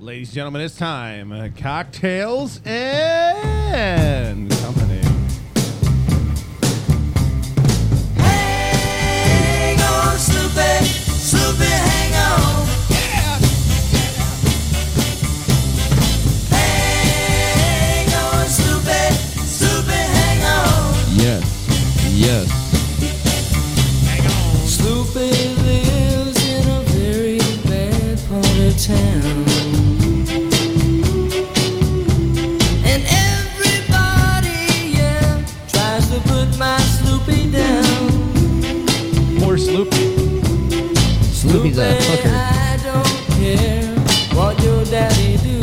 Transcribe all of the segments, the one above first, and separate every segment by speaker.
Speaker 1: Ladies and gentlemen, it's time. Uh, Cocktails and company.
Speaker 2: Hang on, Snoopy, Snoopy, hang on. Hang on, Snoopy, Snoopy, hang on.
Speaker 3: Yes. Yes.
Speaker 2: Snoopy lives in a very bad part of town. And everybody, yeah, tries to put my Snoopy down.
Speaker 1: Poor Sloopy.
Speaker 3: Sloopy's a fucker.
Speaker 2: I don't care what your daddy do.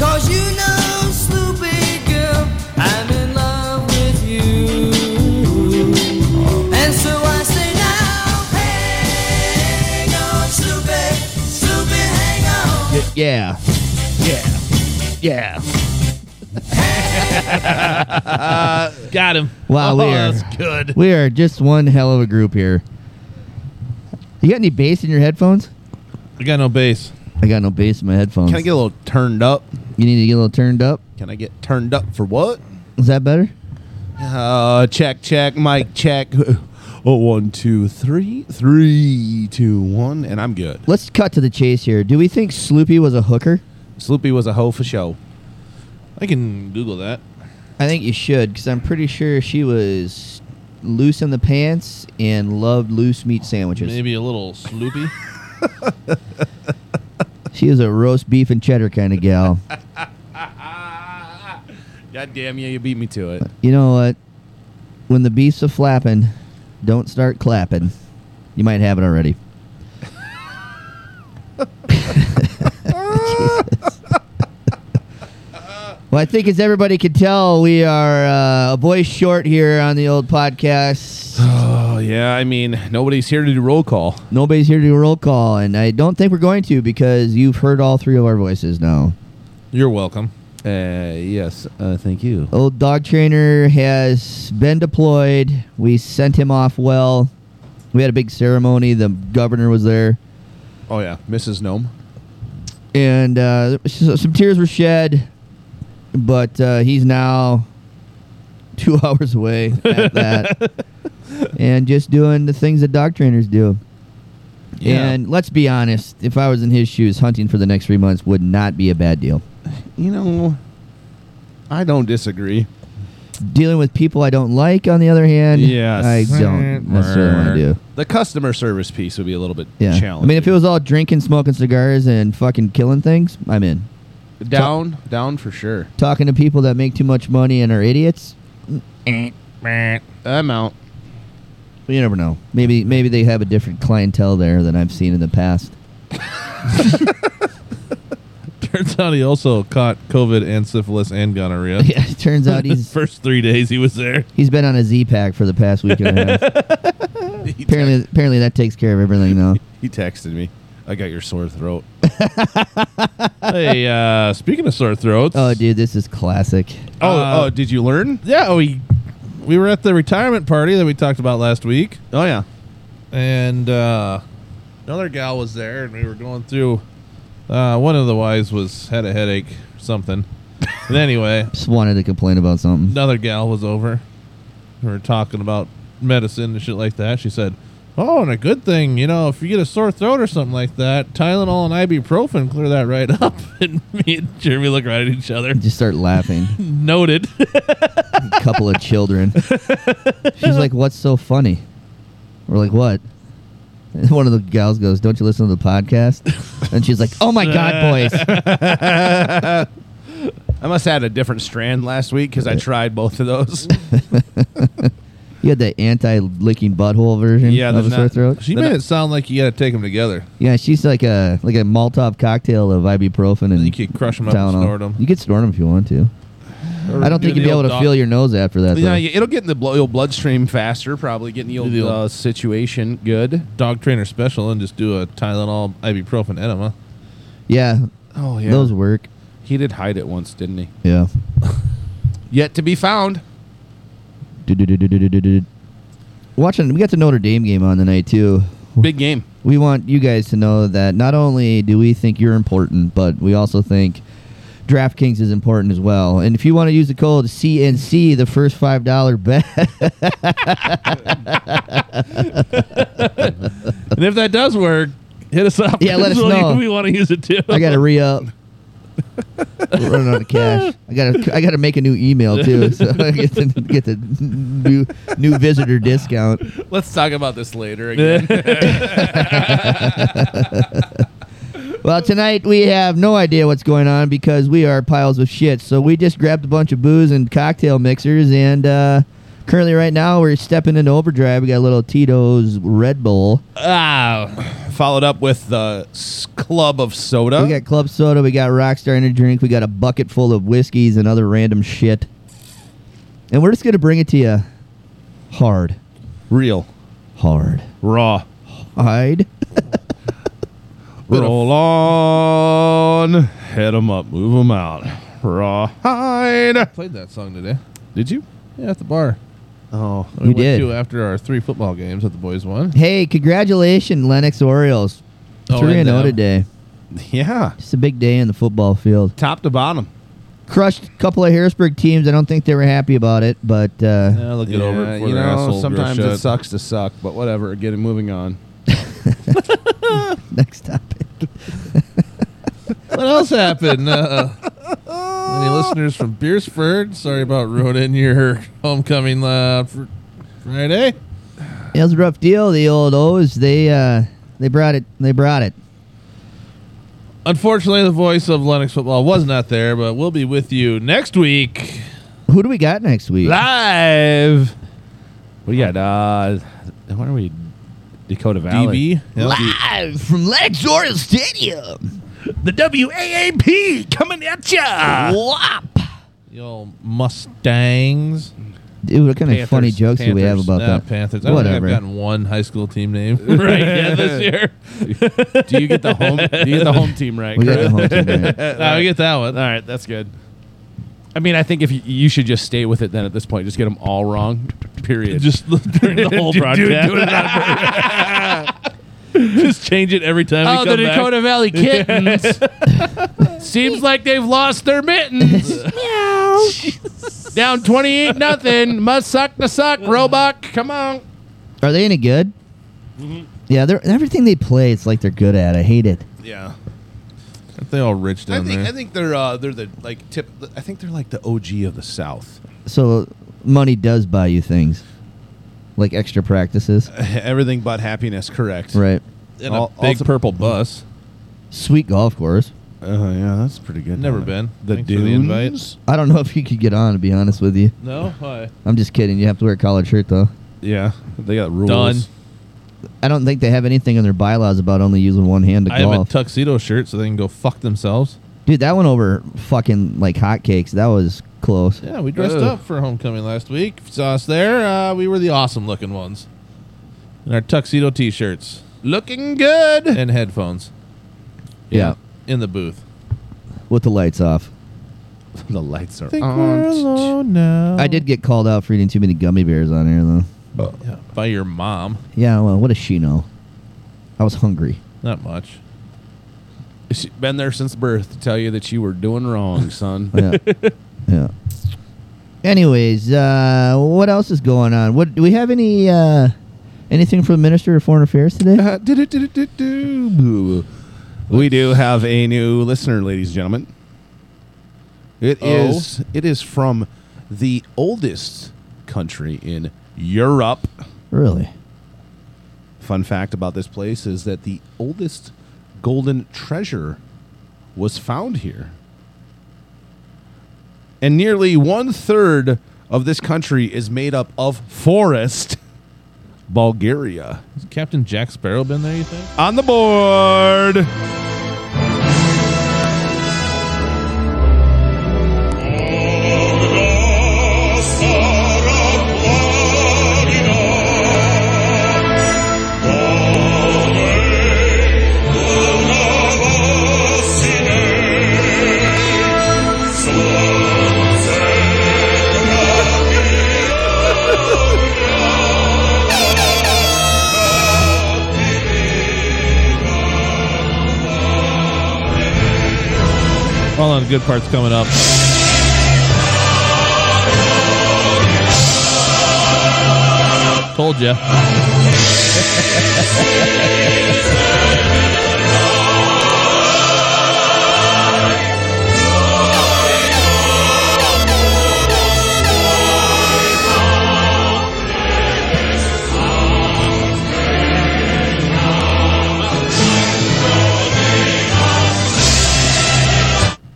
Speaker 2: Cause you know, Snoopy girl, I'm in love with you. And so I say now, hang on, Snoopy, Snoopy, hang on.
Speaker 3: Yeah. Yeah. Yeah.
Speaker 4: Got him.
Speaker 3: Wow,
Speaker 1: Oh,
Speaker 3: we are
Speaker 4: that's good.
Speaker 3: we are just one hell of a group here. You got any bass in your headphones?
Speaker 1: I got no bass.
Speaker 3: I got no bass in my headphones.
Speaker 1: Can I get a little turned up?
Speaker 3: you need to get a little turned up.
Speaker 1: Can I get turned up for what?
Speaker 3: Is that better?
Speaker 1: Uh, check, check, mic check. Oh, one, two, three, three, two, one, and I'm good.
Speaker 3: Let's cut to the chase here. Do we think Sloopy was a hooker?
Speaker 1: Sloopy was a hoe for show.
Speaker 4: I can Google that.
Speaker 3: I think you should, because I'm pretty sure she was loose in the pants and loved loose meat sandwiches.
Speaker 4: Maybe a little sloopy.
Speaker 3: She was a roast beef and cheddar kind of gal.
Speaker 1: God damn you, you beat me to it.
Speaker 3: you know what? When the beef's a flapping, don't start clapping. You might have it already. Jesus. well, I think as everybody can tell, we are uh, a voice short here on the old podcast.
Speaker 1: Oh, yeah, I mean, nobody's here to do roll call.
Speaker 3: Nobody's here to do a roll call, and I don't think we're going to because you've heard all three of our voices now.
Speaker 4: You're welcome.
Speaker 1: Uh, yes, uh, thank you.
Speaker 3: Old dog trainer has been deployed. We sent him off well. We had a big ceremony. The governor was there,
Speaker 1: Oh, yeah, Mrs. Gnome.
Speaker 3: and uh, so some tears were shed. But uh, he's now two hours away at that, and just doing the things that dog trainers do.
Speaker 1: Yeah.
Speaker 3: And let's be honest, if I was in his shoes, hunting for the next three months would not be a bad deal.
Speaker 1: You know, I don't disagree.
Speaker 3: Dealing with people I don't like, on the other hand,
Speaker 1: Yes.
Speaker 3: I don't necessarily want to do.
Speaker 1: The customer service piece would be a little bit
Speaker 3: Yeah.
Speaker 1: challenging.
Speaker 3: I mean, if it was all drinking, smoking cigars, and fucking killing things, I'm in.
Speaker 1: down, down for sure.
Speaker 3: Talking to people that make too much money and are idiots,
Speaker 1: I'm out.
Speaker 3: you never know. Maybe maybe they have a different clientele there than I've seen in the past.
Speaker 4: Turns out he also caught COVID and syphilis and gonorrhea.
Speaker 3: Yeah, it turns out he's
Speaker 4: First three days he was there.
Speaker 3: he's been on a Z pack for the past week and a half. apparently, apparently that takes care of everything now.
Speaker 1: He texted me. I got your sore throat.
Speaker 4: hey, uh, speaking of sore throats.
Speaker 3: Oh, dude, this is classic.
Speaker 1: Oh,
Speaker 4: Uh,
Speaker 1: oh, did you learn?
Speaker 4: Yeah, we we were at the retirement party that we talked about last week,
Speaker 1: Oh yeah.
Speaker 4: and uh, another gal was there, and we were going through. Uh, one of the wives was had a headache, or something. But anyway,
Speaker 3: Just wanted to complain about something.
Speaker 4: another gal was over. We were talking about medicine and shit like that. She said, "Oh, and a good thing, you know, if you get a sore throat or something like that, Tylenol and ibuprofen clear that right up." And me and Jeremy look right at each other.
Speaker 3: Just start laughing.
Speaker 4: Noted.
Speaker 3: couple of children. She's like, "What's so funny?" We're like, "What?" And one of the gals goes, "Don't you listen to the podcast?" And she's like, "Oh my god, boys!"
Speaker 1: I must have had a different strand last week because I tried both of those.
Speaker 3: You had the anti-licking butthole version
Speaker 1: Yeah,
Speaker 3: of
Speaker 1: there's
Speaker 3: a sore
Speaker 1: not-
Speaker 3: throat.
Speaker 4: she made it sound like you got to take them together.
Speaker 3: yeah, she's like a like a Molotov cocktail of ibuprofen and
Speaker 4: You could crush them up and
Speaker 3: Tylenol.
Speaker 4: snort them.
Speaker 3: You could snort them if you want to. I don't think you'd be able to feel your nose after that.
Speaker 1: yeah,
Speaker 3: though.
Speaker 1: yeah, it'll get in the blo- your bloodstream faster. Probably getting the old,
Speaker 4: The old-
Speaker 1: uh, situation good.
Speaker 4: dog trainer special and just do a Tylenol, ibuprofen, enema.
Speaker 3: yeah,
Speaker 1: Oh
Speaker 3: those work.
Speaker 1: he did hide it once, didn't he?
Speaker 3: Yeah.
Speaker 1: Yet to be found.
Speaker 3: Du-du-du-du-du-du-du. watching. We got the Notre Dame game on tonight too.
Speaker 5: Big game.
Speaker 3: We want you guys to know that not only do we think you're important, but we also think DraftKings is important as well. And if you want to use the code CNC, the first five dollar bet,
Speaker 4: And if that does work, hit us up.
Speaker 3: Yeah, let us
Speaker 4: We'll-
Speaker 3: know.
Speaker 4: We want to use it too.
Speaker 3: I got to re up. We're running out of cash. I gotta, I gotta make a new email too, so I get the, get the new new visitor discount.
Speaker 5: Let's talk about this later again.
Speaker 3: Well, tonight we have no idea what's going on because we are piles of shit. So we just grabbed a bunch of booze and cocktail mixers, and uh, currently, right now, we're stepping into overdrive. We got a little Tito's Red Bull.
Speaker 5: ah,
Speaker 1: Followed up with the s- club of soda.
Speaker 3: We got club soda. We got Rockstar energy drink. We got a bucket full of whiskeys and other random shit. And we're just gonna bring it to you, hard,
Speaker 1: Real.
Speaker 3: hard,
Speaker 1: Raw.
Speaker 3: hide.
Speaker 1: Roll on. Head 'em up. Move 'em out. Raw. Hide.
Speaker 4: played that song today.
Speaker 1: Did you?
Speaker 4: Yeah, at the bar.
Speaker 1: Oh.
Speaker 4: We
Speaker 3: You
Speaker 4: went
Speaker 3: did.
Speaker 4: to after our three football games that the boys won.
Speaker 3: Hey, congratulations, Lennox Orioles.
Speaker 4: Oh,
Speaker 3: Three and
Speaker 4: and
Speaker 3: zero
Speaker 4: them.
Speaker 3: today.
Speaker 1: Yeah.
Speaker 3: It's a big day in the football field.
Speaker 1: Top to bottom.
Speaker 3: crushed a couple of Harrisburg teams. I don't think they were happy about it, but uh,
Speaker 4: Yeah, they'll get over it before
Speaker 1: you
Speaker 4: their
Speaker 1: know,
Speaker 4: asshole
Speaker 1: sometimes
Speaker 4: grows
Speaker 1: it
Speaker 4: shut.
Speaker 1: sucks to suck, but whatever. Get it moving on.
Speaker 3: next topic.
Speaker 4: What else happened? Uh, any listeners from Beersford? Sorry about ruining your homecoming uh, fr- Friday.
Speaker 3: It was a rough deal. The old O's they uh, they brought it. They brought it.
Speaker 4: Unfortunately, the voice of Lennox football was not there, but we'll be with you next week
Speaker 3: Who do we got next week?
Speaker 4: live.
Speaker 1: What do you got? Uh, what are we? Dakota Valley.
Speaker 4: DB Yep.
Speaker 3: Live from Lennox Oriole Stadium.
Speaker 1: The WAAP coming at ya.
Speaker 3: Wop.
Speaker 4: The old Mustangs.
Speaker 3: Dude, what kind of
Speaker 4: Panthers,
Speaker 3: funny jokes do we have
Speaker 4: Panthers.
Speaker 3: about
Speaker 4: Nah,
Speaker 3: that?
Speaker 4: Panthers. I don't think
Speaker 3: Whatever.
Speaker 4: I've gotten one high school team name right yet this year.
Speaker 1: do you get the home? Do you get the home team right?
Speaker 3: we got
Speaker 1: Chris?
Speaker 3: the home team. right?
Speaker 4: Nah, we get that one.
Speaker 1: All right, that's good. I mean, I think if you, you should just stay with it then at this point, just get them all wrong. Period.
Speaker 4: Just during the whole broadcast. Just change it every time.
Speaker 1: oh,
Speaker 4: we
Speaker 1: the
Speaker 4: come back.
Speaker 1: Dakota Valley kittens. Seems like they've lost their mittens. Down twenty-eight nothing. Must suck the suck. Roebuck, come on.
Speaker 3: Are they any good?
Speaker 4: Mm-hmm.
Speaker 3: Yeah, they're everything they play. It's like they're good at. I hate it.
Speaker 1: Yeah,
Speaker 4: Aren't they all rich down there?
Speaker 1: think they're uh, they're the like tip. I think they're like the OG of the South.
Speaker 3: So money does buy you things, like extra practices,
Speaker 1: Everything but happiness. Correct.
Speaker 3: right?
Speaker 4: And
Speaker 1: All-
Speaker 4: a big
Speaker 1: also-
Speaker 4: purple bus.
Speaker 3: Sweet golf course.
Speaker 1: Oh yeah, that's pretty good.
Speaker 4: Never been.
Speaker 1: The
Speaker 4: Thanks for the
Speaker 1: dunes.
Speaker 4: invite.
Speaker 3: I don't know if you could get on, to be honest with you.
Speaker 4: No, why?
Speaker 3: I'm just kidding. You have to wear a collared shirt, though.
Speaker 1: yeah, they got rules.
Speaker 4: Done.
Speaker 3: I don't think they have anything in their bylaws about only using one hand to
Speaker 4: I have a
Speaker 3: golf.
Speaker 4: tuxedo shirt, so they can go fuck themselves.
Speaker 3: Dude, that went over fucking like hotcakes. That was close.
Speaker 4: Yeah, we dressed
Speaker 1: Ugh.
Speaker 4: up for homecoming last week. If you saw us there. Uh, we were the awesome looking ones in our tuxedo t-shirts
Speaker 1: Looking good.
Speaker 4: and headphones.
Speaker 3: Yeah.
Speaker 4: in the booth.
Speaker 3: With the lights off.
Speaker 1: The lights are
Speaker 4: Think we're
Speaker 1: on.
Speaker 4: alone now.
Speaker 3: I did get called out for eating too many gummy bears on air, though.
Speaker 4: Yeah, Oh. by your mom.
Speaker 3: Yeah, well, what does she know? I was hungry.
Speaker 4: Not much.
Speaker 1: She's been there since birth to tell you that you were doing wrong, son.
Speaker 3: Yeah. yeah. Anyways, uh, what else is going on? What do we have any uh, anything from the Minister of Foreign Affairs today?
Speaker 1: Uh, do-do-do-do-do-do. Boo. we do have a new listener, ladies and gentlemen. It
Speaker 4: Oh.
Speaker 1: is. it is from the oldest country in Europe.
Speaker 3: Really?
Speaker 1: Fun fact about this place is that the oldest golden treasure was found here. And nearly one third of this country is made up of forest. Bulgaria.
Speaker 4: Has Captain Jack Sparrow been there? You think?
Speaker 1: On the board.
Speaker 4: Hold on, the good part's coming up. Told you.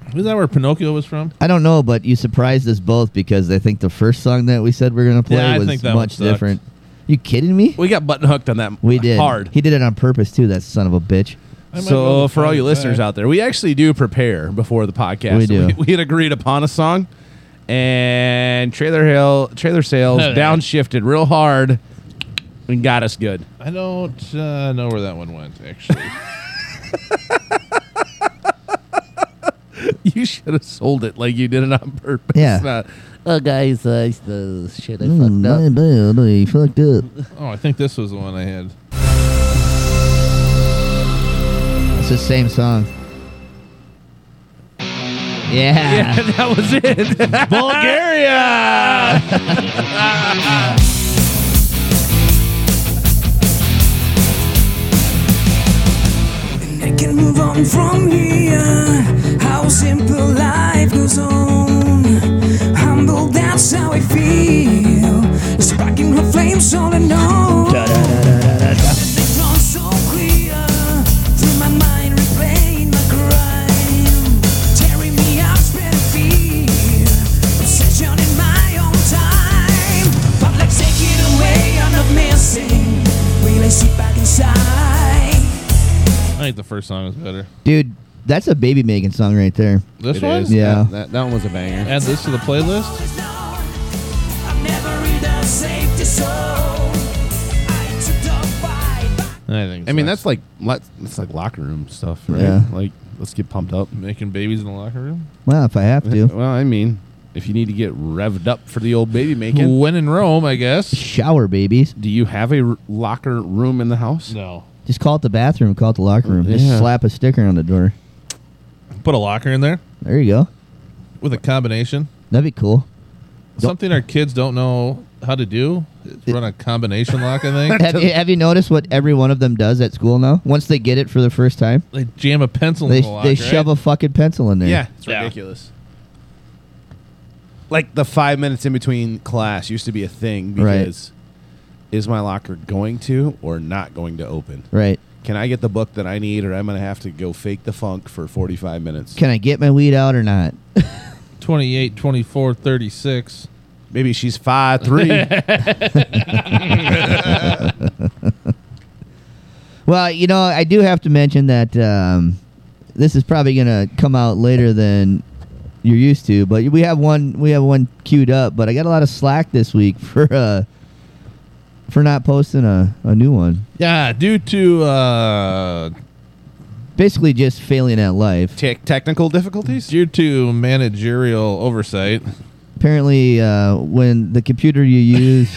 Speaker 4: Isn't that where Pinocchio was from?
Speaker 3: I don't know, but you surprised us both because I think the first song that we said we are gonna play
Speaker 4: Yeah, I
Speaker 3: was
Speaker 4: think that one
Speaker 3: much
Speaker 4: sucked.
Speaker 3: different. You kidding me?
Speaker 1: We got button hooked on that.
Speaker 3: We did
Speaker 1: hard.
Speaker 3: He did it on purpose too. That son of a bitch.
Speaker 4: I might go
Speaker 1: So
Speaker 4: to
Speaker 1: for all you
Speaker 4: Pinocchio.
Speaker 1: listeners out there, we actually do prepare before the podcast.
Speaker 3: We do.
Speaker 1: We, had agreed upon a song, and trailer hill trailer sales
Speaker 4: Hello.
Speaker 1: downshifted real hard and got us good.
Speaker 4: I don't uh, know where that one went actually.
Speaker 1: You should have sold it like you did it on purpose.
Speaker 3: Yeah.
Speaker 1: Not, oh, guys, uh, the shit I
Speaker 3: Mm,
Speaker 1: fucked up.
Speaker 3: my bad, I fucked up.
Speaker 4: oh, I think this was the one I had.
Speaker 3: It's the same song. Yeah.
Speaker 1: that was it. Bulgaria.
Speaker 6: I can move on from here. How simple life goes on. Humble, that's how I feel. Sparking her flames all alone. They drawn so clear. Through my mind, replaying my crime. Tearing me up, spreading fear. Obsession in my own time. Public, take it away. I'm not missing. Really sit back inside.
Speaker 4: I think the first song was better.
Speaker 3: Dude, that's a baby making song right there.
Speaker 4: This
Speaker 1: It
Speaker 4: one?
Speaker 1: is.
Speaker 3: Yeah.
Speaker 1: That, that, that one was a banger.
Speaker 4: Add this to the playlist.
Speaker 6: I've never read a safety zone. I took the fight.
Speaker 4: I think.
Speaker 1: I mean,
Speaker 4: that's
Speaker 1: that's like let- that's like locker room stuff, right?
Speaker 3: Yeah.
Speaker 1: Like, let's get pumped up.
Speaker 4: making babies in the locker room.
Speaker 3: Well, if I have to.
Speaker 1: Well, I mean, if you need to get revved up for the old baby making,
Speaker 4: When in Rome, I guess.
Speaker 3: Shower babies.
Speaker 1: do you have a r- locker room in the house?
Speaker 4: No.
Speaker 3: Just call it the bathroom, call it the locker room.
Speaker 1: Yeah.
Speaker 3: Just slap a sticker on the door.
Speaker 4: Put a locker in there
Speaker 3: There you go.
Speaker 4: with a combination.
Speaker 3: That'd be cool. Don't-
Speaker 4: Something our kids don't know how to do is run a combination lock. I think
Speaker 3: Have you, have you noticed what every one of them does at school now? Once they get it for the first time,
Speaker 4: they jam a pencil
Speaker 3: they,
Speaker 4: in the lock.
Speaker 3: they
Speaker 4: right?
Speaker 3: shove a fucking pencil in there.
Speaker 1: Yeah, it's
Speaker 4: Yeah.
Speaker 1: ridiculous. Like the five minutes in between class used to be a thing
Speaker 3: Right.
Speaker 1: because is my locker going to or not going to open?
Speaker 3: Right.
Speaker 1: Can I get the book that I need, or I'm going to have to go fake the funk for 45 minutes?
Speaker 3: Can I get my weed out or not?
Speaker 4: 28, 24, 36.
Speaker 1: Maybe she's five three.
Speaker 3: Well, you know, I do have to mention that um, this is probably going to come out later than you're used to, but we have one we have one queued up. But I got a lot of slack this week for uh, for not posting a, a new one.
Speaker 4: Yeah, due to uh,
Speaker 3: Basically, just failing at life.
Speaker 1: Tech technical difficulties?
Speaker 4: due to managerial oversight.
Speaker 3: Apparently, uh, when the computer you use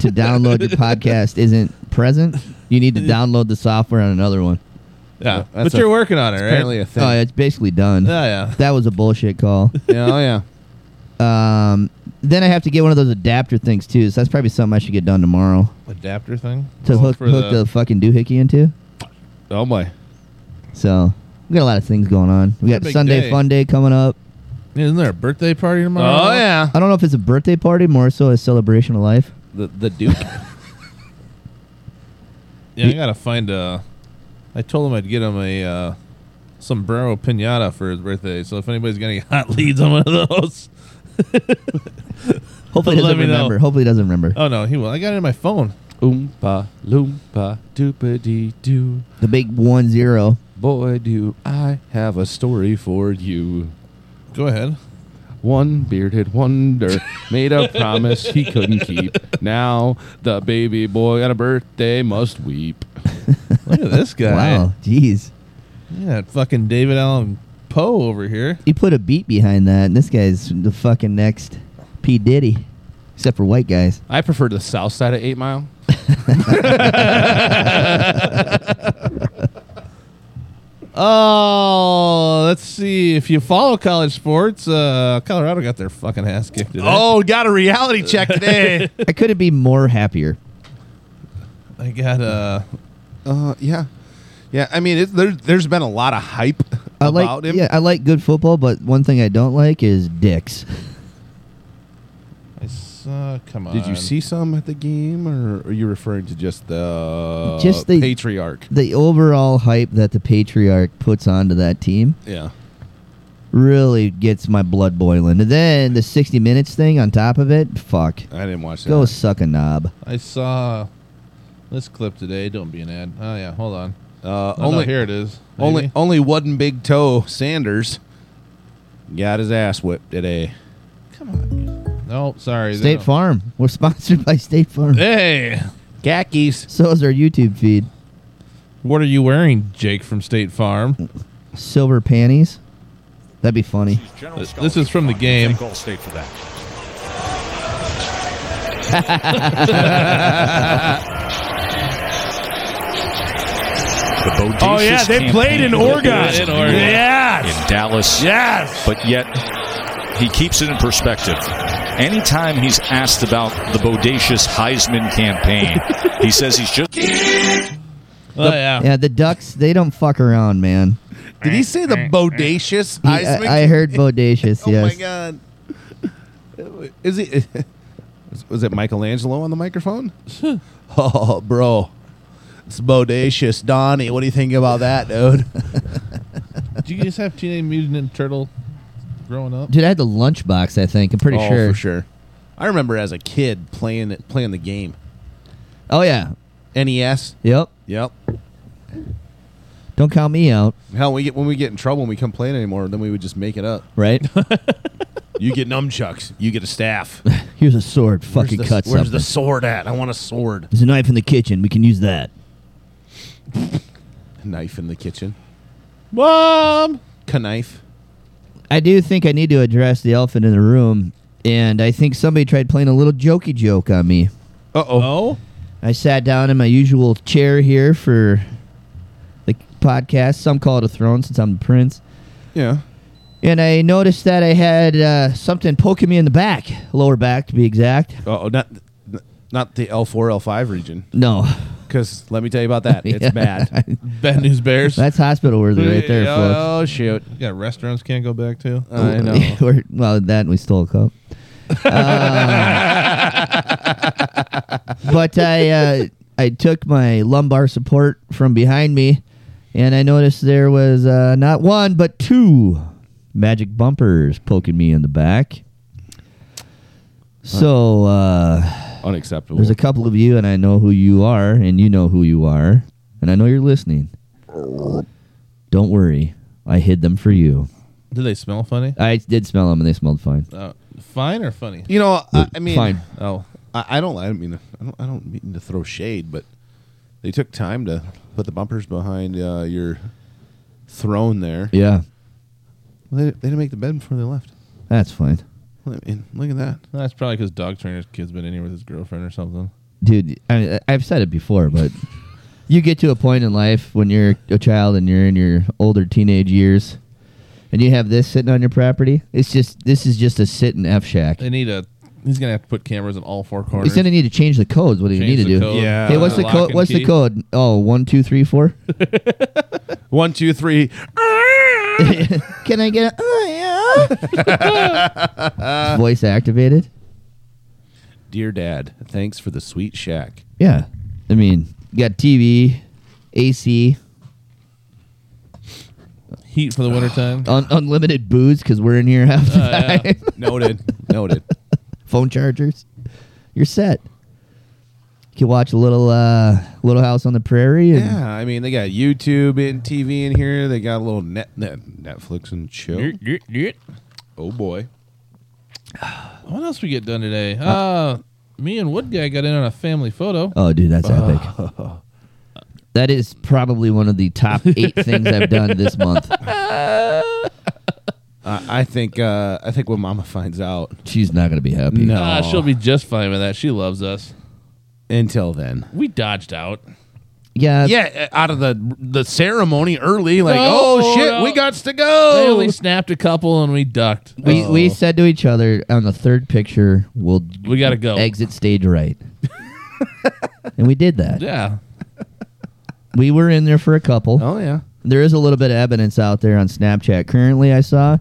Speaker 3: to download your podcast isn't present, you need to download the software on another one.
Speaker 4: Yeah,
Speaker 1: that's
Speaker 4: but
Speaker 1: a-
Speaker 4: you're working on it, right?
Speaker 1: Apparently a thing.
Speaker 3: Oh, it's basically done.
Speaker 4: Yeah, yeah.
Speaker 3: That was a bullshit call.
Speaker 1: yeah, oh yeah.
Speaker 3: Um, then I have to get one of those adapter things too. So that's probably something I should get done tomorrow
Speaker 4: Adapter thing
Speaker 3: to
Speaker 4: Oh,
Speaker 3: hook
Speaker 4: for
Speaker 3: hook the, fucking doohickey into.
Speaker 1: Oh boy.
Speaker 3: So we got a lot of things going on. We
Speaker 4: It's a
Speaker 3: got
Speaker 4: big
Speaker 3: Sunday
Speaker 4: day.
Speaker 3: Fun Day coming up.
Speaker 4: Isn't there a birthday party tomorrow?
Speaker 1: Oh yeah.
Speaker 3: I don't know if it's a birthday party, more so a celebration of life.
Speaker 1: The the Duke.
Speaker 4: Yeah, I gotta find a. I told him I'd get him a uh, sombrero pinata for his birthday. So if anybody's got any hot leads on one of those,
Speaker 3: Hopefully he
Speaker 4: Let
Speaker 3: doesn't
Speaker 4: me know.
Speaker 3: remember. Hopefully he doesn't remember.
Speaker 4: oh no, he will. I got it in my phone.
Speaker 1: Oompa loompa doopity doo.
Speaker 3: The big one zero.
Speaker 1: Boy, do I have a story for you.
Speaker 4: Go ahead.
Speaker 1: One bearded wonder made a promise he couldn't keep. Now the baby boy on a birthday must weep.
Speaker 4: Look at this guy.
Speaker 3: Wow, jeez.
Speaker 4: Yeah, that fucking David Allen Poe over here.
Speaker 3: You put a beat behind that, and this guy's the fucking next P Diddy, except for white guys.
Speaker 1: I prefer the south side of Eight Mile.
Speaker 4: Oh, Oh, let's see. If you follow college sports, uh, Colorado got their fucking ass kicked today.
Speaker 1: Oh, got a reality check today.
Speaker 3: I couldn't be more happier.
Speaker 4: I got uh,
Speaker 1: uh, yeah, yeah. I mean, it, there, there's been a lot of hype
Speaker 3: I
Speaker 1: about
Speaker 3: like
Speaker 1: him.
Speaker 3: yeah, I like good football, but one thing I don't like is dicks.
Speaker 4: I saw. Come on.
Speaker 1: Did you see some at the game, or are you referring to just the
Speaker 3: Just the-
Speaker 1: patriarch?
Speaker 3: The overall hype that the patriarch puts onto that team
Speaker 1: Yeah.
Speaker 3: really gets my blood boiling. And then the 60 minutes thing on top of it, fuck.
Speaker 1: I didn't watch that.
Speaker 3: Go suck a knob.
Speaker 4: I saw this clip today. Don't be an ad. Oh yeah, hold on.
Speaker 1: Uh,
Speaker 4: Oh, no,
Speaker 1: only
Speaker 4: here it is.
Speaker 1: only
Speaker 4: Maybe.
Speaker 1: only one big toe Sanders got his ass whipped today.
Speaker 4: Come on. No, sorry. they
Speaker 3: State
Speaker 4: don't-
Speaker 3: Farm. We're sponsored by State Farm.
Speaker 4: Hey,
Speaker 1: Khakis.
Speaker 3: So is our YouTube feed.
Speaker 4: what are you wearing, Jake from State Farm?
Speaker 3: Silver panties. That'd be funny.
Speaker 7: General
Speaker 4: This- this is from the game.
Speaker 7: Thank All State for that. the
Speaker 8: Oh yeah, they played in Oregon.
Speaker 4: In Oregon.
Speaker 8: Yes,
Speaker 7: in Dallas.
Speaker 8: yes.
Speaker 7: But yet, he keeps it in perspective. Anytime he's asked about the bodacious Heisman campaign, he says he's just.
Speaker 4: Oh yeah.
Speaker 3: Yeah, the Ducks. They don't fuck around, man.
Speaker 1: Did he say the bodacious?
Speaker 3: He-
Speaker 1: Heisman?
Speaker 3: I, I heard bodacious.
Speaker 1: Oh
Speaker 3: yes.
Speaker 1: my god. Is he? was- Was it Michelangelo on the microphone? oh, bro. It's bodacious, Donnie. What do you think about that, dude?
Speaker 4: Do you guys have Teenage Mutant Ninja Turtle growing up?
Speaker 3: Dude, I had the lunchbox. I think I'm pretty
Speaker 1: oh,
Speaker 3: sure.
Speaker 1: for sure. I remember as a kid playing it, playing the game.
Speaker 3: Oh yeah.
Speaker 1: NES.
Speaker 3: Yep.
Speaker 1: Yep.
Speaker 3: Don't count me out.
Speaker 1: Hell, we get when we get in trouble and we can't play it anymore, then we would just make it up.
Speaker 3: Right.
Speaker 1: You get nunchucks. You get a staff.
Speaker 3: Here's a sword. Fucking
Speaker 1: where's the,
Speaker 3: cut
Speaker 1: where's
Speaker 3: something.
Speaker 1: the sword at? I want a sword.
Speaker 3: There's a knife in the kitchen. We can use that.
Speaker 1: Knife in the kitchen.
Speaker 4: Mom.
Speaker 1: Knife.
Speaker 3: I do think I need to address the elephant in the room, and I think somebody tried playing a little jokey joke on me.
Speaker 1: Uh
Speaker 4: Oh.
Speaker 3: I sat down in my usual chair here for the podcast. Some call it a throne since I'm the prince.
Speaker 1: Yeah.
Speaker 3: And I noticed that I had uh, something poking me in the back, lower back to be exact.
Speaker 1: Oh, not not the L four L five region.
Speaker 3: No,
Speaker 1: Because let me tell you about that. It's
Speaker 3: Yeah.
Speaker 1: bad.
Speaker 4: Bad news bears.
Speaker 3: that's hospital worthy right there, folks.
Speaker 1: oh shoot!
Speaker 4: yeah, restaurants can't go back to. Uh,
Speaker 1: I know.
Speaker 3: We're- well, that and we stole a cup. Uh, but I uh, I took my lumbar support from behind me, and I noticed there was uh, not one but two magic bumpers poking me in the back. So uh,
Speaker 5: Unacceptable.
Speaker 3: there's a couple of you, and I know who you are, and you know who you are, and I know you're listening. Don't worry, I hid them for you.
Speaker 4: Do they smell funny?
Speaker 3: I did smell them, and they smelled fine.
Speaker 4: Uh, fine or funny?
Speaker 1: You know, I, I mean,
Speaker 3: Fine.
Speaker 4: Oh,
Speaker 1: I, I don't. I don't mean. To, I don't. I don't mean to throw shade, but they took time to put the bumpers behind uh, your throne there.
Speaker 3: Yeah,
Speaker 1: Well, they, they didn't make the bed before they left.
Speaker 3: that's fine.
Speaker 1: Well, I mean, look at that.
Speaker 4: that's probably because dog trainer's kid's been in here with his girlfriend or something.
Speaker 3: dude I mean, i've said it before but you get to a point in life when you're a child and you're in your older teenage years and you have this sitting on your property it's just this is just a sit and f shack
Speaker 4: They need a. He's gonna have to put cameras in all four corners.
Speaker 3: he's gonna need to change the codes what do you
Speaker 4: Change
Speaker 3: need to do
Speaker 4: the code. Uh,
Speaker 1: Yeah.
Speaker 3: hey what's the
Speaker 4: Lock
Speaker 3: code
Speaker 4: and
Speaker 3: what's
Speaker 4: key.
Speaker 3: the code oh one two three four
Speaker 1: One, two, three.
Speaker 3: can i get a oh, yeah. voice activated
Speaker 1: Dear Dad, thanks for the sweet shack.
Speaker 3: yeah i mean you got tv ac
Speaker 4: heat for the wintertime.
Speaker 3: un- unlimited booze because we're in here half the
Speaker 4: yeah.
Speaker 3: time
Speaker 1: Noted. Noted.
Speaker 3: phone chargers. You're set. You can watch a little uh, Little House on the Prairie. And
Speaker 1: Yeah, I mean, they got YouTube and TV in here. They got a little net, net Netflix and chill. Oh boy.
Speaker 4: What else we get done today? Uh, me and Wood guy got in on a family photo.
Speaker 3: Oh, dude, that's epic. That is probably one of the top eight things I've done this month.
Speaker 1: I I think uh, I think when Mama finds out.
Speaker 3: She's not gonna be happy.
Speaker 1: No.
Speaker 4: Ah, she'll be just fine with that. She loves us.
Speaker 1: Until then,
Speaker 4: We dodged out.
Speaker 3: Yeah.
Speaker 1: Yeah, uh, out of the the ceremony early, like,
Speaker 4: No,
Speaker 1: oh shit,
Speaker 4: no.
Speaker 1: we got to
Speaker 4: They
Speaker 3: Oh.
Speaker 1: go.
Speaker 4: only snapped a couple and we ducked.
Speaker 3: We, we said to each other on the third picture, we'll
Speaker 4: We gotta go.
Speaker 3: exit stage right. and we did that.
Speaker 4: Yeah.
Speaker 3: We were in there for a couple.
Speaker 1: Oh yeah,
Speaker 3: There is a little bit of evidence out there on Snapchat currently, I saw,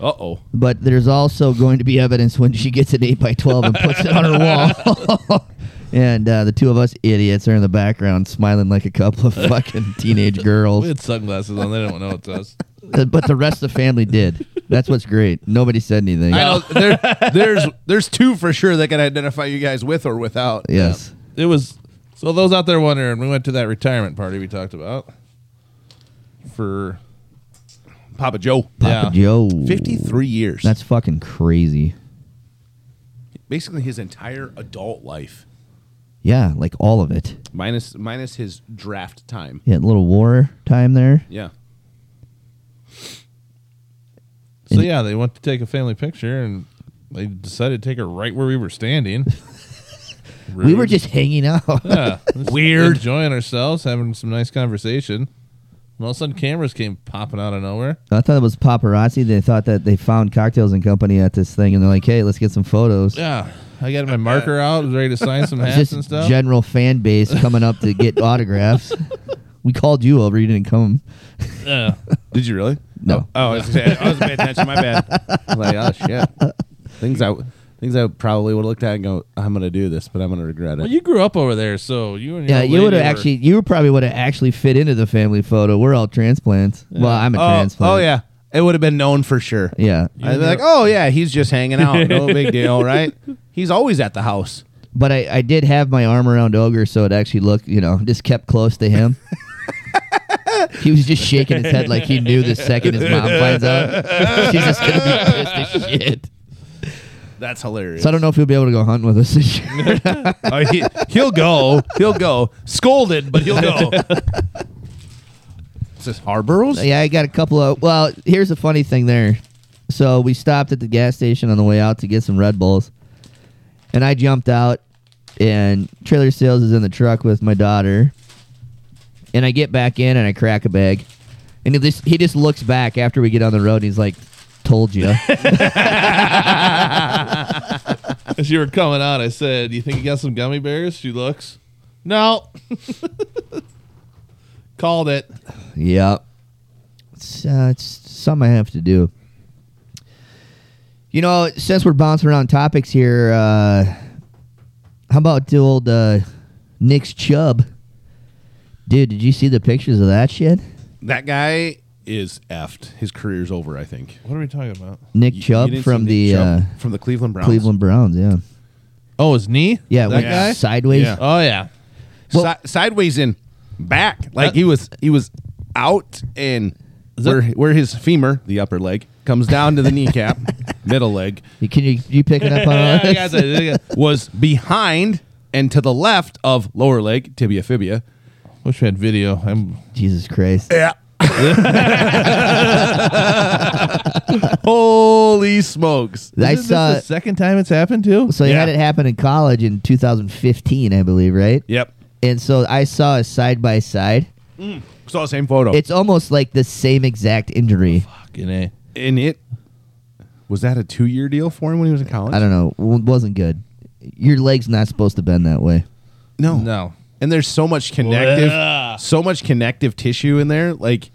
Speaker 4: Uh oh.
Speaker 3: but there's also going to be evidence when she gets an 8x12 and puts it on her wall. and uh, the two of us idiots are in the background smiling like a couple of fucking teenage
Speaker 4: We
Speaker 3: girls. Uh,
Speaker 4: had sunglasses on. They didn't know it's us.
Speaker 3: but the rest of the family did. That's what's great. Nobody said anything.
Speaker 1: I know. There, there's there's two for sure that can identify you guys with or without.
Speaker 3: Yes.
Speaker 4: It was. So those out there wondering, we went to that retirement party we talked about for
Speaker 1: Papa Joe,
Speaker 3: Papa
Speaker 4: Yeah.
Speaker 3: Joe.
Speaker 1: fifty three years.
Speaker 3: That's fucking crazy.
Speaker 1: basically his entire adult life,
Speaker 3: Yeah, like all of it.
Speaker 1: minus minus his draft time.
Speaker 3: Yeah, little war time there.
Speaker 1: Yeah.
Speaker 4: So
Speaker 3: And-
Speaker 4: yeah, they went to take a family picture, and they decided to take her right where we were standing.
Speaker 3: We were just hanging out.
Speaker 4: yeah, weird, enjoying ourselves, having some nice conversation. And all of a sudden, cameras came popping out of nowhere.
Speaker 3: I thought it was paparazzi. They thought that they found cocktails and company at this thing, and they're like, "Hey, let's get some photos."
Speaker 4: Yeah, I got my marker out, was ready to sign some hats and
Speaker 3: Just
Speaker 4: stuff.
Speaker 3: general fan base coming up to get autographs. We called you over. You didn't come.
Speaker 4: yeah.
Speaker 1: Did you really?
Speaker 3: No.
Speaker 1: Oh, I was, saying, I was paying attention. My bad. like, oh shit. Things I things I probably would have looked at and go, I'm gonna do this, but I'm gonna regret it.
Speaker 4: Well, you grew up over there, so you and your
Speaker 3: Yeah,
Speaker 4: old
Speaker 3: you
Speaker 4: lady
Speaker 3: would have
Speaker 4: were-
Speaker 3: actually. You probably would have actually fit into the family photo. We're all transplants. Well, I'm a
Speaker 1: oh,
Speaker 3: transplant.
Speaker 1: oh, yeah, it would have been known for sure.
Speaker 3: yeah.
Speaker 1: I'd be like, oh yeah, he's just hanging out. No big deal, right? He's always at the house.
Speaker 3: But I, I did have my arm around Ogre, so it actually looked, you know, just kept close to him. he was just shaking his head like he knew the second his mom finds out, she's just gonna be pissed as shit.
Speaker 1: That's hilarious.
Speaker 3: So I don't know if he'll be able to go hunting with us this year.
Speaker 1: Oh, he, he'll go. He'll go. Scolded, but he'll go. Is this Harborough's?
Speaker 3: yeah, I got a couple of. Well, here's the funny thing there. So we stopped at the gas station on the way out to get some Red Bulls, and I jumped out, and Trailer Sales is in the truck with my daughter, and I get back in and I crack a bag, and he just he just looks back after we get on the road. and He's like, "Told you."
Speaker 4: As you were coming out, I said, "You think you got some gummy bears?" She looks, no. Called it.
Speaker 3: Yep. It's, uh, it's something I have to do. You know, since we're bouncing around topics here, uh, how about the old uh, Nick's Chubb? Dude, did you see the pictures of that shit?
Speaker 1: That guy is effed. His career's over, I think.
Speaker 4: What are we talking about?
Speaker 3: Nick
Speaker 1: You- you
Speaker 3: Chubb
Speaker 1: didn't
Speaker 3: from
Speaker 1: see
Speaker 3: the
Speaker 1: Nick
Speaker 3: uh,
Speaker 1: Chubb from the Cleveland Browns.
Speaker 3: Cleveland Browns, yeah.
Speaker 4: Oh, his knee?
Speaker 3: Yeah, it
Speaker 4: that
Speaker 3: went
Speaker 4: guy.
Speaker 3: sideways.
Speaker 1: Yeah.
Speaker 4: Oh yeah.
Speaker 1: Si- sideways in back. Like he was he was out and where where his femur, the upper leg, comes down to the kneecap, middle leg,
Speaker 3: You- Can you you picking up on all
Speaker 4: I
Speaker 3: this?
Speaker 4: got that. I got-
Speaker 1: was behind and to the left of lower leg, tibia fibia.
Speaker 4: Wish we had video. I'm
Speaker 3: Jesus Christ.
Speaker 1: Holy smokes.
Speaker 3: I
Speaker 4: Isn't this
Speaker 3: saw
Speaker 4: the second time it's happened too.
Speaker 3: so he had
Speaker 1: Yeah.
Speaker 3: it happen in college in 2015, I believe, right?
Speaker 1: Yep.
Speaker 3: And so I saw a side by side.
Speaker 1: Saw the same photo.
Speaker 3: It's almost like the same exact injury.
Speaker 4: Fucking a.
Speaker 1: and it was that a two year deal for him when he was in college?
Speaker 3: I don't know. Well, It wasn't good. Your leg's not supposed to bend that way.
Speaker 1: No.
Speaker 4: No.
Speaker 1: And there's so much connective
Speaker 4: Blech.
Speaker 1: so much connective tissue in there, like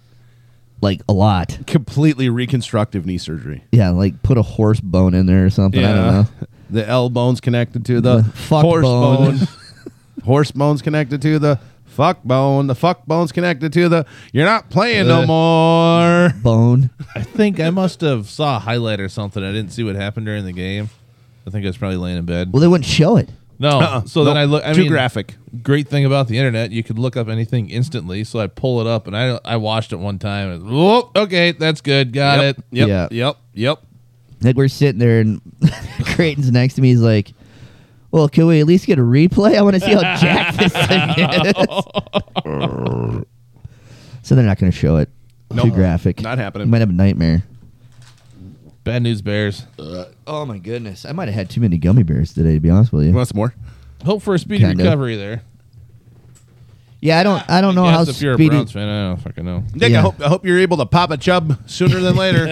Speaker 3: Like a lot.
Speaker 1: completely reconstructive knee surgery.
Speaker 3: Yeah, like put a horse bone in there or something. I don't know.
Speaker 1: The L bone's connected to the,
Speaker 3: The fuck
Speaker 1: horse
Speaker 3: bone.
Speaker 1: bone. horse bone's connected to the fuck bone. The fuck bone's connected to the you're not playing no
Speaker 4: Uh.
Speaker 1: more.
Speaker 3: Bone.
Speaker 4: I think I must have saw a highlight or something. I didn't see what happened during the game. I think I was probably laying in bed.
Speaker 3: Well, they wouldn't show it.
Speaker 4: No.
Speaker 1: Uh-uh.
Speaker 4: Uh, So then
Speaker 1: Nope.
Speaker 4: I look. I
Speaker 1: Too
Speaker 4: mean,
Speaker 1: graphic.
Speaker 4: Great thing about the internet, you could look up anything instantly. So I pull it up and I I watched it one time. And, Whoop, okay, that's good. Got
Speaker 1: Yep,
Speaker 4: it.
Speaker 1: Yep.
Speaker 3: Yeah.
Speaker 1: Yep. Yep.
Speaker 3: Like we're sitting there and Creighton's next to me. He's like, well, can we at least get a replay? I want to see how jacked this thing is. so they're not going to show it. Too
Speaker 1: Nope.
Speaker 3: graphic.
Speaker 1: Not
Speaker 3: You
Speaker 1: happening.
Speaker 3: might have a nightmare.
Speaker 4: Bad news bears.
Speaker 3: Oh my goodness! I might have had too many gummy bears today. To be honest with you,
Speaker 1: You want some more?
Speaker 4: Hope for a speedy
Speaker 3: Kinda.
Speaker 4: recovery there.
Speaker 3: Yeah, I don't. I don't know Oh, how
Speaker 4: if you're a
Speaker 3: speedy.
Speaker 4: Browns fan, I don't fucking know.
Speaker 1: Nick,
Speaker 3: Yeah.
Speaker 1: I hope I hope you're able to pop a chub sooner than later.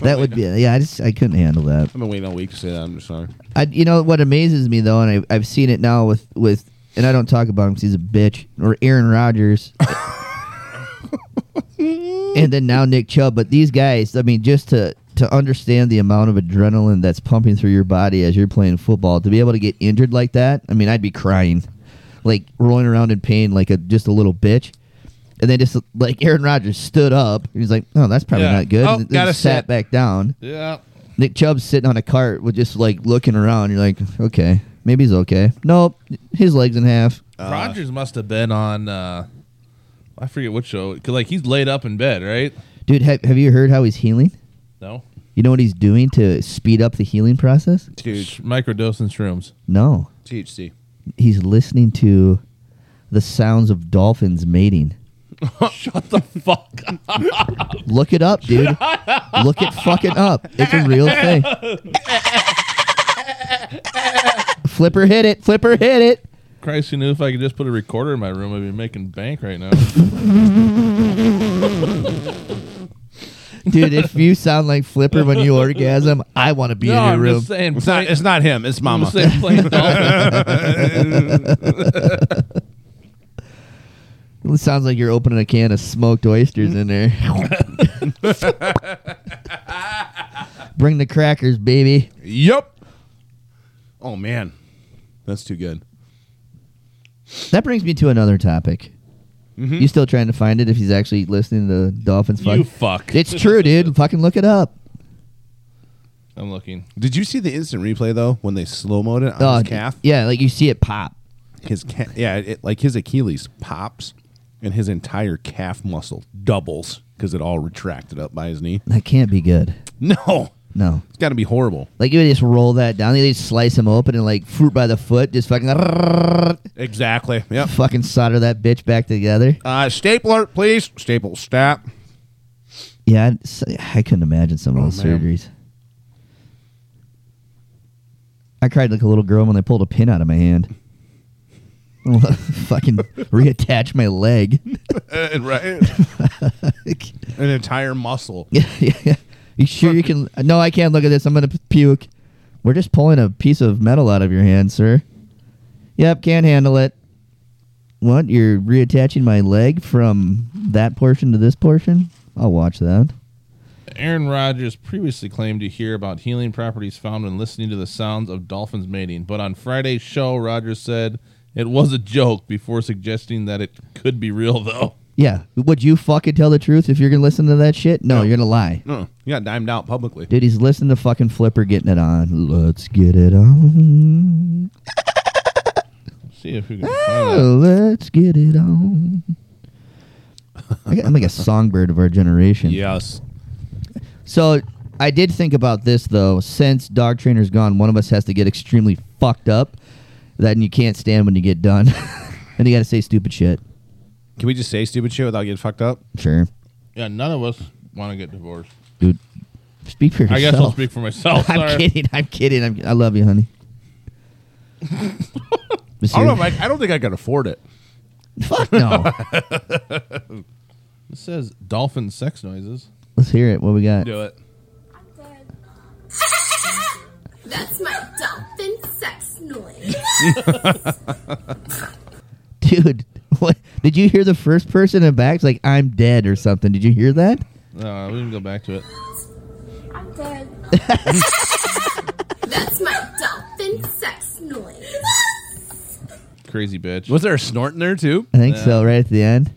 Speaker 3: That would be. Yeah, I just I couldn't handle that.
Speaker 1: I've been waiting all week to say that. I'm sorry.
Speaker 3: I, you know what amazes me though, and I've, I've seen it now with with, and I don't talk about him because he's a bitch, or Aaron Rodgers, and then now Nick Chubb. But these guys, I mean, just to to understand the amount of adrenaline that's pumping through your body as you're playing football, to be able to get injured like that, I mean, I'd be crying, like rolling around in pain, like a just a little bitch. And then just like Aaron Rodgers stood up, and he's like, "Oh, that's probably
Speaker 4: Yeah.
Speaker 3: not good."
Speaker 1: Oh,
Speaker 3: and then
Speaker 1: gotta
Speaker 3: sat
Speaker 1: sit.
Speaker 3: back down.
Speaker 4: Yeah.
Speaker 3: Nick Chubb's sitting on a cart with just like looking around. You're like, okay, maybe he's okay. Nope, his legs in half.
Speaker 1: Uh,
Speaker 4: Rogers must have been on. uh I forget what show. 'cause, like he's laid up in bed, right?
Speaker 3: Dude, have, have you heard how he's healing?
Speaker 4: No.
Speaker 3: You know what he's doing to speed up the healing process?
Speaker 1: Dude,
Speaker 4: Microdosing shrooms.
Speaker 3: No,
Speaker 1: THC.
Speaker 3: he's listening to the sounds of dolphins mating.
Speaker 4: Shut the fuck up.
Speaker 3: Look it up, dude. Look it fucking up. It's a real thing. Flipper hit it. Flipper hit it.
Speaker 4: Christ, you knew if I could just put a recorder in my room, I'd be making bank right now.
Speaker 3: Dude, if you sound like Flipper when you orgasm, I want to be
Speaker 4: no,
Speaker 3: in your
Speaker 4: I'm
Speaker 3: room.
Speaker 4: just saying.
Speaker 1: It's not.
Speaker 4: play-
Speaker 1: It's not him. It's
Speaker 4: I'm
Speaker 1: Mama.
Speaker 4: just saying playing dolphin.
Speaker 3: It sounds like you're opening a can of smoked oysters in there. Bring the crackers, baby.
Speaker 1: Yep. Oh man, that's too good.
Speaker 3: That brings me to another topic. You still trying to find it if he's actually listening to Dolphins fuck?
Speaker 4: Mm-hmm. You fuck.
Speaker 3: It's true, dude. Fucking look it up.
Speaker 4: I'm looking.
Speaker 1: Did you see the instant replay though when they slow mode it on
Speaker 3: Oh,
Speaker 1: his calf?
Speaker 3: Yeah, like you see it pop.
Speaker 1: His ca- yeah, it, like his Achilles pops, and his entire calf muscle doubles because it all retracted up by his knee.
Speaker 3: That can't be good.
Speaker 1: No,
Speaker 3: No.
Speaker 1: it's got to be horrible.
Speaker 3: Like you would just roll that down. They just slice him open and like fruit by the foot, just fucking
Speaker 1: Exactly. Yep.
Speaker 3: fucking solder that bitch back together.
Speaker 1: Uh, stapler, please. Staple, stop.
Speaker 3: Yeah, I'd s- I couldn't imagine some of those
Speaker 1: man.
Speaker 3: surgeries. I cried like a little girl when they pulled a pin out of my hand. Fucking reattach my leg.
Speaker 1: right. An entire muscle.
Speaker 3: Yeah, yeah, yeah. you sure you can? No, I can't look at this. I'm gonna puke. We're just pulling a piece of metal out of your hand, sir. Yep, can't handle it. What? You're reattaching my leg from that portion to this portion? I'll watch that.
Speaker 4: Aaron Rodgers previously claimed to hear about healing properties found when listening to the sounds of dolphins mating, but on Friday's show, Rodgers said it was a joke before suggesting that it could be real, though.
Speaker 3: Yeah. Would you fucking tell the truth if you're gonna listen to that shit? No, you're gonna lie.
Speaker 1: No, you Uh, got dimed out publicly.
Speaker 3: Dude, he's listening to fucking Flipper getting it on. Let's get it on.
Speaker 4: See if we can find that.
Speaker 3: Oh, let's get it on. I got- I'm like a songbird of our generation.
Speaker 1: Yes.
Speaker 3: So I did think about this though. Since dog trainer's gone, one of us has to get extremely fucked up. That you can't stand when you get done, and you got to say stupid shit.
Speaker 1: Can we just say stupid shit without getting fucked up?
Speaker 3: Sure,
Speaker 4: Yeah, none of us want to get divorced.
Speaker 3: dude. Speak for yourself.
Speaker 4: I guess I'll speak for myself.
Speaker 3: I'm
Speaker 4: Sorry.
Speaker 3: kidding. I'm kidding. I'm, I love you, honey.
Speaker 1: I don't know. If I, I don't think I could afford it.
Speaker 3: Fuck no.
Speaker 4: It says dolphin sex noises.
Speaker 3: Let's hear it. What we got?
Speaker 1: Do it.
Speaker 9: That's my dolphin sex noise.
Speaker 3: Dude, what? Did you hear the first person in the back? It's like, I'm dead or something. Did you hear that?
Speaker 4: No, Uh, we can go back to it.
Speaker 9: I'm dead. That's my dolphin sex noise.
Speaker 4: Crazy bitch.
Speaker 1: Was there a snort in there too?
Speaker 3: I think so, right at the end.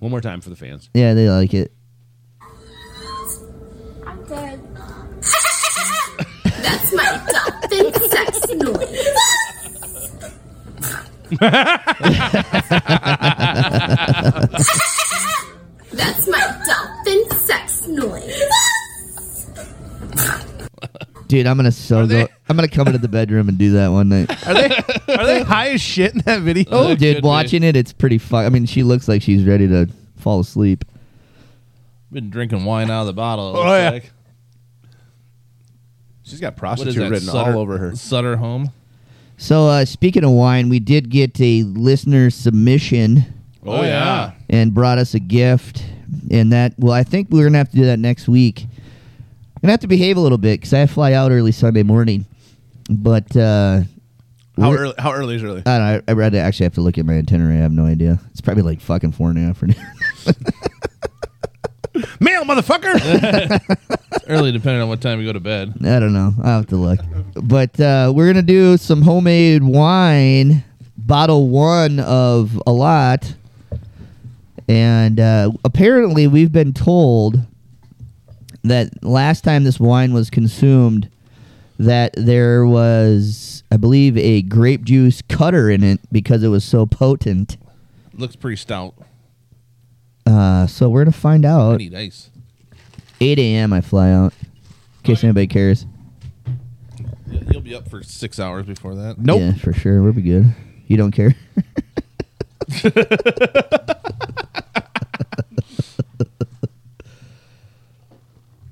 Speaker 1: One more time for the fans.
Speaker 3: Yeah, they like it.
Speaker 9: I'm dead. That's my dolphin sex noise. That's my dolphin sex noise.
Speaker 3: Dude, I'm gonna so go. I'm gonna come into the bedroom and do that one night.
Speaker 1: Are they high as shit in that video?
Speaker 3: Oh,
Speaker 4: could
Speaker 3: dude,
Speaker 4: be.
Speaker 3: watching it, it's pretty fun. I mean, she looks like she's ready to fall asleep.
Speaker 4: Been drinking wine out of the bottle. it looks
Speaker 1: Oh, yeah.
Speaker 4: like.
Speaker 1: She's got
Speaker 4: What is
Speaker 1: prostitute
Speaker 4: that?
Speaker 1: written
Speaker 4: Sutter,
Speaker 1: all over her.
Speaker 4: Sutter home.
Speaker 3: So uh, speaking of wine, we did get a listener submission
Speaker 10: Oh, yeah.
Speaker 3: and brought us a gift, and that well, I think we're gonna have to do that next week. I'm gonna have to behave a little bit because I fly out early Sunday morning, but uh,
Speaker 1: How
Speaker 3: we're-
Speaker 1: early? How early is early?
Speaker 3: I don't know, I read. Actually, have to look at my itinerary. I have no idea. It's probably like fucking four in the afternoon.
Speaker 1: Mail, motherfucker.
Speaker 4: Early, depending on what time you go to bed.
Speaker 3: I don't know. I will have to look. But uh, we're gonna do some homemade wine, bottle one of a lot, and uh, apparently we've been told that last time this wine was consumed, that there was, I believe, a grape juice cutter in it because it was so potent.
Speaker 4: Looks pretty stout.
Speaker 3: Uh, so we're gonna find
Speaker 4: I
Speaker 3: out.
Speaker 4: need ice.
Speaker 3: 8 a.m. I fly out. In case anybody cares.
Speaker 4: Yeah, You'll be up for six hours before that.
Speaker 1: Nope.
Speaker 3: Yeah, for sure. We'll be good. You don't care.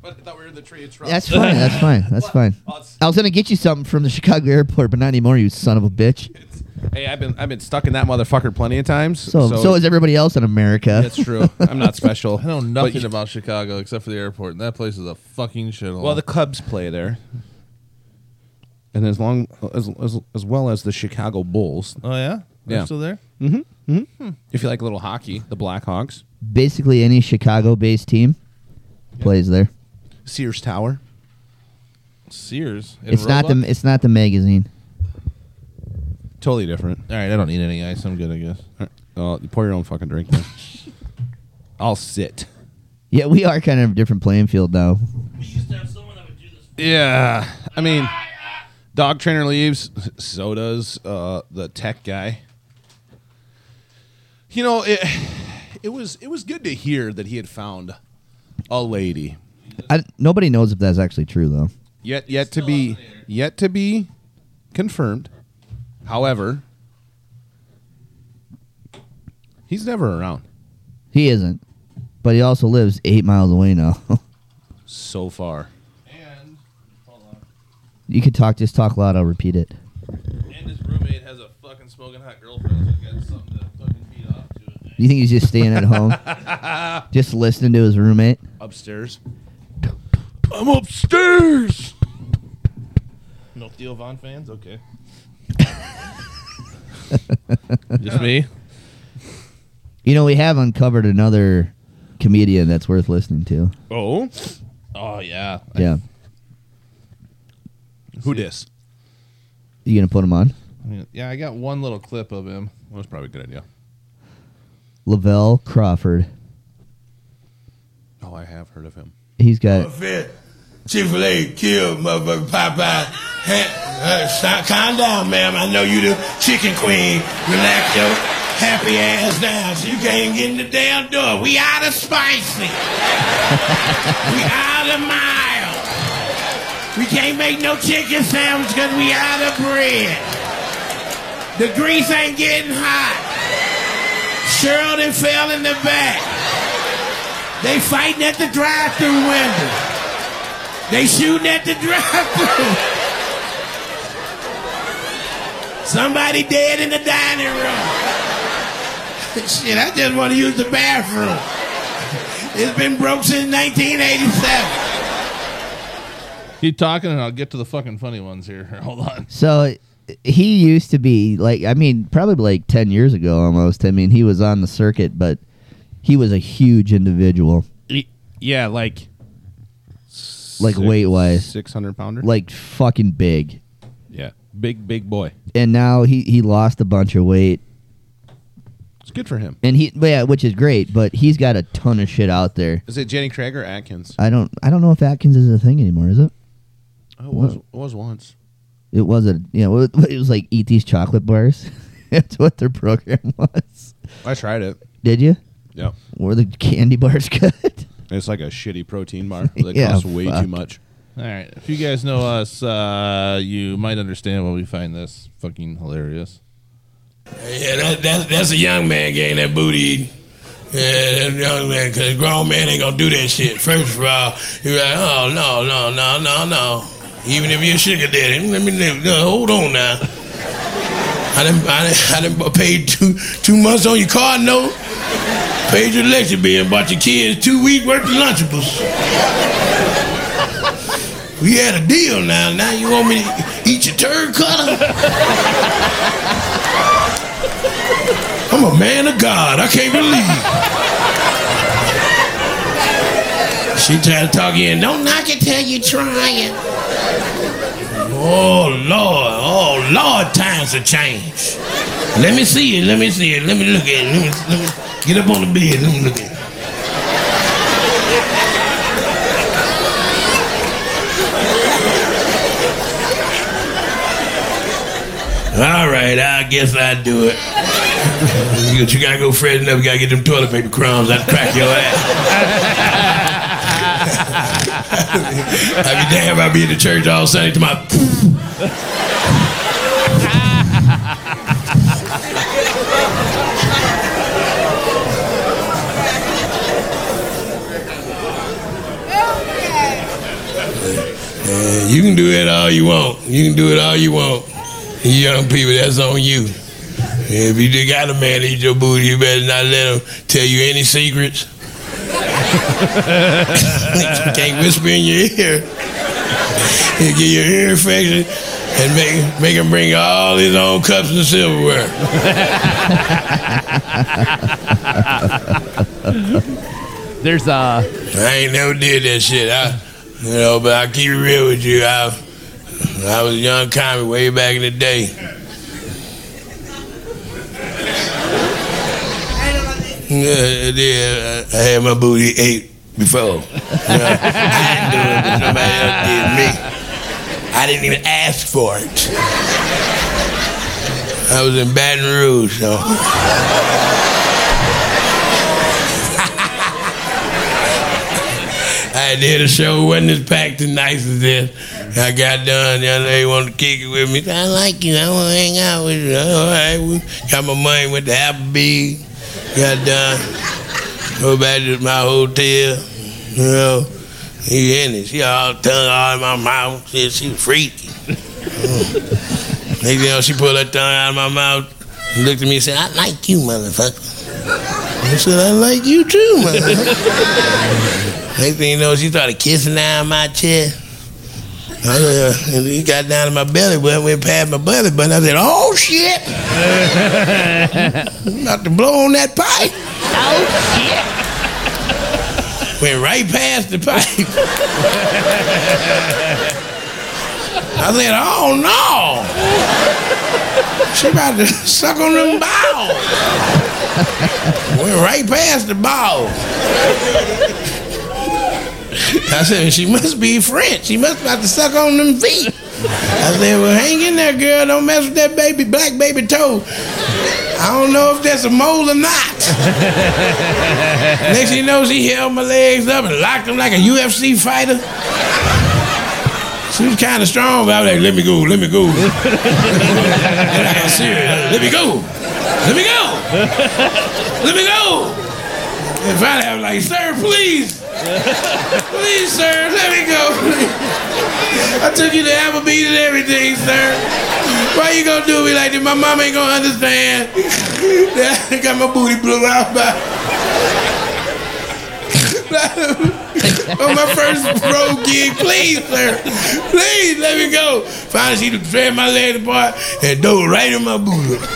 Speaker 4: But I thought we were in the tree of trust.
Speaker 3: That's fine. That's fine. That's fine. I was gonna get you something from the Chicago airport, but not anymore. You son of a bitch.
Speaker 1: hey, I've been I've been stuck in that motherfucker plenty of times.
Speaker 3: So, so, is everybody else in America.
Speaker 1: that's true. I'm not special.
Speaker 4: I know
Speaker 1: But
Speaker 4: nothing
Speaker 1: you-
Speaker 4: about Chicago except for the airport, and that place is a fucking shithole.
Speaker 1: Well, the Cubs play there, and as long as as, as well as the Chicago Bulls.
Speaker 4: oh yeah, They're
Speaker 1: Yeah.
Speaker 4: still there.
Speaker 1: If you like little hockey, the Blackhawks,
Speaker 3: Basically, any Chicago-based team plays there.
Speaker 1: Sears Tower.
Speaker 4: Sears. in
Speaker 3: It's not
Speaker 4: Roebuck?
Speaker 3: the. It's not the magazine.
Speaker 1: Totally different.
Speaker 4: All right, I don't need any ice. I'm good, I guess.
Speaker 1: Oh, you pour your own fucking drink. man. I'll sit.
Speaker 3: Yeah, we are kind of a different playing field now.
Speaker 1: Yeah, I mean, dog trainer leaves. So does uh, the tech guy. You know, it it was it was good to hear that he had found a lady
Speaker 3: I, nobody knows if that's actually true though.
Speaker 1: yet yet to be yet to be confirmed. However, he's never around
Speaker 3: He isn't, but he also lives eight miles away now.
Speaker 1: so far.
Speaker 4: And hold on.
Speaker 3: you could talk. Just talk loud. I'll repeat it.
Speaker 4: And his roommate has a fucking smoking hot girlfriend. So I got something to fucking beat off to.
Speaker 3: You think he's just staying at home, just listening to his roommate?
Speaker 1: Upstairs,
Speaker 4: I'm upstairs. No Theo Von fans. Okay. Just me.
Speaker 3: You know, we have uncovered another comedian that's worth listening to.
Speaker 4: Oh. Oh yeah.
Speaker 3: Yeah,
Speaker 1: who dis?
Speaker 3: you gonna put him on?
Speaker 4: I mean, yeah, I got one little clip of him.
Speaker 1: That was probably a good idea.
Speaker 3: Lavelle Crawford.
Speaker 1: Oh, I have heard of him.
Speaker 3: He's got
Speaker 11: Chick-fil-A killed motherfucker Popeye. Hey, uh, stop, calm down, ma'am. I know you the chicken queen. Relax your happy ass down so you can't get in the damn door. We out of spicy. we out of mild. We can't make no chicken sandwich because we out of bread. The grease ain't getting hot. Sheridan fell in the back. They fighting at the drive-thru window. They shooting at the drive-thru. Somebody dead in the dining room. Shit, I just want to use the bathroom. It's been broke since 1987.
Speaker 4: Keep talking, and I'll get to the fucking funny ones here. Hold on.
Speaker 3: so he used to be like I mean probably like ten years ago almost. I mean he was on the circuit, but he was a huge individual,
Speaker 1: Yeah, like
Speaker 3: like weight wise,
Speaker 1: six hundred pounder.
Speaker 3: like fucking big.
Speaker 1: Yeah, big big boy.
Speaker 3: And now he he lost a bunch of weight,
Speaker 1: It's good for him.
Speaker 3: and he yeah, which is great. But he's got a ton of shit out there.
Speaker 1: Is it Jenny Craig or Atkins?
Speaker 3: I don't I don't know if Atkins is a thing anymore, is it?
Speaker 1: Oh, it was it was once.
Speaker 3: It wasn't, you know, it it was like eat these chocolate bars. That's what their program was.
Speaker 1: I tried it.
Speaker 3: Did you?
Speaker 1: Yeah,
Speaker 3: Were the candy bars good?
Speaker 1: it's like a shitty protein bar that
Speaker 3: Yeah,
Speaker 1: costs way
Speaker 3: fuck.
Speaker 1: too much.
Speaker 4: All right. If you guys know us, uh, you might understand why we find this fucking hilarious.
Speaker 11: Yeah, that, that, that's a young man getting that booty eating. Yeah, that young man, because grown man ain't going to do that shit. First of all, you're like, oh, no, no, no, no, no. Even if you're a sugar daddy, let me live. No, hold on now. I done, I done, I done paid two, two months on your car note, paid your electric bill, and bought your kids two weeks worth of Lunchables. We had a deal now. Now you want me to eat your turd cutter? I'm a man of God. I can't believe. She tried to talk you in. Don't knock it till you try it. Oh Lord, oh Lord, times have changed. Let me see it. Let me see it. Let me look at it. Let me, let me get up on the bed. Let me look at it. All right, I guess I do it. You- you gotta go fretting up. You gotta get them toilet paper crumbs. I'd crack your ass. I be damn, I be in the church all Sunday to my. Yeah, you can do it all you want. You can do it all you want. You Young people, that's on you. If you just got a man eat your booty, you better not let him tell you any secrets. you can't whisper in your ear. He'll get your ear infection and make, make him bring all his own cups and silverware.
Speaker 2: There's a
Speaker 11: I ain't never did that shit. I, you know, but I keep it real with you. I, I was a young comic way back in the day. Yeah, I did. I I had my booty ate before. You know, I didn't do it, but somebody else did me. I didn't even ask for it. I was in Baton Rouge, so. I did a show, wasn't as packed and nice as this. I got done, the other lady wanted to kick it with me. I like you, I want to hang out with you. All right, we got my money, went to Applebee's, got done, go back to my hotel, you know. He in it, she all tongue all in my mouth, she, she freaky. Mm. Next thing she pulled her tongue out of my mouth, and looked at me and said, I like you, motherfucker. I said, I like you too, motherfucker. Next thing you know, she started kissing down my chest. I said, uh, and he got down to my belly button, went past my belly button. I said, oh shit! I'm about to blow on that pipe. Oh shit! Went right past the pipe. I said, oh no! She about to suck on them balls. Went right past the balls. I said, she must be French. She must about to suck on them feet. I said, well, hang in there, girl. Don't mess with that baby, black baby toe. I don't know if that's a mole or not. Next thing you know, she held my legs up and locked them like a UFC fighter. She was kind of strong, but I was like, let me go, let me go. and I got serious. Let me go. Let me go. Let me go. And finally, I was like, sir, please. Please, sir, let me go. I took you to Applebee's and everything, sir. Why you gonna do me like this? My mom ain't gonna understand. I got my booty blew out by. On my first pro gig, please, sir. Please let me go. Finally, she dragged my leg apart and dove right in my booty. So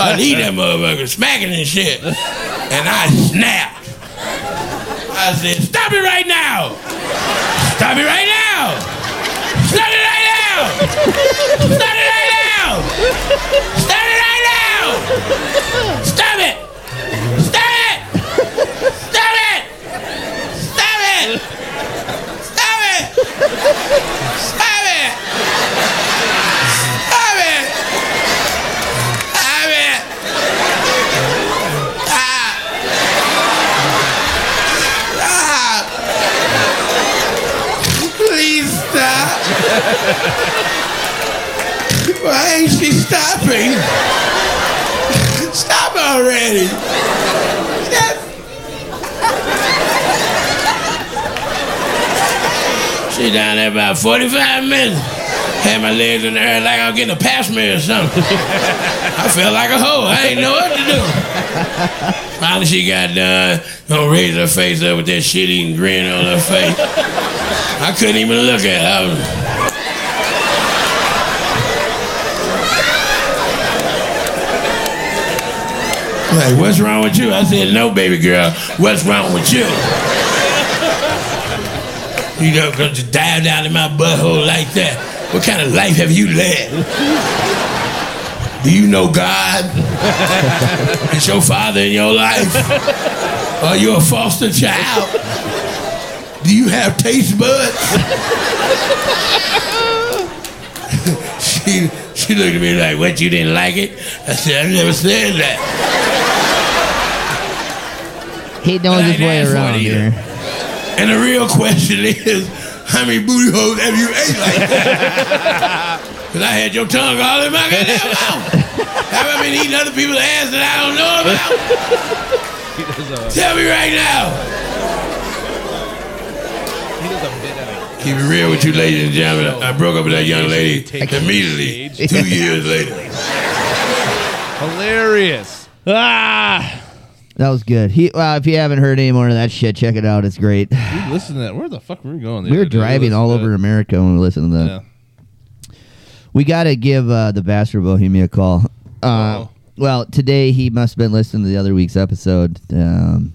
Speaker 11: I leave that motherfucker smacking and shit. And I snapped. I said, stop it right now! Stop it right now! Stop it right now! Stop it right now! Stop it right now! Stop it! Stop it! Stop it! Stop it! Stop it! Stop it! Stop it! Stop it! Ah! Stop! Please stop. Why ain't she stopping? Stop already. Stop. She down there about 45 minutes. Had my legs in the air like I was getting a pass me or something. I felt like a hoe. I ain't know what to do. Finally, she got done. Gonna raise her face up with that shit eating grin on her face. I couldn't even look at her. I was- Like, what's wrong with you? I said, no, baby girl. What's wrong with you? You know, gonna just dive down in my butthole like that. What kind of life have you led? Do you know God? Is your father in your life? Are you a foster child? Do you have taste buds? she, she looked at me like, what, you didn't like it? I said, I never said that.
Speaker 3: He knows
Speaker 11: But I
Speaker 3: his way
Speaker 11: didn't ask for it
Speaker 3: around
Speaker 11: either.
Speaker 3: here.
Speaker 11: And the real question is, how many booty holes have you ate like that? Because I had your tongue all in my goddamn mouth. Have I been eating other people's ass that I don't know about? Tell me right now. Keep it real with you, ladies and gentlemen. I broke up with that young lady immediately, two years later.
Speaker 1: Hilarious.
Speaker 4: Ah,
Speaker 3: That was good. He, well, if you haven't heard any more of that shit, check it out. It's great.
Speaker 4: we listen to that. Where the fuck were we going? the
Speaker 3: We were
Speaker 4: other day?
Speaker 3: driving
Speaker 4: Listen
Speaker 3: all
Speaker 4: to
Speaker 3: over
Speaker 4: that.
Speaker 3: America when we listened to that.
Speaker 4: Yeah.
Speaker 3: We got to give uh, the Bastard Bohemia a call. Uh,
Speaker 4: Oh.
Speaker 3: well, today he must have been listening to the other week's episode. Um,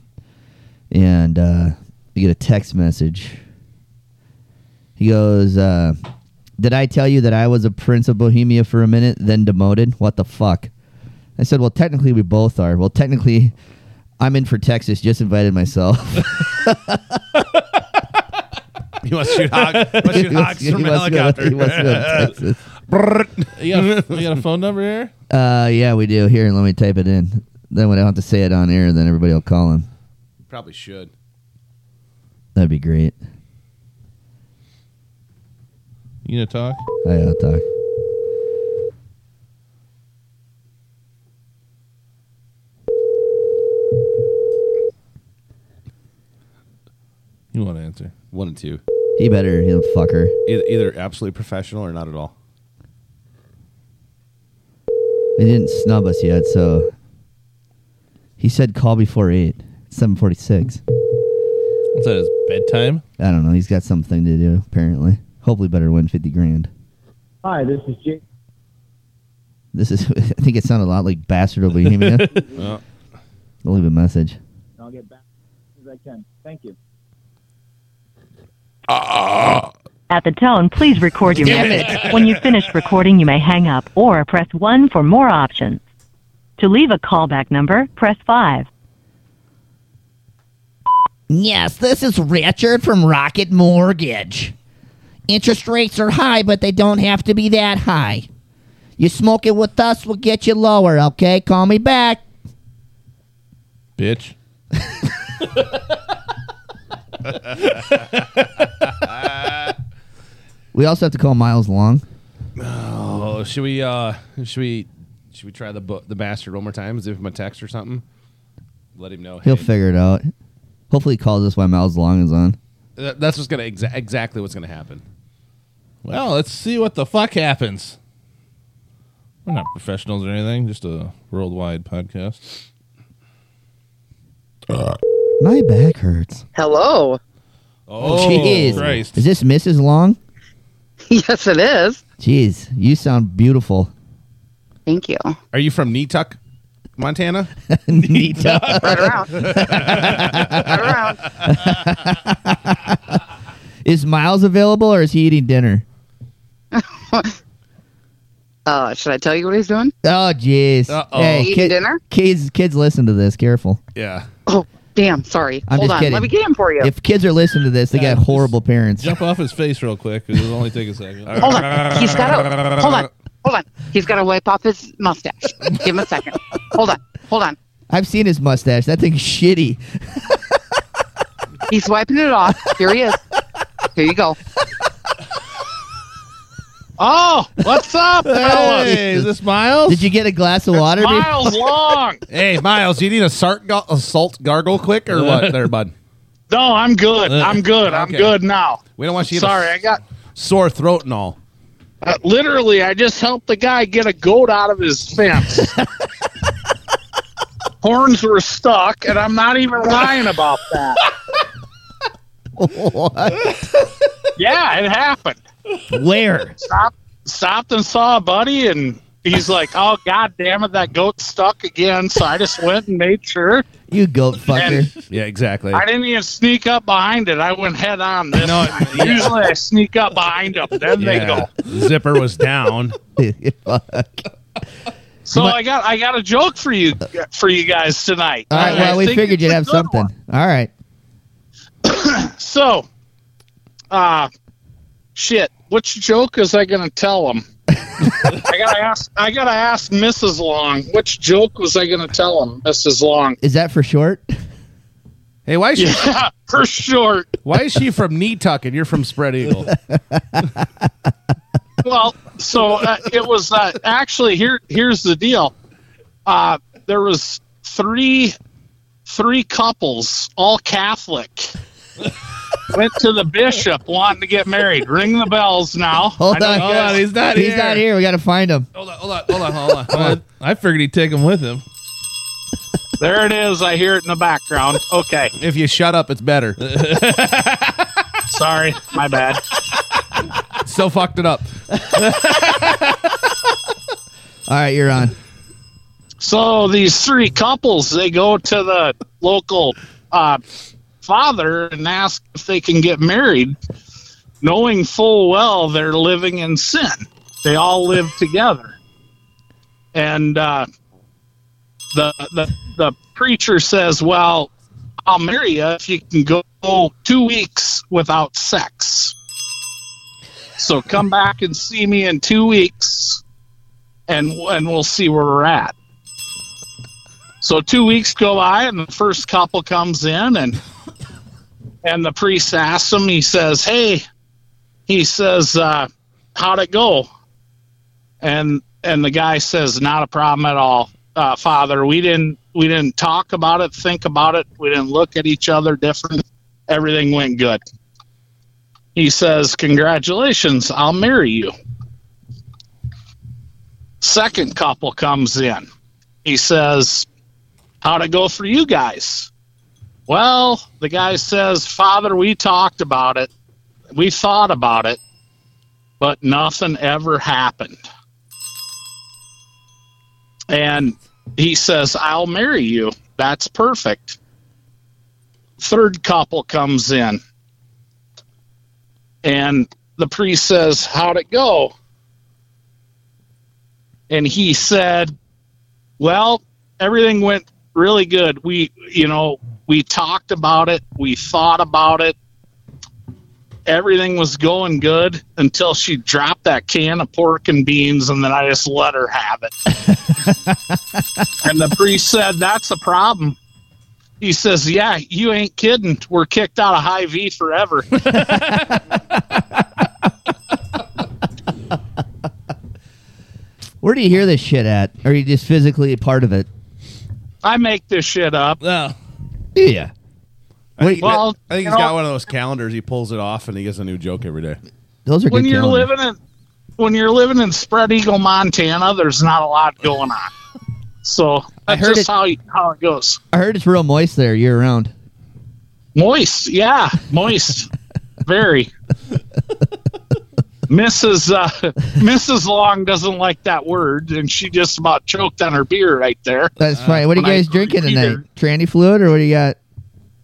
Speaker 3: and uh, we get a text message. He goes, uh, Did I tell you that I was a prince of Bohemia for a minute, then demoted? What the fuck? I said, Well, technically, we both are. Well, technically, I'm in for Texas, just invited myself.
Speaker 1: You want to shoot hawk? You want to shoot
Speaker 3: He
Speaker 1: hawks
Speaker 3: wants- he
Speaker 1: from a
Speaker 3: wants to go-
Speaker 1: helicopter?
Speaker 3: he wants to go to Texas.
Speaker 1: Brrrt.
Speaker 4: You got, a, you got a phone number here?
Speaker 3: Uh, yeah, we do. Here, let me type it in. Then we don't have to say it on air. Then everybody will call him.
Speaker 1: Probably should.
Speaker 3: That'd be great.
Speaker 4: You gonna talk?
Speaker 3: Hi, I'll talk.
Speaker 4: You want to answer?
Speaker 1: One and two.
Speaker 3: He better him fucker.
Speaker 1: Either, either absolutely professional or not at all.
Speaker 3: They didn't snub us yet, so he said call before eight. Seven forty six.
Speaker 4: What's that? His bedtime?
Speaker 3: I don't know. He's got something to do apparently. Hopefully, better win fifty grand.
Speaker 12: Hi, this is Jake.
Speaker 3: This is. I think it sounded a lot like bastard over Bohemia. I'll leave a message.
Speaker 12: I'll get back as I can. Thank you.
Speaker 2: At the tone, please record your message. When you've finished recording, you may hang up or press 1 for more options. To leave a callback number, press 5.
Speaker 3: Yes, this is Richard from Rocket Mortgage. Interest rates are high, but they don't have to be that high. You smoke it with us, we'll get you lower, okay? Call me back.
Speaker 4: Bitch.
Speaker 3: We also have to call Miles Long.
Speaker 1: Oh, should we? uh Should we? Should we try the bu- the bastard one more time? Give him a text or something. Let him know.
Speaker 3: He'll
Speaker 1: hey,
Speaker 3: figure it out. Hopefully, he calls us while Miles Long is on.
Speaker 1: that- that's what's gonna exa- exactly what's gonna happen.
Speaker 4: Well, oh, let's see what the fuck happens. We're not professionals or anything, just a worldwide podcast.
Speaker 3: My back hurts.
Speaker 2: Hello.
Speaker 4: Oh,
Speaker 3: Jeez.
Speaker 4: Christ.
Speaker 3: Is this Mrs. Long?
Speaker 2: Yes, it is.
Speaker 3: Jeez, you sound beautiful.
Speaker 2: Thank you.
Speaker 1: Are you from Neetuck, Montana?
Speaker 3: Nita.
Speaker 2: Right around. right around.
Speaker 3: Is Miles available or is he eating dinner?
Speaker 2: Uh, should I tell you what he's doing?
Speaker 3: Oh, jeez.
Speaker 1: Uh-oh.
Speaker 3: Hey,
Speaker 2: Eating
Speaker 3: kid,
Speaker 2: dinner?
Speaker 3: kids, kids, listen to this. Careful.
Speaker 1: Yeah.
Speaker 2: Oh, damn. Sorry.
Speaker 3: I'm
Speaker 2: Hold
Speaker 3: just
Speaker 2: on.
Speaker 3: kidding.
Speaker 2: Let me get him for you.
Speaker 3: If kids are listening to this, they
Speaker 4: Yeah,
Speaker 3: got horrible parents.
Speaker 4: Jump off his face real quick. 'cause It'll only take a second.
Speaker 2: Hold on. He's got to. Hold on. Hold on. He's got to wipe off his mustache. Give him a second. Hold on. Hold on.
Speaker 3: I've seen his mustache. That thing's shitty.
Speaker 2: He's wiping it off. Here he is. Here you go. Oh, what's up, fellas?
Speaker 4: Hey, is this Miles?
Speaker 3: Did you get a glass of water?
Speaker 2: Miles Long.
Speaker 1: Hey, Miles, you need a salt, gar- a salt gargle quick or what? There, bud.
Speaker 2: No, I'm good. I'm good. I'm
Speaker 1: Okay.
Speaker 2: good now.
Speaker 1: We don't want you to get
Speaker 2: Sorry, I got.
Speaker 1: a sore throat and all.
Speaker 11: Uh, literally, I just helped the guy get a goat out of his fence. Horns were stuck, and I'm not even lying about that. Yeah, it happened.
Speaker 3: Where?
Speaker 11: Stop, stopped and saw a buddy, and he's like, "Oh God damn it, that goat's stuck again." So I just went and made sure.
Speaker 3: You goat fucker.
Speaker 1: yeah, exactly.
Speaker 11: I didn't even sneak up behind it. I went head on this. time. Usually I sneak up behind them, then they go.
Speaker 1: Zipper was down.
Speaker 11: So I got I got a joke for you for you guys tonight.
Speaker 3: All right.
Speaker 11: I- I
Speaker 3: Well, we
Speaker 11: think
Speaker 3: figured
Speaker 11: it's
Speaker 3: you'd
Speaker 11: a
Speaker 3: have
Speaker 11: good
Speaker 3: something. All right.
Speaker 11: So, uh, shit. Which joke is I gonna tell him? I gotta ask. I gotta ask Mrs. Long. Which joke was I gonna tell him, Mrs. Long?
Speaker 3: Is that for short?
Speaker 1: Hey, why is she?
Speaker 11: Yeah, for short.
Speaker 1: Why is she from Neetuck and you're from Spread Eagle?
Speaker 11: well, so uh, it was uh, actually here. Here's the deal. Uh, there was three three couples, all Catholic, went to the bishop wanting to get married. Ring the bells now.
Speaker 3: Hold
Speaker 11: I know
Speaker 3: on.
Speaker 11: you guys-
Speaker 3: He's not here. We got to find him.
Speaker 1: Hold on, hold on, hold on.
Speaker 4: I, I figured he'd take him with him.
Speaker 11: There it is. I hear it in the background. Okay.
Speaker 1: If you shut up, it's better.
Speaker 11: Sorry, my bad.
Speaker 1: Still fucked it up.
Speaker 3: All right, you're on.
Speaker 11: So these three couples, they go to the local uh, father and ask if they can get married, knowing full well they're living in sin. They all live together, and uh, the the the preacher says, "Well, I'll marry you if you can go two weeks without sex. So come back and see me in two weeks, and and we'll see where we're at." So two weeks go by, and the first couple comes in, and and the priest asks him. He says, "Hey," he says, uh, "How'd it go?" And and the guy says, "Not a problem at all, uh, Father. We didn't we didn't talk about it, think about it. We didn't look at each other different. Everything went good." He says, "Congratulations, I'll marry you." Second couple comes in he says, How'd it go for you guys? Well, the guy says, Father, we talked about it. We thought about it, but nothing ever happened. And he says, I'll marry you. That's perfect. Third couple comes in. And the priest says, How'd it go? And he said, well, everything went really good. We, you know, we talked about it, we thought about it. Everything was going good until she dropped that can of pork and beans, and then I just let her have it. and the priest said, That's the problem. He says, Yeah, you ain't kidding. We're kicked out of high V forever.
Speaker 3: Where do you hear this shit at? Or are you just physically a part of it?
Speaker 11: I make this shit up.
Speaker 1: Oh.
Speaker 3: Yeah.
Speaker 1: Wait,
Speaker 11: Well,
Speaker 1: I think
Speaker 11: you
Speaker 1: he's got
Speaker 11: know-
Speaker 1: one of those calendars. He pulls it off and he gets a new joke every day.
Speaker 3: Those are
Speaker 11: when
Speaker 3: good
Speaker 11: you're
Speaker 3: calendars.
Speaker 11: living in when you're living in Spread Eagle, Montana, there's not a lot going on. So
Speaker 3: I
Speaker 11: that's
Speaker 3: heard
Speaker 11: just
Speaker 3: it-
Speaker 11: how, you, how it goes.
Speaker 3: I heard it's real moist there year round.
Speaker 11: Moist, yeah, moist, very. Mrs. Uh, Mrs. Long doesn't like that word, and she just about choked on her beer right there.
Speaker 3: That's fine. What are you
Speaker 11: when I
Speaker 3: guys drinking
Speaker 11: heard
Speaker 3: tonight?
Speaker 11: either-
Speaker 3: Tranny fluid or what do you got?